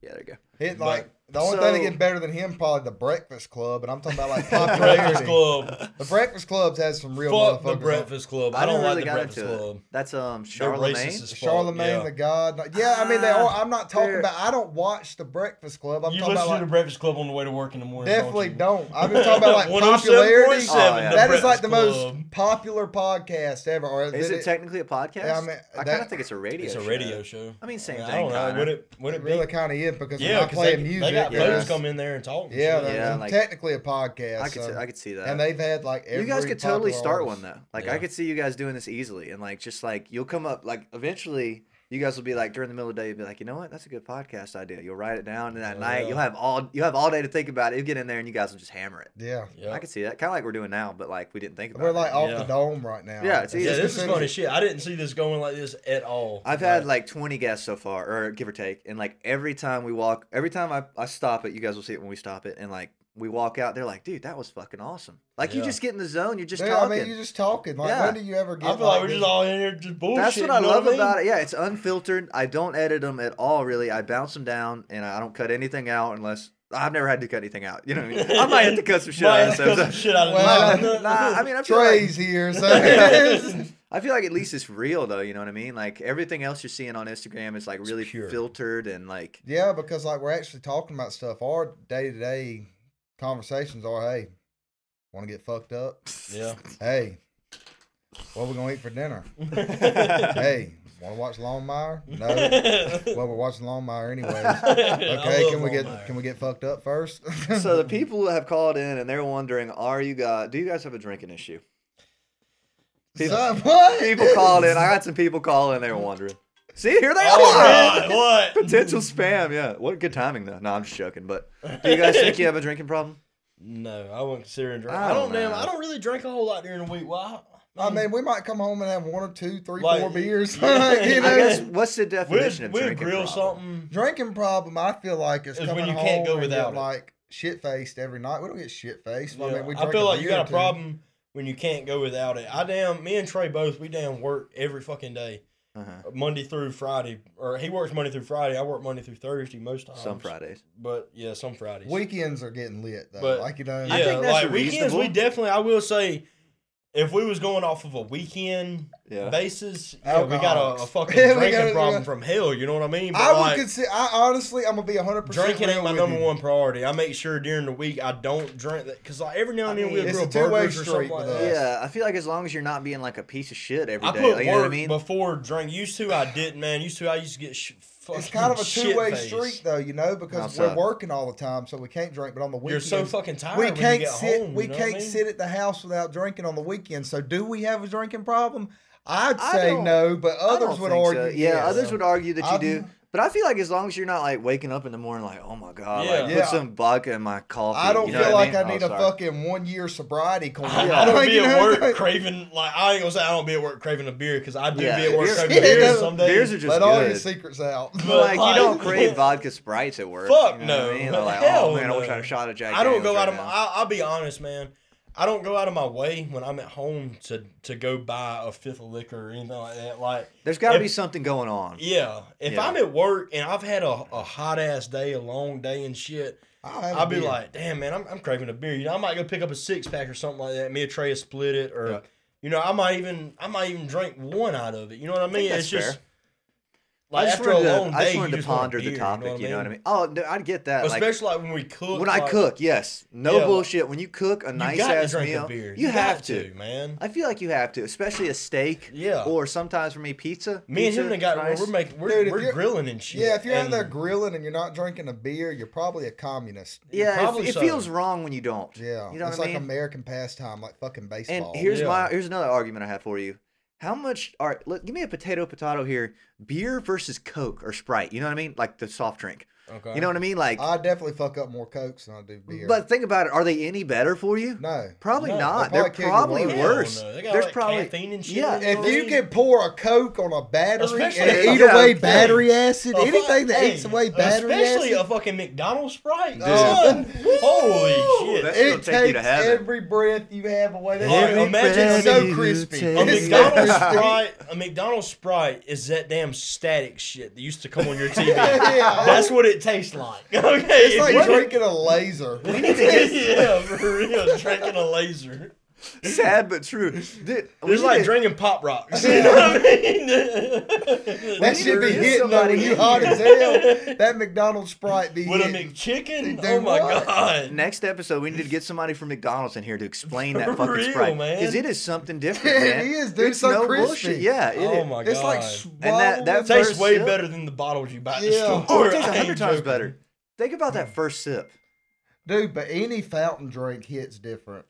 [SPEAKER 2] Yeah, there you go.
[SPEAKER 1] Hit
[SPEAKER 3] But-
[SPEAKER 1] like the only thing that
[SPEAKER 2] So-
[SPEAKER 1] gets better than him probably the Breakfast Club, and I'm talking about like popularity.
[SPEAKER 3] Breakfast Club.
[SPEAKER 1] The Breakfast Clubs has some real
[SPEAKER 3] Fuck
[SPEAKER 1] motherfuckers.
[SPEAKER 3] the
[SPEAKER 1] on-
[SPEAKER 3] Breakfast Club. I,
[SPEAKER 2] I
[SPEAKER 3] don't
[SPEAKER 2] never
[SPEAKER 3] like
[SPEAKER 2] really
[SPEAKER 3] the
[SPEAKER 2] got
[SPEAKER 3] Breakfast
[SPEAKER 2] into it.
[SPEAKER 3] Club.
[SPEAKER 2] That's um
[SPEAKER 3] They're
[SPEAKER 2] Charlemagne.
[SPEAKER 3] racist as fuck.
[SPEAKER 1] Charlemagne
[SPEAKER 3] yeah.
[SPEAKER 1] the God. like- Yeah, I mean they are. I'm not talking
[SPEAKER 2] They're-
[SPEAKER 1] about. I don't watch the Breakfast Club. I'm
[SPEAKER 3] you
[SPEAKER 1] talking
[SPEAKER 3] listen
[SPEAKER 1] about
[SPEAKER 3] to
[SPEAKER 1] like,
[SPEAKER 3] the Breakfast Club on the way to work in the morning.
[SPEAKER 1] definitely
[SPEAKER 3] don't. you?
[SPEAKER 1] don't. I'm just talking about like
[SPEAKER 3] 107.7,
[SPEAKER 1] popularity.
[SPEAKER 3] The
[SPEAKER 2] Oh, yeah.
[SPEAKER 1] That is like
[SPEAKER 3] Breakfast
[SPEAKER 1] the
[SPEAKER 3] Club.
[SPEAKER 1] most popular podcast ever. Or
[SPEAKER 2] Is
[SPEAKER 1] did
[SPEAKER 2] it technically a podcast?
[SPEAKER 1] Yeah, I mean,
[SPEAKER 2] I kind
[SPEAKER 1] that-
[SPEAKER 2] of think it's a radio.
[SPEAKER 3] It's a radio show.
[SPEAKER 2] I mean, same
[SPEAKER 3] I
[SPEAKER 2] thing,
[SPEAKER 3] don't know.
[SPEAKER 2] kinda.
[SPEAKER 3] Would it? Would
[SPEAKER 1] It
[SPEAKER 3] it
[SPEAKER 1] really
[SPEAKER 3] be?
[SPEAKER 1] kind of is because we're
[SPEAKER 3] Yeah,
[SPEAKER 1] not
[SPEAKER 3] 'cause
[SPEAKER 1] playing
[SPEAKER 3] they,
[SPEAKER 1] music.
[SPEAKER 3] they got
[SPEAKER 2] yeah.
[SPEAKER 3] folks
[SPEAKER 2] Yes.
[SPEAKER 3] come in there and talk. and
[SPEAKER 1] Yeah,
[SPEAKER 3] shit.
[SPEAKER 1] that's
[SPEAKER 2] Yeah, like-
[SPEAKER 1] technically a podcast.
[SPEAKER 2] I could,
[SPEAKER 1] so-
[SPEAKER 2] see, I could see that.
[SPEAKER 1] um, and they've had like every
[SPEAKER 2] you guys could totally
[SPEAKER 1] popular
[SPEAKER 2] start
[SPEAKER 1] artist.
[SPEAKER 2] one though. Like
[SPEAKER 3] Yeah.
[SPEAKER 2] I could see you guys doing this easily, and like just like you'll come up like eventually. You guys will be like during the middle of the day. You'll be like, you know what? That's a good podcast idea. You'll write it down, and at
[SPEAKER 3] Oh,
[SPEAKER 2] night
[SPEAKER 3] yeah.
[SPEAKER 2] you'll have all you will have all day to think about it. You get in there, and you guys will just hammer it.
[SPEAKER 1] Yeah,
[SPEAKER 3] Yeah.
[SPEAKER 2] I could see that, kind of like we're doing now, but like we didn't think about.
[SPEAKER 1] we're
[SPEAKER 2] it.
[SPEAKER 1] like off
[SPEAKER 3] Yeah.
[SPEAKER 1] the dome right now.
[SPEAKER 2] Yeah, it's easy.
[SPEAKER 3] Yeah,
[SPEAKER 1] just
[SPEAKER 3] this is
[SPEAKER 1] considered-
[SPEAKER 3] funny shit. I didn't see this going like this at all.
[SPEAKER 2] I've had like 20 guests so far, or give or take. And like every time we walk, every time I, I stop it, you guys will see it when we stop it. And like we walk out, they're like, dude, that was fucking awesome. Like you
[SPEAKER 3] Yeah.
[SPEAKER 2] just get in the zone, you're just
[SPEAKER 1] Dude, I
[SPEAKER 2] talking.
[SPEAKER 1] mean, you're just talking. Like,
[SPEAKER 2] Yeah.
[SPEAKER 1] when do you ever get?
[SPEAKER 3] I feel like we're
[SPEAKER 1] this-
[SPEAKER 3] just all in here just bullshit.
[SPEAKER 2] That's what I love about it. Yeah, it's unfiltered. I don't edit them at all, really. I bounce them down and I don't cut anything out unless I've never had to cut anything out. You know what I mean? I might have to cut some shit out. of this
[SPEAKER 3] Some
[SPEAKER 2] episode.
[SPEAKER 3] shit out of
[SPEAKER 1] Well,
[SPEAKER 3] this.
[SPEAKER 2] nah, I mean, I feel, like,
[SPEAKER 1] Trey's here. So
[SPEAKER 2] I feel like at least it's real, though. You know what I mean? Like everything else you're seeing on Instagram is like
[SPEAKER 3] It's
[SPEAKER 2] really
[SPEAKER 3] pure.
[SPEAKER 2] filtered and like
[SPEAKER 1] yeah, because like we're actually talking about stuff. Our day to day conversations are, hey, want to get fucked up?
[SPEAKER 3] Yeah.
[SPEAKER 1] Hey, what we gonna eat for dinner? hey, want to watch Longmire? No. well, we're watching Longmire anyways. Okay, can we get can we get fucked up first?
[SPEAKER 2] so the people who have called in and they're wondering, are you guys? Do you guys have a drinking issue? people-
[SPEAKER 1] Son, what?
[SPEAKER 2] People called in. I got some people calling. They're wondering. See, here they are.
[SPEAKER 3] Oh, God, what?
[SPEAKER 2] Potential spam. Yeah. What good timing though. No, I'm just joking. But do you guys think you have a drinking problem?
[SPEAKER 3] No, I wouldn't consider drinking.
[SPEAKER 2] I
[SPEAKER 3] I
[SPEAKER 2] don't
[SPEAKER 3] don't damn.
[SPEAKER 2] know.
[SPEAKER 3] I don't really drink a whole lot during the week. Well,
[SPEAKER 1] I mean, we might come home and have one or two, three,
[SPEAKER 3] Like,
[SPEAKER 1] four beers.
[SPEAKER 3] yeah.
[SPEAKER 1] you
[SPEAKER 2] I
[SPEAKER 1] know?
[SPEAKER 2] guess what's the
[SPEAKER 3] we'll,
[SPEAKER 2] definition of
[SPEAKER 3] we'll
[SPEAKER 2] drinking
[SPEAKER 3] grill
[SPEAKER 2] problem?
[SPEAKER 3] something.
[SPEAKER 1] Drinking problem, I feel like is
[SPEAKER 3] Is
[SPEAKER 1] coming
[SPEAKER 3] when you
[SPEAKER 1] home
[SPEAKER 3] can't go
[SPEAKER 1] and get,
[SPEAKER 3] without it.
[SPEAKER 1] like shit faced every night. We don't get shit faced. I
[SPEAKER 3] Yeah.
[SPEAKER 1] mean, we
[SPEAKER 3] I
[SPEAKER 1] drink
[SPEAKER 3] feel
[SPEAKER 1] a
[SPEAKER 3] like you
[SPEAKER 1] beer or
[SPEAKER 3] got a
[SPEAKER 1] two.
[SPEAKER 3] problem when you can't go without it. I damn, me and Trey both, we damn work every fucking day,
[SPEAKER 2] Uh-huh.
[SPEAKER 3] Monday through Friday, or he works Monday through Friday. I work Monday through Thursday most times.
[SPEAKER 2] Some Fridays.
[SPEAKER 3] but yeah, some Fridays.
[SPEAKER 1] Weekends are getting lit though.
[SPEAKER 3] But-
[SPEAKER 1] like you know,
[SPEAKER 3] yeah,
[SPEAKER 2] I think that's
[SPEAKER 3] like weekends, we
[SPEAKER 2] reasonable.
[SPEAKER 3] definitely. I will say, if we was going off of a weekend
[SPEAKER 2] Yeah.
[SPEAKER 3] basis, yeah, we got a, a
[SPEAKER 1] Alcoholics.
[SPEAKER 3] fucking
[SPEAKER 1] Yeah, we
[SPEAKER 3] drinking
[SPEAKER 1] gotta-
[SPEAKER 3] problem from hell. You know what I mean? But
[SPEAKER 1] I
[SPEAKER 3] like,
[SPEAKER 1] would consider. I honestly, I'm gonna be 100 percent
[SPEAKER 3] drinking ain't my number
[SPEAKER 1] you.
[SPEAKER 3] one priority. I make sure during the week I don't drink that because like every now and
[SPEAKER 2] I
[SPEAKER 3] then
[SPEAKER 2] mean,
[SPEAKER 3] we'll
[SPEAKER 1] it's
[SPEAKER 3] grill
[SPEAKER 1] a two-way
[SPEAKER 3] burgers or
[SPEAKER 1] street
[SPEAKER 3] something like
[SPEAKER 1] with
[SPEAKER 3] that.
[SPEAKER 1] us.
[SPEAKER 2] Yeah. I feel like as long as you're not being like a piece of shit every
[SPEAKER 3] uh, I
[SPEAKER 2] day,
[SPEAKER 3] put
[SPEAKER 2] like,
[SPEAKER 3] work
[SPEAKER 2] you know what I mean?
[SPEAKER 3] before drink. Used to, I didn't, man. Used to, I used to get sh- fucking
[SPEAKER 1] It's kind of a two way
[SPEAKER 3] shit-faced.
[SPEAKER 1] street though, you know, because
[SPEAKER 2] Outside.
[SPEAKER 1] we're working all the time, so we can't drink. But on the
[SPEAKER 3] You're
[SPEAKER 1] weekends,
[SPEAKER 3] so fucking tired.
[SPEAKER 1] we
[SPEAKER 3] when you
[SPEAKER 1] can't
[SPEAKER 3] get
[SPEAKER 1] sit.
[SPEAKER 3] home,
[SPEAKER 1] we
[SPEAKER 3] you know what I
[SPEAKER 1] can't
[SPEAKER 3] mean?
[SPEAKER 1] sit at the house without drinking on the weekend. So do we have a drinking problem? I'd
[SPEAKER 2] I
[SPEAKER 1] say
[SPEAKER 2] don't-
[SPEAKER 1] no, but
[SPEAKER 2] I
[SPEAKER 1] others
[SPEAKER 2] don't
[SPEAKER 1] would
[SPEAKER 2] think so.
[SPEAKER 1] argue.
[SPEAKER 2] Yeah,
[SPEAKER 1] yes.
[SPEAKER 2] others would argue that you
[SPEAKER 1] I'm-
[SPEAKER 2] do. But I feel like as long as you're not like waking up in the morning like, oh my god, like
[SPEAKER 3] Yeah.
[SPEAKER 1] Yeah.
[SPEAKER 2] put some vodka in my coffee.
[SPEAKER 1] I don't
[SPEAKER 2] you know
[SPEAKER 1] feel
[SPEAKER 2] what
[SPEAKER 1] like
[SPEAKER 2] mean?
[SPEAKER 1] I need
[SPEAKER 2] Oh,
[SPEAKER 1] a
[SPEAKER 2] sorry.
[SPEAKER 1] fucking one year sobriety card.
[SPEAKER 3] I,
[SPEAKER 2] Yeah.
[SPEAKER 3] I don't
[SPEAKER 1] Like,
[SPEAKER 3] be
[SPEAKER 1] you
[SPEAKER 3] at
[SPEAKER 1] know,
[SPEAKER 3] work
[SPEAKER 1] like-
[SPEAKER 3] craving like I ain't gonna say I don't be at work craving a beer because I do
[SPEAKER 2] Yeah,
[SPEAKER 3] be at work
[SPEAKER 2] beers-
[SPEAKER 3] craving
[SPEAKER 1] yeah,
[SPEAKER 3] beer
[SPEAKER 1] those-
[SPEAKER 3] some days.
[SPEAKER 2] Beers are just
[SPEAKER 1] Let
[SPEAKER 2] good.
[SPEAKER 1] all your secrets out.
[SPEAKER 3] But,
[SPEAKER 2] like,
[SPEAKER 3] like-
[SPEAKER 2] you don't crave vodka sprites at work.
[SPEAKER 3] Fuck
[SPEAKER 2] you know what I
[SPEAKER 3] no.
[SPEAKER 2] mean? They're like,
[SPEAKER 3] Hell
[SPEAKER 2] oh man, I wish I
[SPEAKER 3] no.
[SPEAKER 2] had a shot of Jack.
[SPEAKER 3] I don't
[SPEAKER 2] Daniels
[SPEAKER 3] go
[SPEAKER 2] right
[SPEAKER 3] out of my.
[SPEAKER 2] now."
[SPEAKER 3] I'll, I'll be honest, man. I don't go out of my way when I'm at home to to go buy a fifth of liquor or anything like that. Like,
[SPEAKER 2] There's got to
[SPEAKER 3] if-
[SPEAKER 2] be something going on.
[SPEAKER 3] yeah, if
[SPEAKER 2] Yeah.
[SPEAKER 3] I'm at work and I've had a, a hot ass day, a long day and shit,
[SPEAKER 1] I'll,
[SPEAKER 3] I'll be like, damn man, I'm, I'm craving a beer. You know, I might go pick up a six pack or something like that. Me and Trey will split it, or
[SPEAKER 2] Yeah.
[SPEAKER 3] you know, I might even I might even drink one out of it. You know what I mean?
[SPEAKER 2] think
[SPEAKER 3] it's
[SPEAKER 2] that's
[SPEAKER 3] just
[SPEAKER 2] fair. I
[SPEAKER 3] like
[SPEAKER 2] just
[SPEAKER 3] after a
[SPEAKER 2] wanted to,
[SPEAKER 3] long day,
[SPEAKER 2] I just
[SPEAKER 3] you
[SPEAKER 2] wanted to
[SPEAKER 3] just want a
[SPEAKER 2] ponder
[SPEAKER 3] beer,
[SPEAKER 2] the topic. You know what I mean? Oh, no, I get that. Like,
[SPEAKER 3] Especially like when we cook.
[SPEAKER 2] when I
[SPEAKER 3] like,
[SPEAKER 2] cook, yes, no
[SPEAKER 3] Yeah.
[SPEAKER 2] bullshit. When you cook a
[SPEAKER 3] you
[SPEAKER 2] nice
[SPEAKER 3] got to
[SPEAKER 2] ass
[SPEAKER 3] drink
[SPEAKER 2] meal,
[SPEAKER 3] a beer.
[SPEAKER 2] you
[SPEAKER 3] got
[SPEAKER 2] have to.
[SPEAKER 3] man.
[SPEAKER 2] I feel like you have to, especially a steak.
[SPEAKER 3] Yeah.
[SPEAKER 2] Or sometimes for me, pizza.
[SPEAKER 3] Me and him
[SPEAKER 2] pizza,
[SPEAKER 3] done got
[SPEAKER 2] fries.
[SPEAKER 3] we're making we're,
[SPEAKER 1] Dude, if
[SPEAKER 3] we're
[SPEAKER 1] you're-
[SPEAKER 3] grilling and shit.
[SPEAKER 1] yeah, if you're out
[SPEAKER 3] and
[SPEAKER 1] there grilling and you're not drinking a beer, you're probably a communist.
[SPEAKER 2] Yeah, it,
[SPEAKER 3] Probably
[SPEAKER 2] it
[SPEAKER 3] so.
[SPEAKER 2] feels wrong when you don't.
[SPEAKER 1] Yeah,
[SPEAKER 2] You know
[SPEAKER 1] it's
[SPEAKER 2] what I
[SPEAKER 1] like
[SPEAKER 2] mean?
[SPEAKER 1] American pastime, like fucking
[SPEAKER 2] and
[SPEAKER 1] baseball.
[SPEAKER 2] here's
[SPEAKER 3] Yeah.
[SPEAKER 2] my here's another argument I have for you. How much are look, give me a potato potato here. Beer versus Coke or Sprite. You know what I mean? Like the soft drink.
[SPEAKER 3] Okay.
[SPEAKER 2] You know what I mean? Like,
[SPEAKER 1] I definitely fuck up more cokes than I do beer.
[SPEAKER 2] but think about it. Are they any better for you?
[SPEAKER 1] no,
[SPEAKER 2] Probably
[SPEAKER 3] No,
[SPEAKER 2] not.
[SPEAKER 1] they'll
[SPEAKER 2] They're
[SPEAKER 1] probably
[SPEAKER 2] probably
[SPEAKER 1] kill you.
[SPEAKER 3] Oh, Hell
[SPEAKER 2] worse.
[SPEAKER 3] no. They got
[SPEAKER 2] There's
[SPEAKER 3] like
[SPEAKER 2] probably-
[SPEAKER 3] caffeine and shit.
[SPEAKER 2] yeah,
[SPEAKER 3] in
[SPEAKER 1] if
[SPEAKER 3] there.
[SPEAKER 1] you can pour a coke on a battery
[SPEAKER 3] Especially
[SPEAKER 1] and
[SPEAKER 2] if-
[SPEAKER 1] eat
[SPEAKER 2] yeah,
[SPEAKER 1] away
[SPEAKER 2] yeah.
[SPEAKER 1] battery acid,
[SPEAKER 3] A fu-
[SPEAKER 1] anything that
[SPEAKER 3] hey,
[SPEAKER 1] eats away battery
[SPEAKER 3] especially
[SPEAKER 1] acid,
[SPEAKER 3] a fucking McDonald's Sprite.
[SPEAKER 2] Dude.
[SPEAKER 3] son.
[SPEAKER 2] Woo!
[SPEAKER 3] Holy shit!
[SPEAKER 2] That's gonna
[SPEAKER 1] it
[SPEAKER 2] take you to
[SPEAKER 1] takes
[SPEAKER 2] heaven.
[SPEAKER 1] every breath you have away. That
[SPEAKER 3] Every
[SPEAKER 1] shit-
[SPEAKER 3] imagine
[SPEAKER 1] it's
[SPEAKER 3] breath
[SPEAKER 1] so
[SPEAKER 2] you
[SPEAKER 1] crispy.
[SPEAKER 2] take.
[SPEAKER 3] A
[SPEAKER 1] It's
[SPEAKER 2] Big
[SPEAKER 1] so
[SPEAKER 3] McDonald's
[SPEAKER 1] crispy.
[SPEAKER 3] Sprite, a McDonald's Sprite is that damn static shit that used to come on your TV.
[SPEAKER 1] Yeah.
[SPEAKER 3] That's what it tastes like. Okay, if
[SPEAKER 1] It's like
[SPEAKER 3] what-
[SPEAKER 1] drinking a laser.
[SPEAKER 3] We need to get yeah, for real, drinking a laser.
[SPEAKER 2] Sad but true. Dude, we
[SPEAKER 3] It's
[SPEAKER 2] need
[SPEAKER 3] like
[SPEAKER 2] to-
[SPEAKER 3] drinking pop rocks. You know what I mean?
[SPEAKER 1] That should be
[SPEAKER 2] There is
[SPEAKER 1] hitting though when
[SPEAKER 2] somebody
[SPEAKER 1] you
[SPEAKER 2] in
[SPEAKER 1] hot
[SPEAKER 2] here.
[SPEAKER 1] as hell. That McDonald's Sprite be
[SPEAKER 3] With a
[SPEAKER 1] hitting.
[SPEAKER 3] McChicken?
[SPEAKER 1] Dude,
[SPEAKER 3] Oh my
[SPEAKER 1] what?
[SPEAKER 3] god.
[SPEAKER 2] Next episode, we need to get somebody from McDonald's in here to explain that
[SPEAKER 3] For
[SPEAKER 2] fucking
[SPEAKER 3] real,
[SPEAKER 2] Sprite
[SPEAKER 3] man.
[SPEAKER 2] because it is something different.
[SPEAKER 1] Yeah, it
[SPEAKER 2] man.
[SPEAKER 1] is, dude.
[SPEAKER 2] It's
[SPEAKER 1] So
[SPEAKER 2] no
[SPEAKER 1] crispy.
[SPEAKER 2] bullshit. Yeah, it
[SPEAKER 3] Oh
[SPEAKER 2] is.
[SPEAKER 3] my god.
[SPEAKER 1] It's like
[SPEAKER 2] that-
[SPEAKER 1] swallowing.
[SPEAKER 2] that first-
[SPEAKER 3] tastes way
[SPEAKER 2] sip?
[SPEAKER 3] better than the bottles you buy at the
[SPEAKER 1] Yeah.
[SPEAKER 3] store.
[SPEAKER 2] Oh, it tastes a
[SPEAKER 3] I ain't
[SPEAKER 2] hundred times
[SPEAKER 3] joking.
[SPEAKER 2] better. Think about that first sip.
[SPEAKER 1] Dude, but any fountain drink hits different.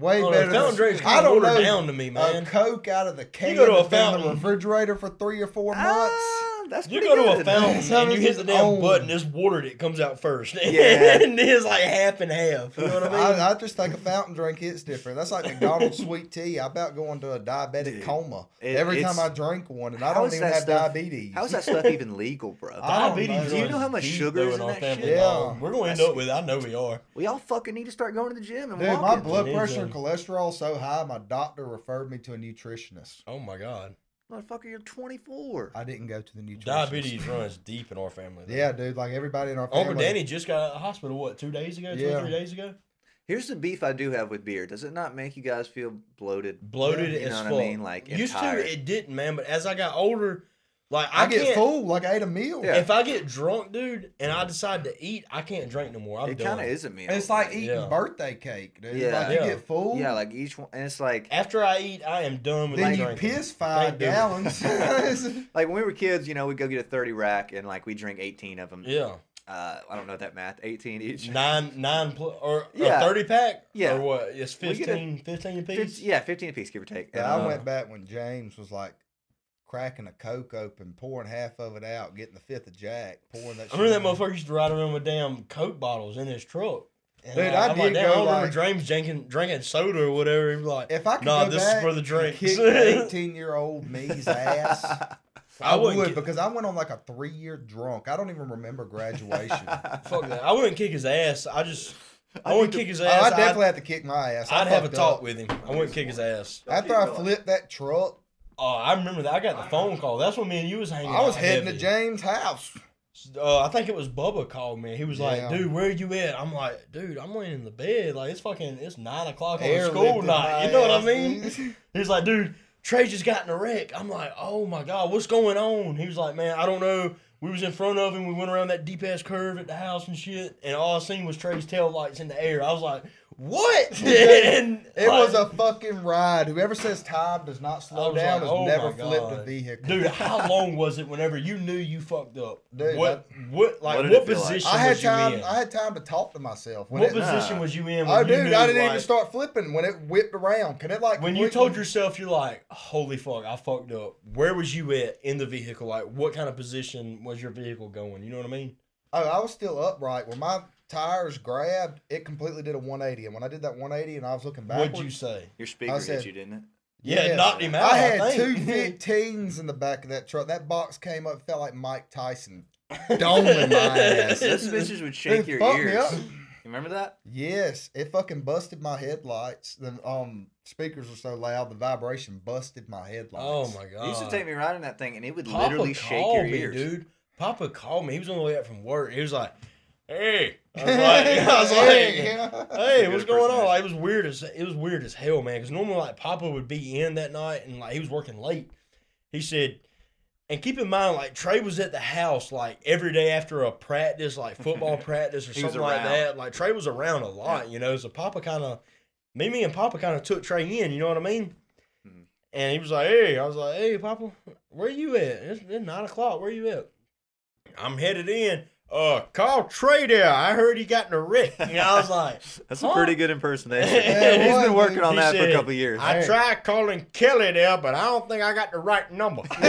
[SPEAKER 1] Way
[SPEAKER 3] Oh, no,
[SPEAKER 1] better. than-
[SPEAKER 3] fountain drinks
[SPEAKER 1] I
[SPEAKER 3] kinda
[SPEAKER 1] don't
[SPEAKER 3] watered
[SPEAKER 1] know.
[SPEAKER 3] down to me,
[SPEAKER 1] A
[SPEAKER 3] man.
[SPEAKER 1] Coke out of the can
[SPEAKER 3] go to a
[SPEAKER 1] that's been in
[SPEAKER 3] fountain.
[SPEAKER 1] the refrigerator for three or four months.
[SPEAKER 2] Ah, that's
[SPEAKER 3] Mm. You
[SPEAKER 2] pretty
[SPEAKER 3] go to a
[SPEAKER 2] good.
[SPEAKER 1] That's
[SPEAKER 3] fountain
[SPEAKER 1] how
[SPEAKER 3] and you
[SPEAKER 1] this
[SPEAKER 3] hit
[SPEAKER 1] is
[SPEAKER 3] the damn
[SPEAKER 1] owned.
[SPEAKER 3] button, it's watered, it comes out first.
[SPEAKER 2] Yeah.
[SPEAKER 3] and it's like half and half. You know what I mean?
[SPEAKER 1] I, I just think a fountain drink hits different. That's like McDonald's sweet tea. I about go into a diabetic
[SPEAKER 2] Dude,
[SPEAKER 1] coma
[SPEAKER 2] it-
[SPEAKER 1] every
[SPEAKER 2] it's-
[SPEAKER 1] time I drink one, and
[SPEAKER 2] How
[SPEAKER 1] I don't
[SPEAKER 2] is
[SPEAKER 1] even
[SPEAKER 2] that
[SPEAKER 1] have
[SPEAKER 2] stuff-
[SPEAKER 1] diabetes.
[SPEAKER 2] How's that stuff even legal, bro?
[SPEAKER 1] I don't know.
[SPEAKER 2] Do you know how much
[SPEAKER 3] deep,
[SPEAKER 2] sugar
[SPEAKER 3] though,
[SPEAKER 2] is in
[SPEAKER 3] our
[SPEAKER 2] that
[SPEAKER 3] family
[SPEAKER 1] shit?
[SPEAKER 3] dog. We're gonna end
[SPEAKER 2] That's-
[SPEAKER 3] up with. I know we are.
[SPEAKER 2] we all fucking need to start going to the gym and
[SPEAKER 1] Dude, my
[SPEAKER 2] walking.
[SPEAKER 1] blood
[SPEAKER 3] It is,
[SPEAKER 1] pressure and
[SPEAKER 3] um,
[SPEAKER 1] cholesterol so high, my doctor referred me to a nutritionist.
[SPEAKER 3] Oh my god,
[SPEAKER 2] Motherfucker, you're 24.
[SPEAKER 1] I didn't go to the nutritionist.
[SPEAKER 3] diabetes runs deep in our family. though.
[SPEAKER 1] Yeah, dude. Like everybody in our family.
[SPEAKER 3] Uncle Danny just got out of the hospital. What two days ago? Two
[SPEAKER 1] Yeah.
[SPEAKER 3] or three days ago.
[SPEAKER 2] Here's the beef I do have with beer. Does it not make you guys feel bloated?
[SPEAKER 3] Bloated
[SPEAKER 2] You know
[SPEAKER 3] as
[SPEAKER 2] what I
[SPEAKER 3] fuck.
[SPEAKER 2] mean? Like, and
[SPEAKER 3] used
[SPEAKER 2] tired.
[SPEAKER 3] to, it didn't, man. But as I got older, like I,
[SPEAKER 1] I, get
[SPEAKER 3] can't-
[SPEAKER 1] full like I ate a meal.
[SPEAKER 2] Yeah.
[SPEAKER 3] If I get drunk, dude, and I decide to eat, I can't drink no more. I'm
[SPEAKER 2] it
[SPEAKER 3] done.
[SPEAKER 2] kind of is a meal.
[SPEAKER 1] It's like eating
[SPEAKER 3] Yeah.
[SPEAKER 1] birthday cake, dude.
[SPEAKER 2] Yeah.
[SPEAKER 1] Like you
[SPEAKER 3] Yeah.
[SPEAKER 1] get full,
[SPEAKER 2] Yeah, like each one, and it's like
[SPEAKER 3] After I eat, I am done with
[SPEAKER 1] then
[SPEAKER 3] my
[SPEAKER 1] you
[SPEAKER 3] drinking.
[SPEAKER 1] piss five
[SPEAKER 3] Thank you.
[SPEAKER 1] gallons.
[SPEAKER 2] like when we were kids, you know, we'd go get a 30 rack and like we drink 18 of them.
[SPEAKER 3] Yeah,
[SPEAKER 2] Uh, I don't know that math. 18 each.
[SPEAKER 3] nine, nine, pl- or
[SPEAKER 2] Yeah.
[SPEAKER 3] a thirty pack.
[SPEAKER 2] Yeah.
[SPEAKER 3] or what? It's
[SPEAKER 2] We get a-
[SPEAKER 3] 15, 15 apiece.
[SPEAKER 2] Fif- yeah, 15 apiece, give or take. And,
[SPEAKER 1] yeah, I
[SPEAKER 2] uh,
[SPEAKER 1] went back when James was like cracking a Coke open, pouring half of it out, getting the fifth of Jack, pouring that.
[SPEAKER 3] I remember
[SPEAKER 1] shit in.
[SPEAKER 3] that motherfucker used to ride around with damn Coke bottles in his truck. And
[SPEAKER 1] Dude, I
[SPEAKER 3] I'm like,
[SPEAKER 1] did
[SPEAKER 3] damn,
[SPEAKER 1] go,
[SPEAKER 3] I remember
[SPEAKER 1] like-
[SPEAKER 3] James drinking, drinking soda or whatever. He was like,
[SPEAKER 1] If I could
[SPEAKER 3] nah,
[SPEAKER 1] go
[SPEAKER 3] this
[SPEAKER 1] back
[SPEAKER 3] is for the
[SPEAKER 1] and
[SPEAKER 3] drinks.
[SPEAKER 1] kick eighteen-year-old me's ass. I, would
[SPEAKER 3] wouldn't get-
[SPEAKER 1] because I went on like a three-year drunk. I don't even remember graduation. Oh, I,
[SPEAKER 3] Fuck that. I wouldn't kick his ass. I just, I,
[SPEAKER 2] I
[SPEAKER 3] wouldn't
[SPEAKER 2] need to-
[SPEAKER 3] kick his
[SPEAKER 1] I
[SPEAKER 3] ass.
[SPEAKER 1] definitely have to kick my ass.
[SPEAKER 3] I'd,
[SPEAKER 1] I
[SPEAKER 3] I'd have a
[SPEAKER 1] fucked
[SPEAKER 3] talk
[SPEAKER 1] up.
[SPEAKER 3] with him. I wouldn't kick his ass.
[SPEAKER 1] After I flipped that truck,
[SPEAKER 3] Oh, I remember that. I got the phone call. That's when me and you was hanging.
[SPEAKER 1] I was
[SPEAKER 3] out
[SPEAKER 1] heading to
[SPEAKER 3] heavy.
[SPEAKER 1] James' house.
[SPEAKER 3] Uh, I think it was Bubba called me. He was
[SPEAKER 1] Yeah.
[SPEAKER 3] like, "Dude, where you at?" I'm like, "Dude, I'm laying in the bed. Like it's fucking it's nine o'clock on a
[SPEAKER 1] Airlifted
[SPEAKER 3] school night.
[SPEAKER 1] my
[SPEAKER 3] You know what I
[SPEAKER 1] ass,
[SPEAKER 3] mean?"
[SPEAKER 1] dude.
[SPEAKER 3] He's like, dude, Trey just got in a wreck. I'm like, oh my god, what's going on? He was like, man, I don't know. We was in front of him. We went around that deep ass curve at the house and shit, and all I seen was Trey's tail lights in the air. I was like, what? and
[SPEAKER 1] It was
[SPEAKER 3] like,
[SPEAKER 1] a fucking ride. Whoever says time does not
[SPEAKER 3] I
[SPEAKER 1] slow
[SPEAKER 3] was
[SPEAKER 1] down
[SPEAKER 3] like,
[SPEAKER 1] has
[SPEAKER 3] oh
[SPEAKER 1] never
[SPEAKER 3] my
[SPEAKER 1] flipped a
[SPEAKER 3] God.
[SPEAKER 1] vehicle.
[SPEAKER 3] dude. How long was it? Whenever you knew you fucked up,
[SPEAKER 1] Dude,
[SPEAKER 3] what what like
[SPEAKER 2] What did
[SPEAKER 3] what
[SPEAKER 2] it feel like?
[SPEAKER 3] position
[SPEAKER 1] I had
[SPEAKER 3] was you
[SPEAKER 1] time.
[SPEAKER 3] in?
[SPEAKER 1] I had time to talk to myself. When
[SPEAKER 3] what
[SPEAKER 1] it,
[SPEAKER 2] was-
[SPEAKER 3] position was you in? when
[SPEAKER 1] oh,
[SPEAKER 3] you
[SPEAKER 1] dude,
[SPEAKER 3] knew,
[SPEAKER 1] I didn't even
[SPEAKER 3] like-
[SPEAKER 1] start flipping when it whipped around. Can it like
[SPEAKER 3] when you
[SPEAKER 1] completely-
[SPEAKER 3] told yourself you're like holy fuck i fucked up where was you at in the vehicle like what kind of position was your vehicle going you know what i mean
[SPEAKER 1] Oh, I was still upright. When my tires grabbed, it completely did a 180. And when I did that 180 and I was looking backwards,
[SPEAKER 3] what'd you say
[SPEAKER 2] Your speaker
[SPEAKER 1] said-
[SPEAKER 2] hit you, didn't it?
[SPEAKER 3] yeah,
[SPEAKER 1] Yeah.
[SPEAKER 3] it knocked him out
[SPEAKER 1] I had two
[SPEAKER 3] think.
[SPEAKER 1] 15s in the back of that truck. That box came up, felt like Mike Tyson. Doming my ass.
[SPEAKER 2] Those bitches would shake
[SPEAKER 1] Dude,
[SPEAKER 2] your
[SPEAKER 1] fuck me
[SPEAKER 2] ears.
[SPEAKER 1] up.
[SPEAKER 2] You remember that?
[SPEAKER 1] Yes, it fucking busted my headlights. The um speakers were so loud, the vibration busted my headlights.
[SPEAKER 3] oh my god
[SPEAKER 2] You used to take me riding that thing, and it would
[SPEAKER 3] papa
[SPEAKER 2] literally shake
[SPEAKER 3] called
[SPEAKER 2] your
[SPEAKER 3] me
[SPEAKER 2] ears.
[SPEAKER 3] dude papa called me he was on the way up from work he was like hey i was like, I was like
[SPEAKER 1] Hey,
[SPEAKER 3] hey,
[SPEAKER 1] yeah.
[SPEAKER 3] what's
[SPEAKER 2] Good
[SPEAKER 3] going on?
[SPEAKER 2] impersonation.
[SPEAKER 3] Like, it was weird as it was weird as hell, man. Because normally, like Papa would be in that night, and like he was working late. He said, and keep in mind, like Trey was at the house like every day after a practice, like football practice or
[SPEAKER 2] He was
[SPEAKER 3] something like
[SPEAKER 2] around.
[SPEAKER 3] that. Like Trey was around a lot, you know. So Papa kind of, me, me and Papa kind of took Trey in. You know what I mean?
[SPEAKER 2] Mhm.
[SPEAKER 3] And he was like, "Hey," I was like, "Hey, Papa, where you at? It's, it's nine o'clock. Where you at?" I'm headed in. Uh, call Trey there. I heard he got in a wreck. And I was like,
[SPEAKER 2] That's
[SPEAKER 3] Huh?
[SPEAKER 2] a pretty good impersonation.
[SPEAKER 3] Yeah,
[SPEAKER 1] it
[SPEAKER 2] He's
[SPEAKER 1] was,
[SPEAKER 2] been working
[SPEAKER 1] dude.
[SPEAKER 2] on
[SPEAKER 3] He
[SPEAKER 2] that for
[SPEAKER 3] said,
[SPEAKER 2] a couple years.
[SPEAKER 3] I
[SPEAKER 1] Hey.
[SPEAKER 3] tried calling Kelly there, but I don't think I got the right number. I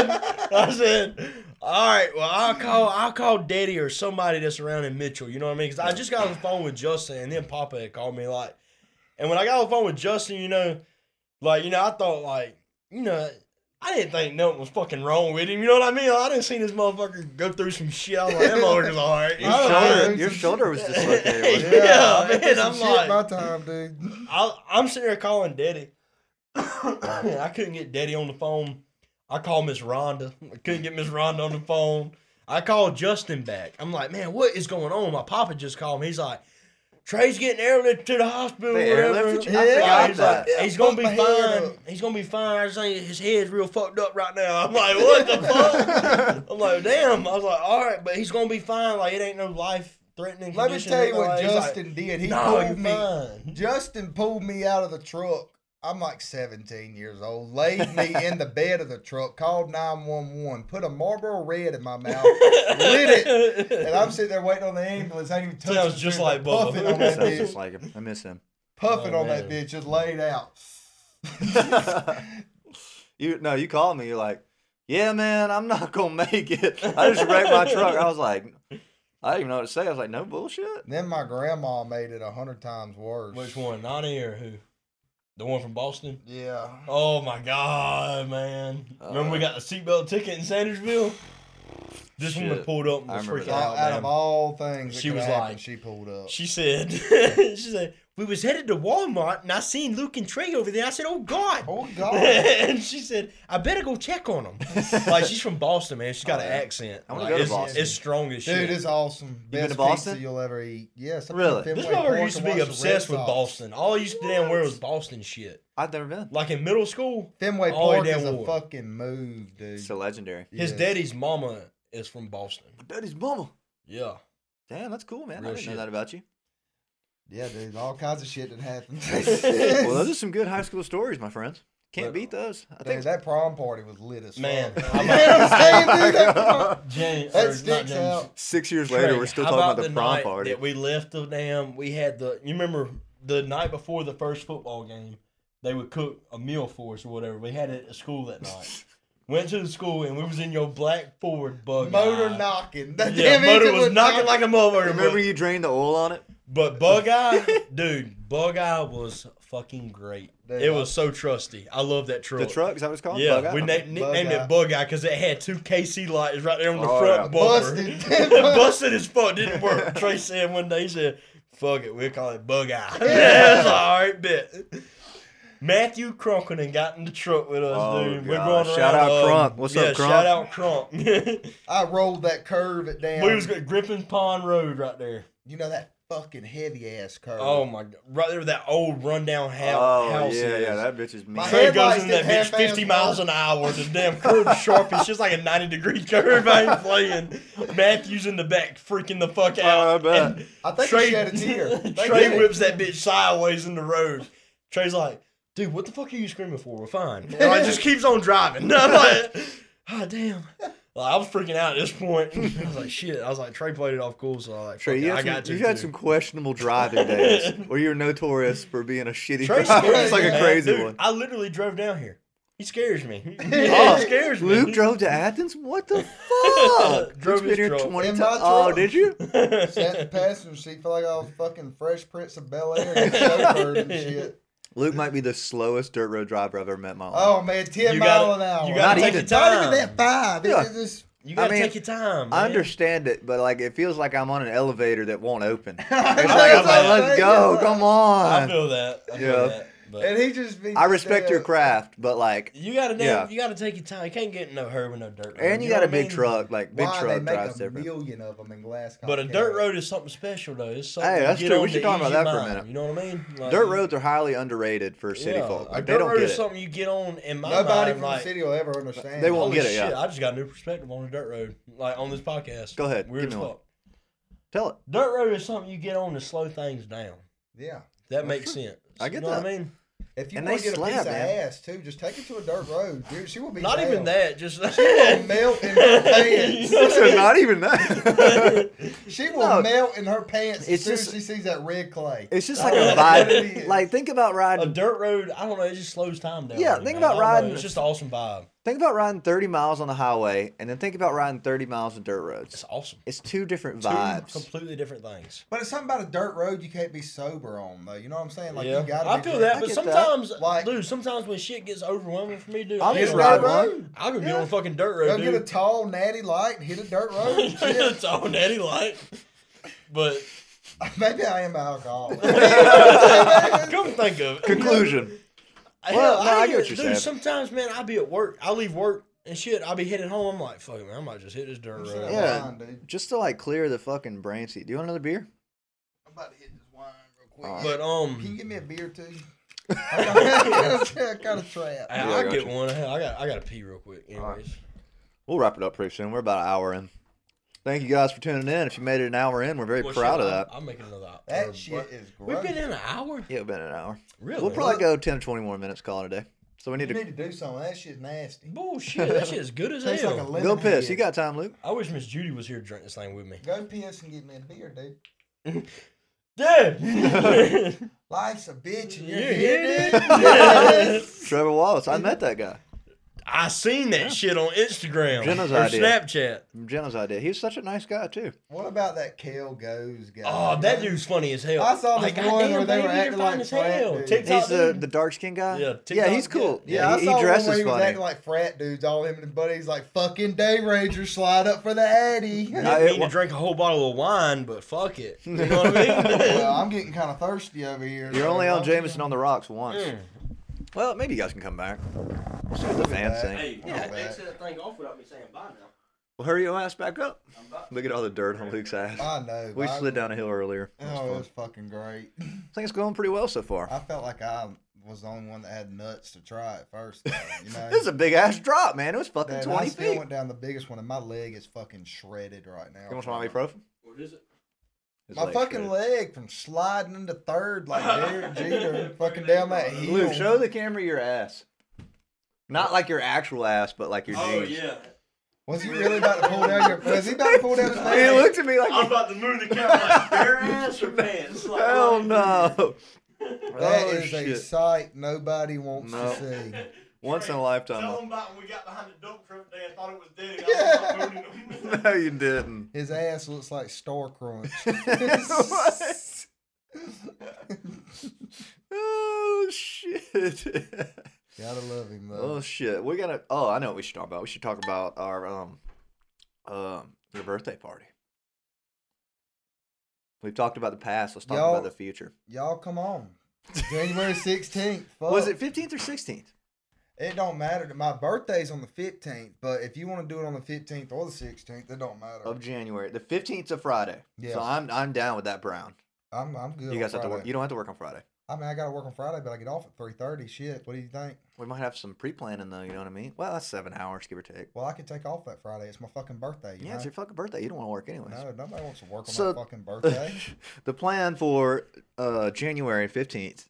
[SPEAKER 3] said, I said, All right, well, I'll call I'll call Daddy or somebody that's around in Mitchell. You know what I mean? Because I just got on the phone with Justin, and then Papa had called me like, and when I got on the phone with Justin, you know, like you know, I thought like you know. I didn't think nothing was fucking wrong with him. You know what I mean? I didn't see this motherfucker go through some shit. I was like, that motherfucker's all right.
[SPEAKER 2] Your
[SPEAKER 1] I don't
[SPEAKER 2] shoulder,
[SPEAKER 1] know.
[SPEAKER 2] your shoulder was dislocated. wasn't it?
[SPEAKER 3] Yeah,
[SPEAKER 1] I did
[SPEAKER 3] man,
[SPEAKER 1] some
[SPEAKER 3] I'm
[SPEAKER 1] shit
[SPEAKER 3] like-
[SPEAKER 1] my time, dude.
[SPEAKER 3] I, I'm sitting there calling Daddy. I couldn't get Daddy on the phone. I called Miss Rhonda. I couldn't get Miss Rhonda on the phone. I called Justin back. I'm like, man, what is going on? My papa just called me. He's like, Trey's getting airlifted to the hospital.
[SPEAKER 2] They
[SPEAKER 3] whatever.
[SPEAKER 2] airlifted you? I
[SPEAKER 3] Yeah,
[SPEAKER 2] forgot
[SPEAKER 3] he's like,
[SPEAKER 2] that.
[SPEAKER 3] he's gonna be
[SPEAKER 1] Yeah, fuck my head
[SPEAKER 3] fine.
[SPEAKER 1] up.
[SPEAKER 3] He's gonna be fine. I just think his head's real fucked up right now. I'm like, what the fuck? I'm like, damn. I was like, all right, but he's gonna be fine. Like, it ain't no life threatening.
[SPEAKER 1] Let me tell you what Justin did. He
[SPEAKER 3] no,
[SPEAKER 1] pulled
[SPEAKER 3] you're
[SPEAKER 1] me.
[SPEAKER 3] fine.
[SPEAKER 1] Justin pulled me out of the truck. I'm like 17 years old. Laid me in the bed of the truck. Called 911. Put a Marlboro Red in my mouth. lit it. And I'm sitting there waiting on the ambulance. I ain't even touching
[SPEAKER 3] Sounds
[SPEAKER 1] the
[SPEAKER 3] just
[SPEAKER 1] trigger,
[SPEAKER 3] like Bubba.
[SPEAKER 1] Puffing on
[SPEAKER 2] That
[SPEAKER 1] that
[SPEAKER 2] sounds just
[SPEAKER 1] bitch.
[SPEAKER 2] like him. I miss him.
[SPEAKER 1] Puffing
[SPEAKER 3] Oh,
[SPEAKER 1] on that
[SPEAKER 3] man.
[SPEAKER 1] bitch. Just laid out.
[SPEAKER 2] you no, you called me. You're like, yeah, man, I'm not gonna make it. I just wrecked my truck. I was like, I didn't even know what to say. I was like, no bullshit.
[SPEAKER 1] Then my grandma made it a hundred times worse.
[SPEAKER 3] Which one, Nani or who? The one from Boston.
[SPEAKER 1] Yeah.
[SPEAKER 3] Oh my god, man! Remember we
[SPEAKER 2] Uh,
[SPEAKER 3] got the seatbelt ticket in Sandersville. This woman
[SPEAKER 2] shit.
[SPEAKER 3] pulled up and
[SPEAKER 2] I
[SPEAKER 3] was
[SPEAKER 2] remember
[SPEAKER 3] freaking
[SPEAKER 2] that.
[SPEAKER 1] Out,
[SPEAKER 3] out.
[SPEAKER 1] out
[SPEAKER 3] man.
[SPEAKER 1] of all things,
[SPEAKER 3] She
[SPEAKER 1] she was
[SPEAKER 3] was
[SPEAKER 1] happened,
[SPEAKER 3] like-
[SPEAKER 1] she pulled up.
[SPEAKER 3] She said, "She said we was headed to Walmart and I seen Luke and Trey over there. I said, oh god."
[SPEAKER 1] oh God.
[SPEAKER 3] and she said, "I better go check on them." like she's from Boston, man. She's got
[SPEAKER 2] Oh,
[SPEAKER 3] an
[SPEAKER 2] yeah.
[SPEAKER 3] accent.
[SPEAKER 2] I wanna
[SPEAKER 3] Like,
[SPEAKER 2] go to
[SPEAKER 3] it's-
[SPEAKER 2] Boston.
[SPEAKER 3] It's strong as shit.
[SPEAKER 1] Dude, it's awesome.
[SPEAKER 2] been to
[SPEAKER 1] Best
[SPEAKER 2] Boston?
[SPEAKER 1] pizza you'll ever eat. Yes.
[SPEAKER 2] Really?
[SPEAKER 3] This motherfucker used to be obsessed with Boston. All he used to damn wear was Boston shit.
[SPEAKER 2] I've never been.
[SPEAKER 3] Like in middle school,
[SPEAKER 1] Fenway
[SPEAKER 3] All the
[SPEAKER 1] Park
[SPEAKER 3] damn
[SPEAKER 1] is a
[SPEAKER 3] war.
[SPEAKER 1] fucking move, dude.
[SPEAKER 2] It's so legendary.
[SPEAKER 3] his
[SPEAKER 1] Yes.
[SPEAKER 3] daddy's mama is from Boston.
[SPEAKER 2] Daddy's mama.
[SPEAKER 3] Yeah.
[SPEAKER 2] Damn, that's cool, man. I
[SPEAKER 3] Real
[SPEAKER 2] didn't
[SPEAKER 3] shit.
[SPEAKER 2] know that about you.
[SPEAKER 1] Yeah, dude. All kinds of shit that happened.
[SPEAKER 2] Well, those are some good high school stories, my friends. Can't
[SPEAKER 3] Well,
[SPEAKER 2] beat those. I
[SPEAKER 1] Dude,
[SPEAKER 2] think.
[SPEAKER 1] that prom party was lit as
[SPEAKER 3] Man,
[SPEAKER 1] fuck.
[SPEAKER 3] I'm
[SPEAKER 1] you know what I'm saying, dude? That prom-
[SPEAKER 3] James,
[SPEAKER 1] That sticks out.
[SPEAKER 2] Six years later, we're still talking about the, prom
[SPEAKER 3] night
[SPEAKER 2] party.
[SPEAKER 3] That we left the damn. We had the. You remember the night before the first football game, they would cook a meal for us or whatever. We had it at school that night. Went to the school and we was in your black Ford bug.
[SPEAKER 1] Motor
[SPEAKER 3] eye.
[SPEAKER 1] knocking. That
[SPEAKER 3] Oh, Yeah,
[SPEAKER 1] damn
[SPEAKER 3] motor
[SPEAKER 1] engine
[SPEAKER 3] was knocking like a motherfucker.
[SPEAKER 2] Remember
[SPEAKER 3] but-
[SPEAKER 2] you drained the oil on it?
[SPEAKER 3] But Bug Eye, dude, Bug Eye was fucking great.
[SPEAKER 1] Dude,
[SPEAKER 3] it
[SPEAKER 1] I-
[SPEAKER 3] was so trusty. I love that truck.
[SPEAKER 2] The truck? Is that what it's called?
[SPEAKER 3] Yeah,
[SPEAKER 2] Bug Eye?
[SPEAKER 3] we na- nicknamed
[SPEAKER 1] Bug Eye.
[SPEAKER 3] it Bug Eye because it had two KC lights right there on the
[SPEAKER 2] Oh,
[SPEAKER 3] front
[SPEAKER 2] yeah.
[SPEAKER 3] bumper.
[SPEAKER 1] Busted.
[SPEAKER 3] Busted as fuck. Didn't work. Trey said one day, he said, fuck it, we'll call it Bug Eye. That's all right, bet. Matthew Cronkinen got in the truck with us,
[SPEAKER 2] Oh,
[SPEAKER 3] dude. We're
[SPEAKER 2] God.
[SPEAKER 3] going
[SPEAKER 2] Shout
[SPEAKER 3] around,
[SPEAKER 2] out
[SPEAKER 3] um,
[SPEAKER 2] Crunk. What's
[SPEAKER 3] yeah,
[SPEAKER 2] up, Crunk?
[SPEAKER 3] Shout out Crunk.
[SPEAKER 1] I rolled that curve at damn.
[SPEAKER 3] we was at Griffin Pond Road right there.
[SPEAKER 1] You know that fucking heavy ass curve.
[SPEAKER 3] Oh my god! Right there, with that old rundown house.
[SPEAKER 2] Oh,
[SPEAKER 3] house
[SPEAKER 2] yeah,
[SPEAKER 3] is.
[SPEAKER 2] yeah. That bitch is mean.
[SPEAKER 1] My
[SPEAKER 3] Trey
[SPEAKER 1] Headlights
[SPEAKER 3] goes in that
[SPEAKER 1] didn't
[SPEAKER 3] bitch
[SPEAKER 1] have fans
[SPEAKER 3] 50 miles an hour. The damn curve sharp. It's just like a 90 degree curve. I ain't playing. Matthew's in the back, freaking the fuck
[SPEAKER 2] Oh, I
[SPEAKER 3] out.
[SPEAKER 2] bet.
[SPEAKER 3] And
[SPEAKER 1] I think
[SPEAKER 3] Trey,
[SPEAKER 1] he shed a tear. They did
[SPEAKER 3] Trey
[SPEAKER 1] it.
[SPEAKER 3] whips that bitch sideways in the road. Trey's like, dude, what the fuck are you screaming for? We're fine. And like, just keeps on driving. I'm like, ah, damn. Like, I was freaking out at this point. I was like, shit. I was like, Trey played it off cool, so I was like,
[SPEAKER 2] Trey,
[SPEAKER 3] fuck
[SPEAKER 2] you
[SPEAKER 3] it,
[SPEAKER 2] had,
[SPEAKER 3] I
[SPEAKER 2] some,
[SPEAKER 3] got to.
[SPEAKER 2] you had
[SPEAKER 3] too.
[SPEAKER 2] some questionable driving days where you were notorious for being a shitty
[SPEAKER 3] Trey
[SPEAKER 2] driver.
[SPEAKER 3] scares
[SPEAKER 2] It's like
[SPEAKER 3] me,
[SPEAKER 2] a
[SPEAKER 3] man.
[SPEAKER 2] crazy
[SPEAKER 3] Dude,
[SPEAKER 2] one.
[SPEAKER 3] I literally drove down here. He scares me. he
[SPEAKER 1] Oh,
[SPEAKER 3] scares me.
[SPEAKER 2] Luke drove to Athens? What the fuck? Luke's
[SPEAKER 3] Drove
[SPEAKER 2] been
[SPEAKER 3] his
[SPEAKER 2] here
[SPEAKER 3] truck.
[SPEAKER 2] 20
[SPEAKER 1] In
[SPEAKER 2] times.
[SPEAKER 1] my
[SPEAKER 2] Oh,
[SPEAKER 1] truck.
[SPEAKER 2] did you?
[SPEAKER 1] Sat in the passenger seat, felt like I was fucking Fresh Prince of Bel Air and chauffeured and shit.
[SPEAKER 2] Luke might be the slowest dirt road driver I've ever met in my life.
[SPEAKER 1] Oh man, ten
[SPEAKER 3] You
[SPEAKER 1] mile
[SPEAKER 3] gotta-
[SPEAKER 1] an hour.
[SPEAKER 3] you
[SPEAKER 2] Not
[SPEAKER 3] gotta take
[SPEAKER 2] even.
[SPEAKER 3] your
[SPEAKER 1] Not
[SPEAKER 3] time.
[SPEAKER 1] even that five.
[SPEAKER 2] Yeah.
[SPEAKER 1] It's just
[SPEAKER 3] You gotta
[SPEAKER 2] I mean,
[SPEAKER 3] take your time. Man.
[SPEAKER 2] I understand it, but like it feels like I'm on an elevator that won't open. It's like,
[SPEAKER 1] That's
[SPEAKER 2] I'm
[SPEAKER 3] what
[SPEAKER 2] like
[SPEAKER 3] I'm
[SPEAKER 2] let's
[SPEAKER 1] saying.
[SPEAKER 2] go, come
[SPEAKER 3] I
[SPEAKER 2] on.
[SPEAKER 3] feel that. I feel
[SPEAKER 2] Yeah.
[SPEAKER 3] that. But
[SPEAKER 1] and he just be
[SPEAKER 2] I respect
[SPEAKER 1] yeah.
[SPEAKER 2] your craft, but like,
[SPEAKER 3] you gotta damn,
[SPEAKER 2] Yeah.
[SPEAKER 3] you gotta take your time. You can't get in no hurry with no dirt road.
[SPEAKER 2] and you
[SPEAKER 3] know
[SPEAKER 2] got a
[SPEAKER 3] what I
[SPEAKER 2] big
[SPEAKER 3] mean?
[SPEAKER 2] truck, like big
[SPEAKER 1] Why
[SPEAKER 2] truck
[SPEAKER 1] they make
[SPEAKER 2] drives
[SPEAKER 1] a
[SPEAKER 2] different.
[SPEAKER 1] million of them in glass.
[SPEAKER 3] But a dirt road is something special though. It's something
[SPEAKER 2] Hey,
[SPEAKER 3] you
[SPEAKER 2] that's
[SPEAKER 3] get
[SPEAKER 2] true.
[SPEAKER 3] on
[SPEAKER 2] We
[SPEAKER 3] to
[SPEAKER 2] should talk about
[SPEAKER 3] ease
[SPEAKER 2] that
[SPEAKER 3] your
[SPEAKER 2] for a
[SPEAKER 3] mind,
[SPEAKER 2] minute.
[SPEAKER 3] You know what I mean? Like,
[SPEAKER 2] Dirt roads are highly underrated for city
[SPEAKER 3] yeah,
[SPEAKER 2] folk.
[SPEAKER 3] A
[SPEAKER 2] Like, they
[SPEAKER 3] dirt
[SPEAKER 2] don't
[SPEAKER 3] road
[SPEAKER 2] get
[SPEAKER 3] is
[SPEAKER 2] it.
[SPEAKER 3] something you get on in my
[SPEAKER 1] Nobody
[SPEAKER 3] mind,
[SPEAKER 1] from
[SPEAKER 3] like,
[SPEAKER 1] the city will ever understand.
[SPEAKER 2] They
[SPEAKER 1] it.
[SPEAKER 2] won't
[SPEAKER 3] holy
[SPEAKER 2] get it, yeah.
[SPEAKER 3] shit, I just got a new perspective on the dirt road, like on this podcast.
[SPEAKER 2] Go ahead,
[SPEAKER 3] Weird
[SPEAKER 2] give
[SPEAKER 3] as
[SPEAKER 2] me one.
[SPEAKER 3] fuck.
[SPEAKER 2] Tell it.
[SPEAKER 3] Dirt road is something you get on to slow things down.
[SPEAKER 1] Yeah.
[SPEAKER 3] That makes sense.
[SPEAKER 2] I get
[SPEAKER 3] you know
[SPEAKER 2] that.
[SPEAKER 3] What I mean,
[SPEAKER 1] If you
[SPEAKER 2] And
[SPEAKER 1] want to
[SPEAKER 2] they
[SPEAKER 1] get a
[SPEAKER 2] slap,
[SPEAKER 1] piece
[SPEAKER 2] man.
[SPEAKER 1] of ass too, just take it to a dirt road. Dude, she will be
[SPEAKER 3] not even
[SPEAKER 1] down.
[SPEAKER 3] that. Just
[SPEAKER 1] She will melt in her pants.
[SPEAKER 2] I said, not even that.
[SPEAKER 1] She will
[SPEAKER 2] No.
[SPEAKER 1] melt in her pants as
[SPEAKER 2] It's
[SPEAKER 1] soon
[SPEAKER 2] just-
[SPEAKER 1] as she sees that red clay.
[SPEAKER 2] it's just like a
[SPEAKER 3] That's
[SPEAKER 1] what it
[SPEAKER 2] vibe.
[SPEAKER 1] is.
[SPEAKER 2] Like think about
[SPEAKER 3] a
[SPEAKER 2] riding.
[SPEAKER 3] dirt road. I don't know. It just slows time down.
[SPEAKER 2] Yeah,
[SPEAKER 3] for me,
[SPEAKER 2] think
[SPEAKER 3] man.
[SPEAKER 2] about
[SPEAKER 3] I don't know,
[SPEAKER 2] riding-
[SPEAKER 3] It's just an awesome vibe.
[SPEAKER 2] Think about riding 30 miles on the highway and then think about riding 30 miles on dirt
[SPEAKER 3] It's
[SPEAKER 2] roads.
[SPEAKER 3] awesome.
[SPEAKER 2] It's two different
[SPEAKER 3] Two
[SPEAKER 2] vibes.
[SPEAKER 3] completely different things.
[SPEAKER 1] But it's something about a dirt road you can't be sober on though. You know what I'm saying? Like
[SPEAKER 3] yeah,
[SPEAKER 1] you gotta.
[SPEAKER 3] I
[SPEAKER 1] be
[SPEAKER 3] feel
[SPEAKER 1] drunk.
[SPEAKER 2] I
[SPEAKER 3] that, but
[SPEAKER 2] get that.
[SPEAKER 3] sometimes,
[SPEAKER 1] Like-
[SPEAKER 3] dude, sometimes when shit gets overwhelming for me, dude,
[SPEAKER 2] I'll
[SPEAKER 3] I'll
[SPEAKER 1] Hit
[SPEAKER 2] just
[SPEAKER 1] a
[SPEAKER 3] just
[SPEAKER 2] ride
[SPEAKER 1] dirt
[SPEAKER 3] ride.
[SPEAKER 2] one.
[SPEAKER 1] road.
[SPEAKER 3] I'll go get
[SPEAKER 1] Yeah.
[SPEAKER 3] on a fucking dirt
[SPEAKER 1] Go
[SPEAKER 3] road,
[SPEAKER 1] get a
[SPEAKER 3] dude.
[SPEAKER 1] tall natty light and hit a dirt road. Shit.
[SPEAKER 3] it's all natty light, but
[SPEAKER 1] Maybe I am an alcoholic.
[SPEAKER 3] come think of it.
[SPEAKER 2] Conclusion.
[SPEAKER 3] Hell,
[SPEAKER 2] Well, no, I
[SPEAKER 3] ain't-
[SPEAKER 2] get what you're
[SPEAKER 3] dude,
[SPEAKER 2] saying.
[SPEAKER 3] Sometimes, man, I'll be at work. I leave work and shit. I'll be headed home. I'm like, fuck it, man. I might just hit this dirt road.
[SPEAKER 2] Yeah.
[SPEAKER 1] Wine, dude.
[SPEAKER 2] Just to like clear the fucking brain seat. Do you want another beer?
[SPEAKER 1] I'm about to hit this wine real
[SPEAKER 2] Alright.
[SPEAKER 1] quick.
[SPEAKER 3] But
[SPEAKER 1] Can you
[SPEAKER 3] um,
[SPEAKER 1] give me a beer too? I got a trap.
[SPEAKER 3] I,
[SPEAKER 2] Yeah, I
[SPEAKER 3] I'll
[SPEAKER 2] got
[SPEAKER 3] get
[SPEAKER 2] you.
[SPEAKER 3] one. Hell, I got I got to pee real quick.
[SPEAKER 2] right.
[SPEAKER 3] Anyways,
[SPEAKER 2] We'll wrap it up pretty soon. We're about an hour in. Thank you guys for tuning in. If you made it an hour in, we're very
[SPEAKER 3] Well,
[SPEAKER 2] proud
[SPEAKER 3] shit,
[SPEAKER 2] of
[SPEAKER 3] I'm-
[SPEAKER 2] that.
[SPEAKER 3] I'm making another. hour,
[SPEAKER 1] That
[SPEAKER 3] but-
[SPEAKER 1] shit is gross.
[SPEAKER 3] We've been in an hour.
[SPEAKER 2] Yeah, it's been an hour.
[SPEAKER 3] Really?
[SPEAKER 2] We'll probably go 10 to 20 more minutes, call it a day. So we
[SPEAKER 1] You
[SPEAKER 2] need to
[SPEAKER 1] need to do something. That shit's nasty.
[SPEAKER 3] Bullshit. That shit is good as
[SPEAKER 1] Tastes like a
[SPEAKER 3] hell.
[SPEAKER 2] go
[SPEAKER 1] lemon
[SPEAKER 2] piss. You
[SPEAKER 1] head.
[SPEAKER 2] got time, Luke?
[SPEAKER 3] I wish Miss Judy was here to drink this thing with me.
[SPEAKER 1] Go piss and get me a beer, dude.
[SPEAKER 3] Yeah.
[SPEAKER 1] Life's a bitch and you're
[SPEAKER 3] Yeah,
[SPEAKER 1] here,
[SPEAKER 3] it
[SPEAKER 1] dude.
[SPEAKER 2] Trevor Wallace. I met that guy.
[SPEAKER 3] I seen that shit on Instagram
[SPEAKER 2] Jenna's
[SPEAKER 3] or
[SPEAKER 2] idea.
[SPEAKER 3] Snapchat.
[SPEAKER 2] From Jenna's idea. He was such a nice guy, too.
[SPEAKER 1] What about that Kel Goes guy?
[SPEAKER 3] Oh, that dude's funny as hell.
[SPEAKER 1] I saw this one
[SPEAKER 3] Like, goddamn,
[SPEAKER 1] where they were
[SPEAKER 3] baby, you're
[SPEAKER 1] acting
[SPEAKER 3] fine
[SPEAKER 1] like
[SPEAKER 3] as
[SPEAKER 1] frat
[SPEAKER 3] hell.
[SPEAKER 1] dudes.
[SPEAKER 3] TikTok
[SPEAKER 2] He's the,
[SPEAKER 3] dude.
[SPEAKER 2] the dark skinned guy.
[SPEAKER 3] Yeah,
[SPEAKER 2] yeah,
[SPEAKER 3] TikTok
[SPEAKER 2] he's cool.
[SPEAKER 3] dude.
[SPEAKER 1] Yeah,
[SPEAKER 2] Yeah,
[SPEAKER 1] I saw
[SPEAKER 2] he, he
[SPEAKER 1] one where
[SPEAKER 2] dresses
[SPEAKER 1] he was
[SPEAKER 2] funny.
[SPEAKER 1] acting like frat dudes. All him and his buddies like fucking day ranger slide up for the addy.
[SPEAKER 2] I-
[SPEAKER 3] Didn't
[SPEAKER 2] it
[SPEAKER 3] mean
[SPEAKER 2] wa-
[SPEAKER 3] to drink a whole bottle of wine, but fuck it. You know what I
[SPEAKER 1] well,
[SPEAKER 3] mean?
[SPEAKER 1] I'm getting kind of thirsty over here.
[SPEAKER 2] You're
[SPEAKER 1] so
[SPEAKER 2] only on
[SPEAKER 1] I'm-
[SPEAKER 2] Jameson on the rocks once.
[SPEAKER 3] Mm.
[SPEAKER 2] Well, maybe you guys can come back. See what the fans
[SPEAKER 1] back.
[SPEAKER 2] think.
[SPEAKER 3] Hey,
[SPEAKER 1] Yeah,
[SPEAKER 3] yeah,
[SPEAKER 1] that-
[SPEAKER 3] exit that thing off without me saying bye now.
[SPEAKER 2] Well, hurry your ass back up.
[SPEAKER 3] I'm bye.
[SPEAKER 2] Look at all the dirt on Luke's ass.
[SPEAKER 1] I know.
[SPEAKER 2] We
[SPEAKER 1] but I-
[SPEAKER 2] slid down a hill earlier. That was
[SPEAKER 1] Oh, it
[SPEAKER 2] fun.
[SPEAKER 1] was fucking great.
[SPEAKER 2] I think it's going pretty well so far.
[SPEAKER 1] I felt like I was the only one that had nuts to try at first. though, You know,
[SPEAKER 2] This is a big ass drop, man. It was fucking
[SPEAKER 1] Man,
[SPEAKER 2] 20
[SPEAKER 1] I still
[SPEAKER 2] feet.
[SPEAKER 1] went down the biggest one, and my leg is fucking shredded right now.
[SPEAKER 2] You want some ibuprofen?
[SPEAKER 3] What is it?
[SPEAKER 2] His
[SPEAKER 1] My
[SPEAKER 2] leg's
[SPEAKER 1] fucking
[SPEAKER 2] shredded.
[SPEAKER 1] leg from sliding into third like Derek Jeter, fucking down that heel.
[SPEAKER 2] Luke, show the camera your ass. Not like your actual ass, but like your
[SPEAKER 3] Oh,
[SPEAKER 2] knees.
[SPEAKER 3] yeah.
[SPEAKER 1] Was he really about to pull down your? Was he about to pull down his
[SPEAKER 2] He
[SPEAKER 1] leg?
[SPEAKER 2] looked at me like,
[SPEAKER 3] I'm about to move the camera like bare ass or pants. Like,
[SPEAKER 2] hell
[SPEAKER 3] what?
[SPEAKER 2] no.
[SPEAKER 1] That
[SPEAKER 2] oh,
[SPEAKER 1] is a
[SPEAKER 2] shit.
[SPEAKER 1] sight nobody wants to
[SPEAKER 2] No.
[SPEAKER 1] see.
[SPEAKER 2] Once in a lifetime.
[SPEAKER 3] Tell 'em about when we got behind the dump truck today. I thought it was dead.
[SPEAKER 1] Yeah.
[SPEAKER 3] I was like, booting 'em.
[SPEAKER 2] No, you didn't.
[SPEAKER 1] His ass looks like Star Crunch.
[SPEAKER 2] What? oh shit.
[SPEAKER 1] Gotta love him though.
[SPEAKER 2] oh shit. We gotta. Oh, I know what we should talk about. We should talk about our um, um, your birthday party. We've talked about the past. Let's talk
[SPEAKER 1] Y'all-
[SPEAKER 2] about the future.
[SPEAKER 1] Y'all come on. January sixteenth.
[SPEAKER 2] Was it fifteenth or sixteenth?
[SPEAKER 1] It don't matter. My birthday's on the fifteenth, but if you want to do it on the fifteenth or the sixteenth, it don't matter.
[SPEAKER 2] of January. The fifteenth of Friday.
[SPEAKER 1] Yeah.
[SPEAKER 2] So I'm I'm down with that brown.
[SPEAKER 1] I'm I'm good.
[SPEAKER 2] you
[SPEAKER 1] on
[SPEAKER 2] guys have to
[SPEAKER 1] Friday.
[SPEAKER 2] work. You don't have to work on Friday.
[SPEAKER 1] I mean, I gotta work on Friday, but I get off at three thirty. Shit, what do you think?
[SPEAKER 2] We might have some pre-planning though. You know what I mean? Well, that's seven hours, give or take.
[SPEAKER 1] Well, I could take off that Friday. It's my fucking birthday. You
[SPEAKER 2] Yeah,
[SPEAKER 1] know?
[SPEAKER 2] it's your fucking birthday. You don't want to work anyways.
[SPEAKER 1] no, nobody wants to work on
[SPEAKER 2] So-
[SPEAKER 1] my fucking birthday.
[SPEAKER 2] the plan for uh, January 15th.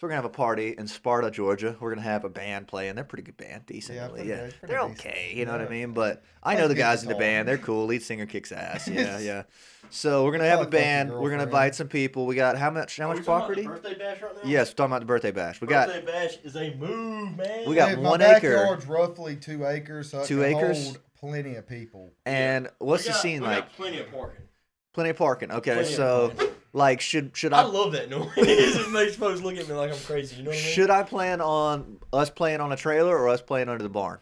[SPEAKER 2] So we're gonna have a party in Sparta, Georgia. We're gonna have a band playing. They're a pretty good band, decent.
[SPEAKER 1] Yeah,
[SPEAKER 2] Yeah,
[SPEAKER 1] pretty
[SPEAKER 2] yeah.
[SPEAKER 1] good, pretty
[SPEAKER 2] they're
[SPEAKER 1] decent.
[SPEAKER 2] okay. You know what I
[SPEAKER 1] Yeah.
[SPEAKER 2] mean? But I
[SPEAKER 1] Play
[SPEAKER 2] know the
[SPEAKER 1] good
[SPEAKER 2] guys in the
[SPEAKER 1] guitar.
[SPEAKER 2] band. They're cool. Lead singer kicks ass. Yeah, yeah. So we're gonna have a
[SPEAKER 1] Probably fuck your
[SPEAKER 2] band. We're gonna
[SPEAKER 1] girlfriend.
[SPEAKER 2] invite some people. We got how much? How
[SPEAKER 3] Are we
[SPEAKER 2] much
[SPEAKER 3] talking about the
[SPEAKER 2] property?
[SPEAKER 3] Birthday bash right now?
[SPEAKER 2] Yes, we're talking about the birthday bash. We got
[SPEAKER 3] Birthday bash is a move, man.
[SPEAKER 2] We got
[SPEAKER 1] Dude, my
[SPEAKER 2] one acre.
[SPEAKER 1] backyard's roughly two acres. So it
[SPEAKER 2] Two
[SPEAKER 1] can
[SPEAKER 2] acres?
[SPEAKER 1] Hold plenty of people.
[SPEAKER 2] and what's the scene like?
[SPEAKER 3] plenty of parking.
[SPEAKER 2] Plenty of parking. Okay,
[SPEAKER 3] Plenty of
[SPEAKER 2] so like should should I,
[SPEAKER 3] I love that noise. it makes folks look at me like I'm crazy. You know what I mean?
[SPEAKER 2] should I plan on us playing on a trailer or us playing under the barn?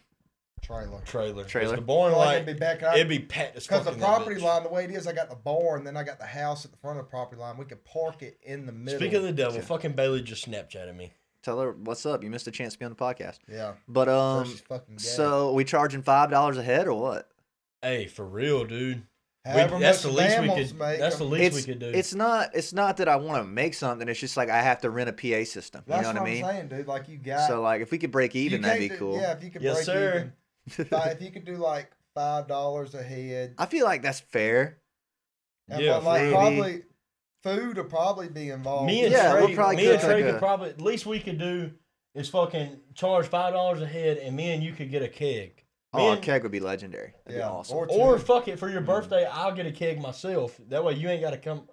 [SPEAKER 1] Trailer.
[SPEAKER 3] trailer.
[SPEAKER 2] Trailer.
[SPEAKER 3] It's the barn
[SPEAKER 1] Like,
[SPEAKER 3] like
[SPEAKER 1] it'd be back out.
[SPEAKER 3] it'd be packed as fuck.
[SPEAKER 1] Because the
[SPEAKER 3] in that
[SPEAKER 1] property
[SPEAKER 3] bitch.
[SPEAKER 1] line, the way it is, I got the barn, then I got the house at the front of the property line. We could park it in the middle.
[SPEAKER 3] Speaking of the devil,
[SPEAKER 2] Yeah.
[SPEAKER 3] fucking Bailey just Snapchatted me.
[SPEAKER 2] Tell her what's up. You missed a chance to be on the podcast.
[SPEAKER 1] yeah,
[SPEAKER 2] But um,
[SPEAKER 1] versus fucking gay.
[SPEAKER 2] so we charging five dollars a head or what?
[SPEAKER 3] Hey, for real, dude. We,
[SPEAKER 1] However
[SPEAKER 3] that's
[SPEAKER 1] much
[SPEAKER 3] the least we
[SPEAKER 1] man
[SPEAKER 3] could.
[SPEAKER 1] wants to make, um,
[SPEAKER 3] That's the
[SPEAKER 1] I'm-
[SPEAKER 3] least
[SPEAKER 2] It's
[SPEAKER 3] we could do.
[SPEAKER 2] it's not it's not that I want to make something. It's just like I have to rent a PA system.
[SPEAKER 1] That's
[SPEAKER 2] you know
[SPEAKER 1] what,
[SPEAKER 2] what I mean?
[SPEAKER 1] I'm saying, dude. Like you got
[SPEAKER 2] So like if we could break
[SPEAKER 1] you
[SPEAKER 2] even,
[SPEAKER 1] can't
[SPEAKER 2] that'd be
[SPEAKER 1] do-
[SPEAKER 2] cool.
[SPEAKER 1] Yeah, if you could
[SPEAKER 3] Yes,
[SPEAKER 1] break
[SPEAKER 3] sir.
[SPEAKER 1] even. Fi- if you could do like five dollars a head,
[SPEAKER 2] I feel like that's fair.
[SPEAKER 1] and
[SPEAKER 3] Yeah,
[SPEAKER 1] but, like
[SPEAKER 2] maybe.
[SPEAKER 1] probably food would probably be involved.
[SPEAKER 3] me and
[SPEAKER 2] Yeah,
[SPEAKER 3] Trey,
[SPEAKER 2] we'll probably
[SPEAKER 3] me and
[SPEAKER 2] cook
[SPEAKER 3] Trey
[SPEAKER 2] like
[SPEAKER 3] could
[SPEAKER 2] a-
[SPEAKER 3] probably at least we could do is fucking charge five dollars a head, and me and you could get a keg.
[SPEAKER 2] Oh,
[SPEAKER 3] Me
[SPEAKER 2] Mm. a
[SPEAKER 3] and-
[SPEAKER 2] keg would be legendary. That'd
[SPEAKER 1] yeah,
[SPEAKER 2] be awesome.
[SPEAKER 1] or, two.
[SPEAKER 3] Or fuck it, for your birthday, I'll get a keg myself. That way, you ain't got to come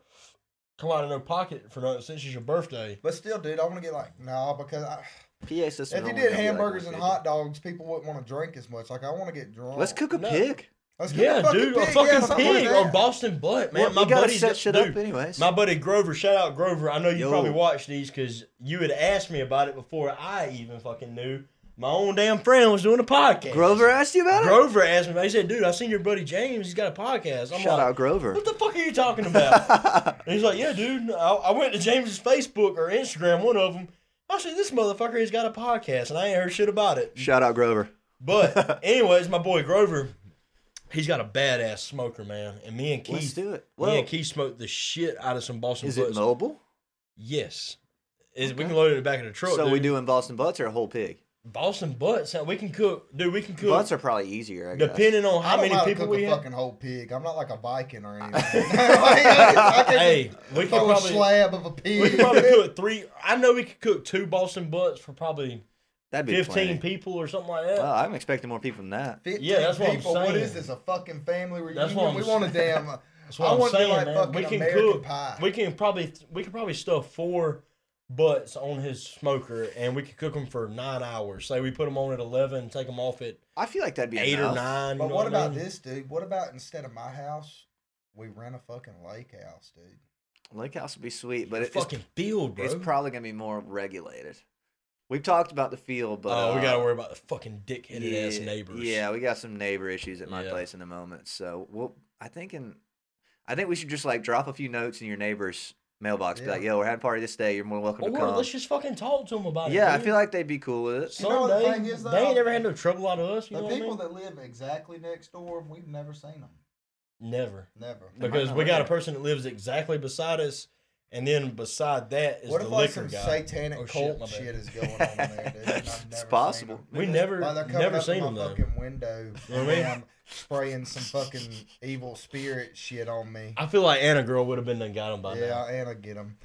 [SPEAKER 3] come out of no pocket for nothing since it's your birthday.
[SPEAKER 1] but still, dude, I want to get like no because I,
[SPEAKER 2] PA system.
[SPEAKER 1] If you
[SPEAKER 2] only
[SPEAKER 1] did
[SPEAKER 2] gonna be like
[SPEAKER 1] hamburgers
[SPEAKER 2] one
[SPEAKER 1] and
[SPEAKER 2] fifty.
[SPEAKER 1] hot uh, dogs, people wouldn't want to drink as much. Like I want to get drunk.
[SPEAKER 2] Let's cook a
[SPEAKER 3] No.
[SPEAKER 2] pig.
[SPEAKER 1] Let's get
[SPEAKER 3] Yeah,
[SPEAKER 1] fucking
[SPEAKER 3] dude,
[SPEAKER 1] pig.
[SPEAKER 3] a
[SPEAKER 1] Yeah,
[SPEAKER 3] fucking
[SPEAKER 1] something like
[SPEAKER 3] pig
[SPEAKER 1] that.
[SPEAKER 3] or Boston butt, man.
[SPEAKER 2] Well,
[SPEAKER 3] my
[SPEAKER 2] you gotta
[SPEAKER 3] buddy,
[SPEAKER 2] set shit up,
[SPEAKER 3] dude,
[SPEAKER 2] anyways.
[SPEAKER 3] my buddy Grover. Shout out Grover. I know you
[SPEAKER 2] Yo.
[SPEAKER 3] probably watched these because you had asked me about it before I even fucking knew. My own damn friend was doing a podcast.
[SPEAKER 2] Grover asked you about it.
[SPEAKER 3] Grover asked me. about it. He said, "Dude, I seen your buddy James. He's got a podcast." I'm
[SPEAKER 2] Shout
[SPEAKER 3] like,
[SPEAKER 2] out Grover.
[SPEAKER 3] "What the fuck are you talking about?" And he's like, "Yeah, dude. I, I went to James's Facebook or Instagram, one of them. I said this motherfucker has got a podcast, and I ain't heard shit about it."
[SPEAKER 2] Shout out Grover.
[SPEAKER 3] But anyways, my boy Grover, he's got a badass smoker, man. And me and Keith,
[SPEAKER 2] Let's do it.
[SPEAKER 3] me
[SPEAKER 2] Well,
[SPEAKER 3] and Keith smoked the shit out of some Boston
[SPEAKER 2] is it
[SPEAKER 3] butts.
[SPEAKER 2] mobile?
[SPEAKER 3] yes, is we can load it in the back of the truck.
[SPEAKER 2] So we
[SPEAKER 3] dude.
[SPEAKER 2] doing Boston butts or a whole pig?
[SPEAKER 3] Boston butts. huh? We can cook, dude. We can cook.
[SPEAKER 2] Butts are probably easier. I guess.
[SPEAKER 3] Depending on
[SPEAKER 1] I
[SPEAKER 3] how
[SPEAKER 1] don't
[SPEAKER 3] many
[SPEAKER 1] know how to
[SPEAKER 3] people
[SPEAKER 1] cook
[SPEAKER 3] we
[SPEAKER 1] a
[SPEAKER 3] have,
[SPEAKER 1] fucking whole pig. I'm not like a Viking or anything. Like, I can
[SPEAKER 3] hey,
[SPEAKER 1] throw
[SPEAKER 3] we can
[SPEAKER 1] a
[SPEAKER 3] probably
[SPEAKER 1] slab of a pig.
[SPEAKER 3] we could probably cook three. I know we could cook two Boston butts for probably
[SPEAKER 2] That'd be
[SPEAKER 3] fifteen
[SPEAKER 2] fifteen.
[SPEAKER 3] people or something like that.
[SPEAKER 2] Well, I'm expecting more people than that.
[SPEAKER 1] 15
[SPEAKER 3] Yeah, that's what I'm
[SPEAKER 1] people. What is
[SPEAKER 3] saying.
[SPEAKER 1] this? A fucking family reunion?
[SPEAKER 3] That's what I'm
[SPEAKER 1] we want a damn.
[SPEAKER 3] That's what
[SPEAKER 1] I
[SPEAKER 3] I am
[SPEAKER 1] wanna do
[SPEAKER 3] saying,
[SPEAKER 1] like
[SPEAKER 3] man.
[SPEAKER 1] fucking
[SPEAKER 3] We can
[SPEAKER 1] American
[SPEAKER 2] cook.
[SPEAKER 1] pie.
[SPEAKER 3] We can probably we could probably stuff four butts on his smoker, and we could cook them for nine hours. Say we put them on at eleven, take them off at
[SPEAKER 2] I feel like that'd be
[SPEAKER 3] eight or
[SPEAKER 2] enough.
[SPEAKER 3] nine.
[SPEAKER 1] but
[SPEAKER 3] you know
[SPEAKER 1] what
[SPEAKER 3] I
[SPEAKER 1] about
[SPEAKER 3] mean?
[SPEAKER 1] this, dude? What about instead of my house, we rent a fucking lake house, dude?
[SPEAKER 2] Lake house would be sweet, but it, it's,
[SPEAKER 3] fucking field, bro?
[SPEAKER 2] it's probably gonna be more regulated. We've talked about the field, but
[SPEAKER 3] oh, we
[SPEAKER 2] uh,
[SPEAKER 3] gotta worry about the fucking dickheaded
[SPEAKER 2] yeah,
[SPEAKER 3] ass neighbors.
[SPEAKER 2] Yeah, we got some neighbor issues at my
[SPEAKER 3] Yeah.
[SPEAKER 2] place in a moment. So we'll I think in I think we should just like drop a few notes in your neighbor's mailbox. Be
[SPEAKER 1] Yeah.
[SPEAKER 2] like, yo, we're having a party this day. You're more than welcome to
[SPEAKER 3] Or
[SPEAKER 2] come.
[SPEAKER 3] let's just fucking talk to them about it.
[SPEAKER 2] yeah, I
[SPEAKER 3] dude.
[SPEAKER 2] feel like they'd be cool with it.
[SPEAKER 1] You know what the
[SPEAKER 3] someday
[SPEAKER 1] thing is, though?
[SPEAKER 3] they ain't never had no trouble out of us. You
[SPEAKER 1] The
[SPEAKER 3] know
[SPEAKER 1] people
[SPEAKER 3] what
[SPEAKER 1] that live exactly next door, we've never seen them.
[SPEAKER 3] I mean? Never,
[SPEAKER 1] Never.
[SPEAKER 2] might
[SPEAKER 3] because
[SPEAKER 2] not
[SPEAKER 3] we
[SPEAKER 2] live
[SPEAKER 3] got a
[SPEAKER 2] there.
[SPEAKER 3] person that lives exactly beside us, and then beside that is
[SPEAKER 1] What
[SPEAKER 3] the
[SPEAKER 1] if like some
[SPEAKER 3] liquor guy.
[SPEAKER 1] satanic
[SPEAKER 3] Oh, shit,
[SPEAKER 1] cult
[SPEAKER 3] my bad.
[SPEAKER 1] shit, is going on in there, dude? and I've never
[SPEAKER 2] It's
[SPEAKER 1] seen
[SPEAKER 2] possible.
[SPEAKER 1] 'em?
[SPEAKER 3] we never,
[SPEAKER 1] Why they're coming
[SPEAKER 3] never
[SPEAKER 1] up
[SPEAKER 3] seen
[SPEAKER 1] to
[SPEAKER 3] them
[SPEAKER 1] my
[SPEAKER 3] though.
[SPEAKER 1] fucking window,
[SPEAKER 3] know what I
[SPEAKER 1] and
[SPEAKER 3] mean?
[SPEAKER 1] I'm spraying some fucking evil spirit shit on me.
[SPEAKER 3] I feel like Anna girl would have been done got him by
[SPEAKER 1] Yeah, and I get him.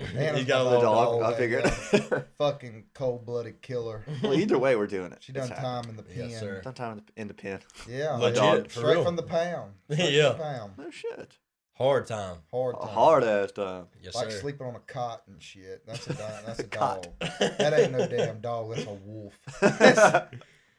[SPEAKER 3] now.
[SPEAKER 1] Anna's
[SPEAKER 3] He's got a
[SPEAKER 1] my
[SPEAKER 2] The
[SPEAKER 3] little
[SPEAKER 1] Oh,
[SPEAKER 2] dog,
[SPEAKER 1] dog,
[SPEAKER 2] I
[SPEAKER 1] yeah,
[SPEAKER 2] figured.
[SPEAKER 1] Fucking cold-blooded killer.
[SPEAKER 2] well, either way, we're doing it.
[SPEAKER 1] She done
[SPEAKER 2] It's happening.
[SPEAKER 1] time in the pen.
[SPEAKER 3] Yes, sir.
[SPEAKER 2] Done time in the, in the pen.
[SPEAKER 1] Yeah,
[SPEAKER 3] Legit,
[SPEAKER 1] dude.
[SPEAKER 3] for
[SPEAKER 1] straight
[SPEAKER 3] real.
[SPEAKER 1] from the pound. Straight
[SPEAKER 3] Yeah.
[SPEAKER 1] from the pound.
[SPEAKER 2] No shit.
[SPEAKER 3] hard time.
[SPEAKER 1] Hard
[SPEAKER 2] A
[SPEAKER 1] time.
[SPEAKER 2] hard ass time.
[SPEAKER 3] Yes,
[SPEAKER 1] Like
[SPEAKER 3] sir.
[SPEAKER 1] sleeping on a cot and shit. That's a di- that's a
[SPEAKER 2] Cot.
[SPEAKER 1] dog. That ain't no damn dog. That's a wolf.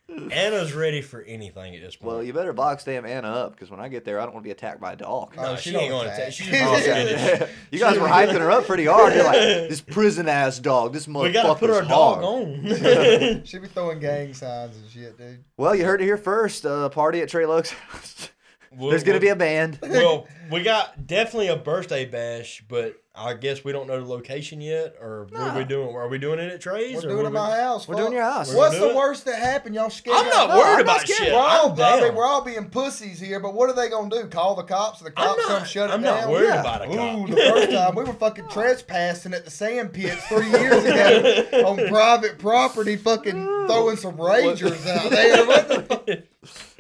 [SPEAKER 3] Anna's ready for anything at this point.
[SPEAKER 2] well, you better box damn Anna up because when I get there, I don't want to be attacked by a dog.
[SPEAKER 3] No,
[SPEAKER 1] Oh,
[SPEAKER 3] she,
[SPEAKER 1] she
[SPEAKER 3] ain't
[SPEAKER 1] don't
[SPEAKER 3] going to
[SPEAKER 1] attack.
[SPEAKER 3] take. She's
[SPEAKER 2] Oh,
[SPEAKER 3] just
[SPEAKER 1] Yeah.
[SPEAKER 3] scared to-
[SPEAKER 2] yeah. You guys were hyping her up pretty hard. You're like, this prison ass dog. This motherfucker.
[SPEAKER 3] We gotta put our dog on.
[SPEAKER 1] she be throwing gang signs and shit, dude.
[SPEAKER 2] Well, you heard it here first. Uh, party at Trey Loke's house.
[SPEAKER 3] We'll-
[SPEAKER 2] There's gonna be a band.
[SPEAKER 3] Well, we got definitely a birthday bash, but I guess we don't know the location yet, or what are we
[SPEAKER 2] No.
[SPEAKER 3] doing? Are we doing it at Trey's?
[SPEAKER 1] We're doing
[SPEAKER 3] or
[SPEAKER 1] it
[SPEAKER 3] what
[SPEAKER 1] at
[SPEAKER 3] we-
[SPEAKER 1] my house.
[SPEAKER 2] We're doing
[SPEAKER 1] fuck.
[SPEAKER 2] your house.
[SPEAKER 3] We're
[SPEAKER 1] What's
[SPEAKER 3] doing
[SPEAKER 1] the
[SPEAKER 3] it.
[SPEAKER 1] worst that happened? Y'all scared?
[SPEAKER 3] I'm not
[SPEAKER 1] No,
[SPEAKER 3] worried
[SPEAKER 2] I'm not
[SPEAKER 3] about
[SPEAKER 2] scared.
[SPEAKER 3] shit.
[SPEAKER 1] We're all,
[SPEAKER 3] I'm
[SPEAKER 1] I mean,
[SPEAKER 3] down.
[SPEAKER 1] we're all being pussies here, but what are they gonna do? Call the cops and the
[SPEAKER 3] I'm
[SPEAKER 1] cops come
[SPEAKER 3] not,
[SPEAKER 1] shut it
[SPEAKER 3] I'm
[SPEAKER 1] down?
[SPEAKER 3] not worried
[SPEAKER 2] Yeah.
[SPEAKER 3] about it.
[SPEAKER 1] Ooh, the first time we were fucking trespassing at the sand pits three years ago on private property, fucking throwing some rangers out there. What the fuck?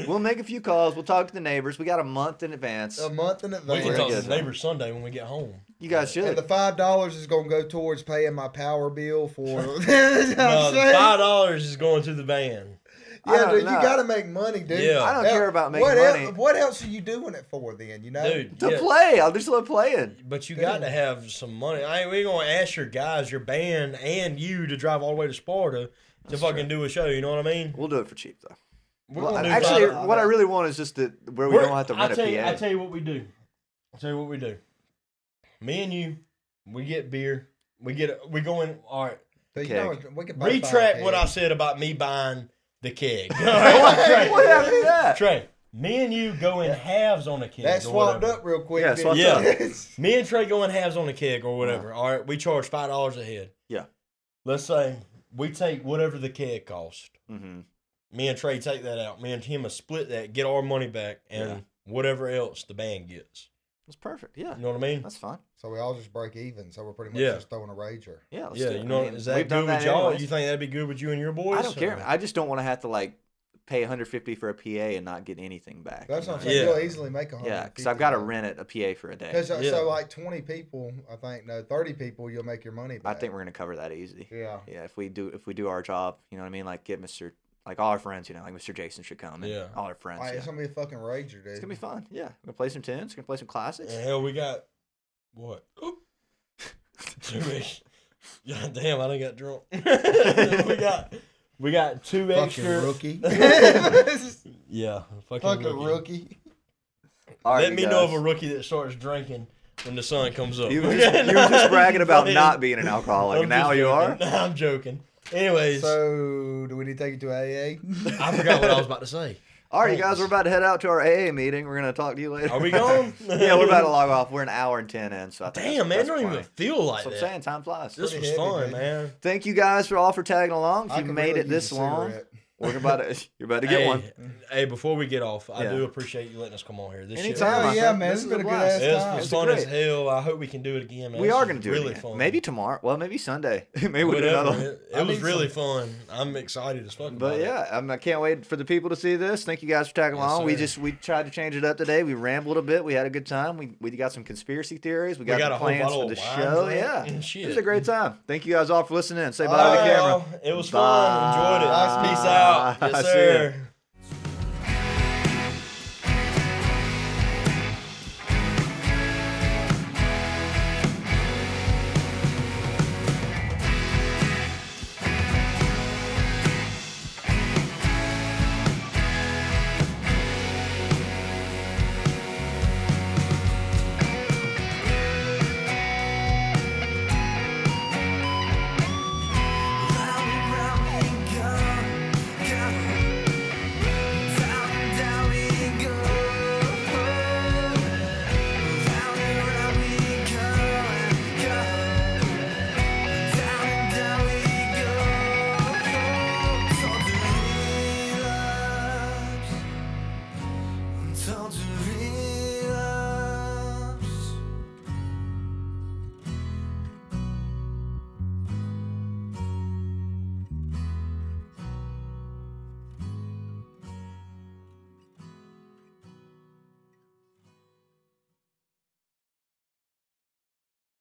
[SPEAKER 2] We'll make a few calls. We'll talk to the neighbors. We got a month in advance.
[SPEAKER 1] A month in
[SPEAKER 3] We can
[SPEAKER 2] Very
[SPEAKER 3] talk
[SPEAKER 1] advance.
[SPEAKER 3] to
[SPEAKER 2] good,
[SPEAKER 3] the
[SPEAKER 2] man.
[SPEAKER 3] neighbor Sunday when we get home.
[SPEAKER 2] you guys
[SPEAKER 1] And
[SPEAKER 2] should.
[SPEAKER 1] the five dollars is gonna go towards paying my power bill for.
[SPEAKER 3] No,
[SPEAKER 1] I'm
[SPEAKER 3] the
[SPEAKER 1] saying?
[SPEAKER 3] five dollars is going to the van.
[SPEAKER 2] I
[SPEAKER 1] Yeah,
[SPEAKER 2] don't
[SPEAKER 1] dude, you
[SPEAKER 2] know.
[SPEAKER 1] gotta make money, dude.
[SPEAKER 3] Yeah.
[SPEAKER 2] I don't
[SPEAKER 1] Now,
[SPEAKER 2] care about making
[SPEAKER 1] what
[SPEAKER 2] money.
[SPEAKER 1] el- what else are you doing it for then? You know,
[SPEAKER 3] Dude,
[SPEAKER 2] to
[SPEAKER 3] yeah.
[SPEAKER 2] play. I just love playing.
[SPEAKER 3] But you got to have some money. I ain't we gonna ask your guys, your band, and you to drive all the way to Sparta to fucking do a show. You know what I mean?
[SPEAKER 2] We'll do it for cheap though.
[SPEAKER 3] We're
[SPEAKER 2] Well,
[SPEAKER 3] gonna do
[SPEAKER 2] actually,
[SPEAKER 3] five-
[SPEAKER 2] what I really want is just that where we
[SPEAKER 3] we're-
[SPEAKER 2] don't have to
[SPEAKER 3] I'll
[SPEAKER 2] rent a
[SPEAKER 3] tell you,
[SPEAKER 2] PA.
[SPEAKER 3] I'll tell you what we do. I'll tell you what we do. Me and you, we get beer. We get a- we go in. All right,
[SPEAKER 1] Dude, you
[SPEAKER 2] Keg.
[SPEAKER 1] know, we can buy
[SPEAKER 3] retract
[SPEAKER 1] five
[SPEAKER 3] what I
[SPEAKER 1] kegs.
[SPEAKER 3] said about me buying the keg. All
[SPEAKER 2] what,
[SPEAKER 3] right, Trey,
[SPEAKER 2] what happened to that?
[SPEAKER 3] Trey, me and you go in halves on a keg.
[SPEAKER 1] That
[SPEAKER 3] or
[SPEAKER 1] swapped
[SPEAKER 3] whatever.
[SPEAKER 1] up real quick.
[SPEAKER 2] Yeah,
[SPEAKER 1] didn't
[SPEAKER 2] swapped
[SPEAKER 1] it?
[SPEAKER 3] up. Me and Trey go in halves on a keg or whatever. All right, we charge five dollars a head.
[SPEAKER 2] Yeah.
[SPEAKER 3] Let's say we take whatever the keg cost.
[SPEAKER 2] Mm-hmm.
[SPEAKER 3] Me and Trey take that out. Me and him will split that, get our money back, and
[SPEAKER 2] Yeah.
[SPEAKER 3] whatever else the band gets.
[SPEAKER 2] That's perfect. Yeah,
[SPEAKER 3] You know what I mean?
[SPEAKER 2] that's fine.
[SPEAKER 1] so we all just break even. So we're pretty much
[SPEAKER 3] Yeah.
[SPEAKER 1] just throwing a rager.
[SPEAKER 2] Yeah, let's
[SPEAKER 3] yeah,
[SPEAKER 2] do it.
[SPEAKER 3] you
[SPEAKER 2] I
[SPEAKER 3] know,
[SPEAKER 2] mean,
[SPEAKER 3] is that
[SPEAKER 2] we've done
[SPEAKER 3] good with y'all?
[SPEAKER 2] anyways.
[SPEAKER 3] You think that'd be good with you and your boys?
[SPEAKER 2] I don't care.
[SPEAKER 3] or-
[SPEAKER 2] I just don't want to have to like pay 150 for a PA and not get anything back.
[SPEAKER 1] That's
[SPEAKER 2] you
[SPEAKER 1] what I'm
[SPEAKER 2] know?
[SPEAKER 1] saying.
[SPEAKER 3] Yeah.
[SPEAKER 1] You'll easily make a hundred.
[SPEAKER 2] Yeah, because I've got to rent it a PA for a day.
[SPEAKER 1] Because uh,
[SPEAKER 3] Yeah.
[SPEAKER 1] so like twenty people, I think no thirty people, you'll make your money
[SPEAKER 2] I
[SPEAKER 1] back.
[SPEAKER 2] think we're gonna cover that easy.
[SPEAKER 1] Yeah.
[SPEAKER 2] Yeah, if we do if we do our job, you know what I mean. Like get Mr. Like all our friends, you know, like Mr. Jason should come. And
[SPEAKER 3] Yeah.
[SPEAKER 2] all our friends.
[SPEAKER 1] Like,
[SPEAKER 2] yeah.
[SPEAKER 1] It's gonna be a fucking rager, dude.
[SPEAKER 2] It's gonna be fun. Yeah, we're gonna play some tunes. We're gonna play some classics.
[SPEAKER 3] And hell, we got what? Two God damn, I done got drunk. we got we got two
[SPEAKER 1] Fucking
[SPEAKER 3] extra.
[SPEAKER 1] rookie. Fucking
[SPEAKER 3] Yeah, fucking, rookie.
[SPEAKER 1] rookie.
[SPEAKER 2] All right,
[SPEAKER 3] Let
[SPEAKER 2] you
[SPEAKER 3] me know of
[SPEAKER 2] guys.
[SPEAKER 3] a rookie that starts drinking when the sun comes up.
[SPEAKER 2] You were just, you were just bragging about not being an
[SPEAKER 3] I'm
[SPEAKER 2] alcoholic.
[SPEAKER 3] just
[SPEAKER 2] now you are.
[SPEAKER 3] joking. I'm joking. Anyways,
[SPEAKER 1] So, do we need to take it to AA?
[SPEAKER 3] I forgot what I was about to say.
[SPEAKER 2] All right, you guys,
[SPEAKER 3] Thanks.
[SPEAKER 2] we're about to head out to our AA meeting. We're gonna talk to you later.
[SPEAKER 3] Are we gone?
[SPEAKER 2] yeah, we're about to log off. We're an hour and ten in, so I think
[SPEAKER 3] Damn, man,
[SPEAKER 2] that's,
[SPEAKER 3] it don't even
[SPEAKER 2] plenty.
[SPEAKER 3] feel like
[SPEAKER 2] That's what I'm
[SPEAKER 3] that.
[SPEAKER 2] saying. Time flies.
[SPEAKER 3] This was
[SPEAKER 1] Pretty heavy,
[SPEAKER 3] fun,
[SPEAKER 1] dude.
[SPEAKER 3] man.
[SPEAKER 2] Thank you guys for all for tagging along.
[SPEAKER 1] I
[SPEAKER 2] If you
[SPEAKER 1] could
[SPEAKER 2] made
[SPEAKER 1] really
[SPEAKER 2] it this
[SPEAKER 1] use a
[SPEAKER 2] long,
[SPEAKER 1] cigarette.
[SPEAKER 2] we're about to you're about to get
[SPEAKER 3] hey,
[SPEAKER 2] one.
[SPEAKER 3] hey, before we get off, I
[SPEAKER 2] Yeah.
[SPEAKER 3] do appreciate you letting us come on here. This shit,
[SPEAKER 2] Anytime,
[SPEAKER 1] Oh,
[SPEAKER 2] my
[SPEAKER 1] yeah,
[SPEAKER 2] friend.
[SPEAKER 1] man,
[SPEAKER 2] This
[SPEAKER 1] it's
[SPEAKER 2] is
[SPEAKER 1] been a good
[SPEAKER 2] blast.
[SPEAKER 1] ass
[SPEAKER 3] Yeah, it's
[SPEAKER 1] time.
[SPEAKER 3] been
[SPEAKER 2] It's
[SPEAKER 3] fun
[SPEAKER 2] great.
[SPEAKER 3] as hell. I hope we can do it again, man.
[SPEAKER 2] We
[SPEAKER 3] This
[SPEAKER 2] are
[SPEAKER 3] was
[SPEAKER 2] gonna do
[SPEAKER 3] really
[SPEAKER 2] it again.
[SPEAKER 3] fun.
[SPEAKER 2] Maybe tomorrow. Well, maybe Sunday. maybe we'll do
[SPEAKER 3] Whatever.
[SPEAKER 2] another one.
[SPEAKER 3] It, it
[SPEAKER 1] I
[SPEAKER 3] was
[SPEAKER 1] need
[SPEAKER 3] really fun. I'm excited as fuck. about
[SPEAKER 2] But
[SPEAKER 3] it.
[SPEAKER 2] yeah, I'm, I can't wait for the people to see this. Thank you guys for tagging
[SPEAKER 3] Yes,
[SPEAKER 2] along. We
[SPEAKER 3] sir.
[SPEAKER 2] just we tried to change it up today. We rambled a bit. We had a good time. We we got some conspiracy theories. We
[SPEAKER 3] we
[SPEAKER 2] got,
[SPEAKER 3] got,
[SPEAKER 2] the
[SPEAKER 3] a whole
[SPEAKER 2] plans
[SPEAKER 3] bottle
[SPEAKER 2] for
[SPEAKER 3] of
[SPEAKER 2] the
[SPEAKER 3] wine
[SPEAKER 2] show.
[SPEAKER 3] drunk
[SPEAKER 2] Yeah,
[SPEAKER 3] and
[SPEAKER 2] it
[SPEAKER 3] shit.
[SPEAKER 2] was a great time. Thank you guys all for listening. Say bye
[SPEAKER 1] All
[SPEAKER 2] to
[SPEAKER 1] right,
[SPEAKER 2] the camera.
[SPEAKER 3] y'all. It was fun. Enjoyed it.
[SPEAKER 2] Bye.
[SPEAKER 3] Peace out. Yes,
[SPEAKER 2] See ya.
[SPEAKER 3] sir.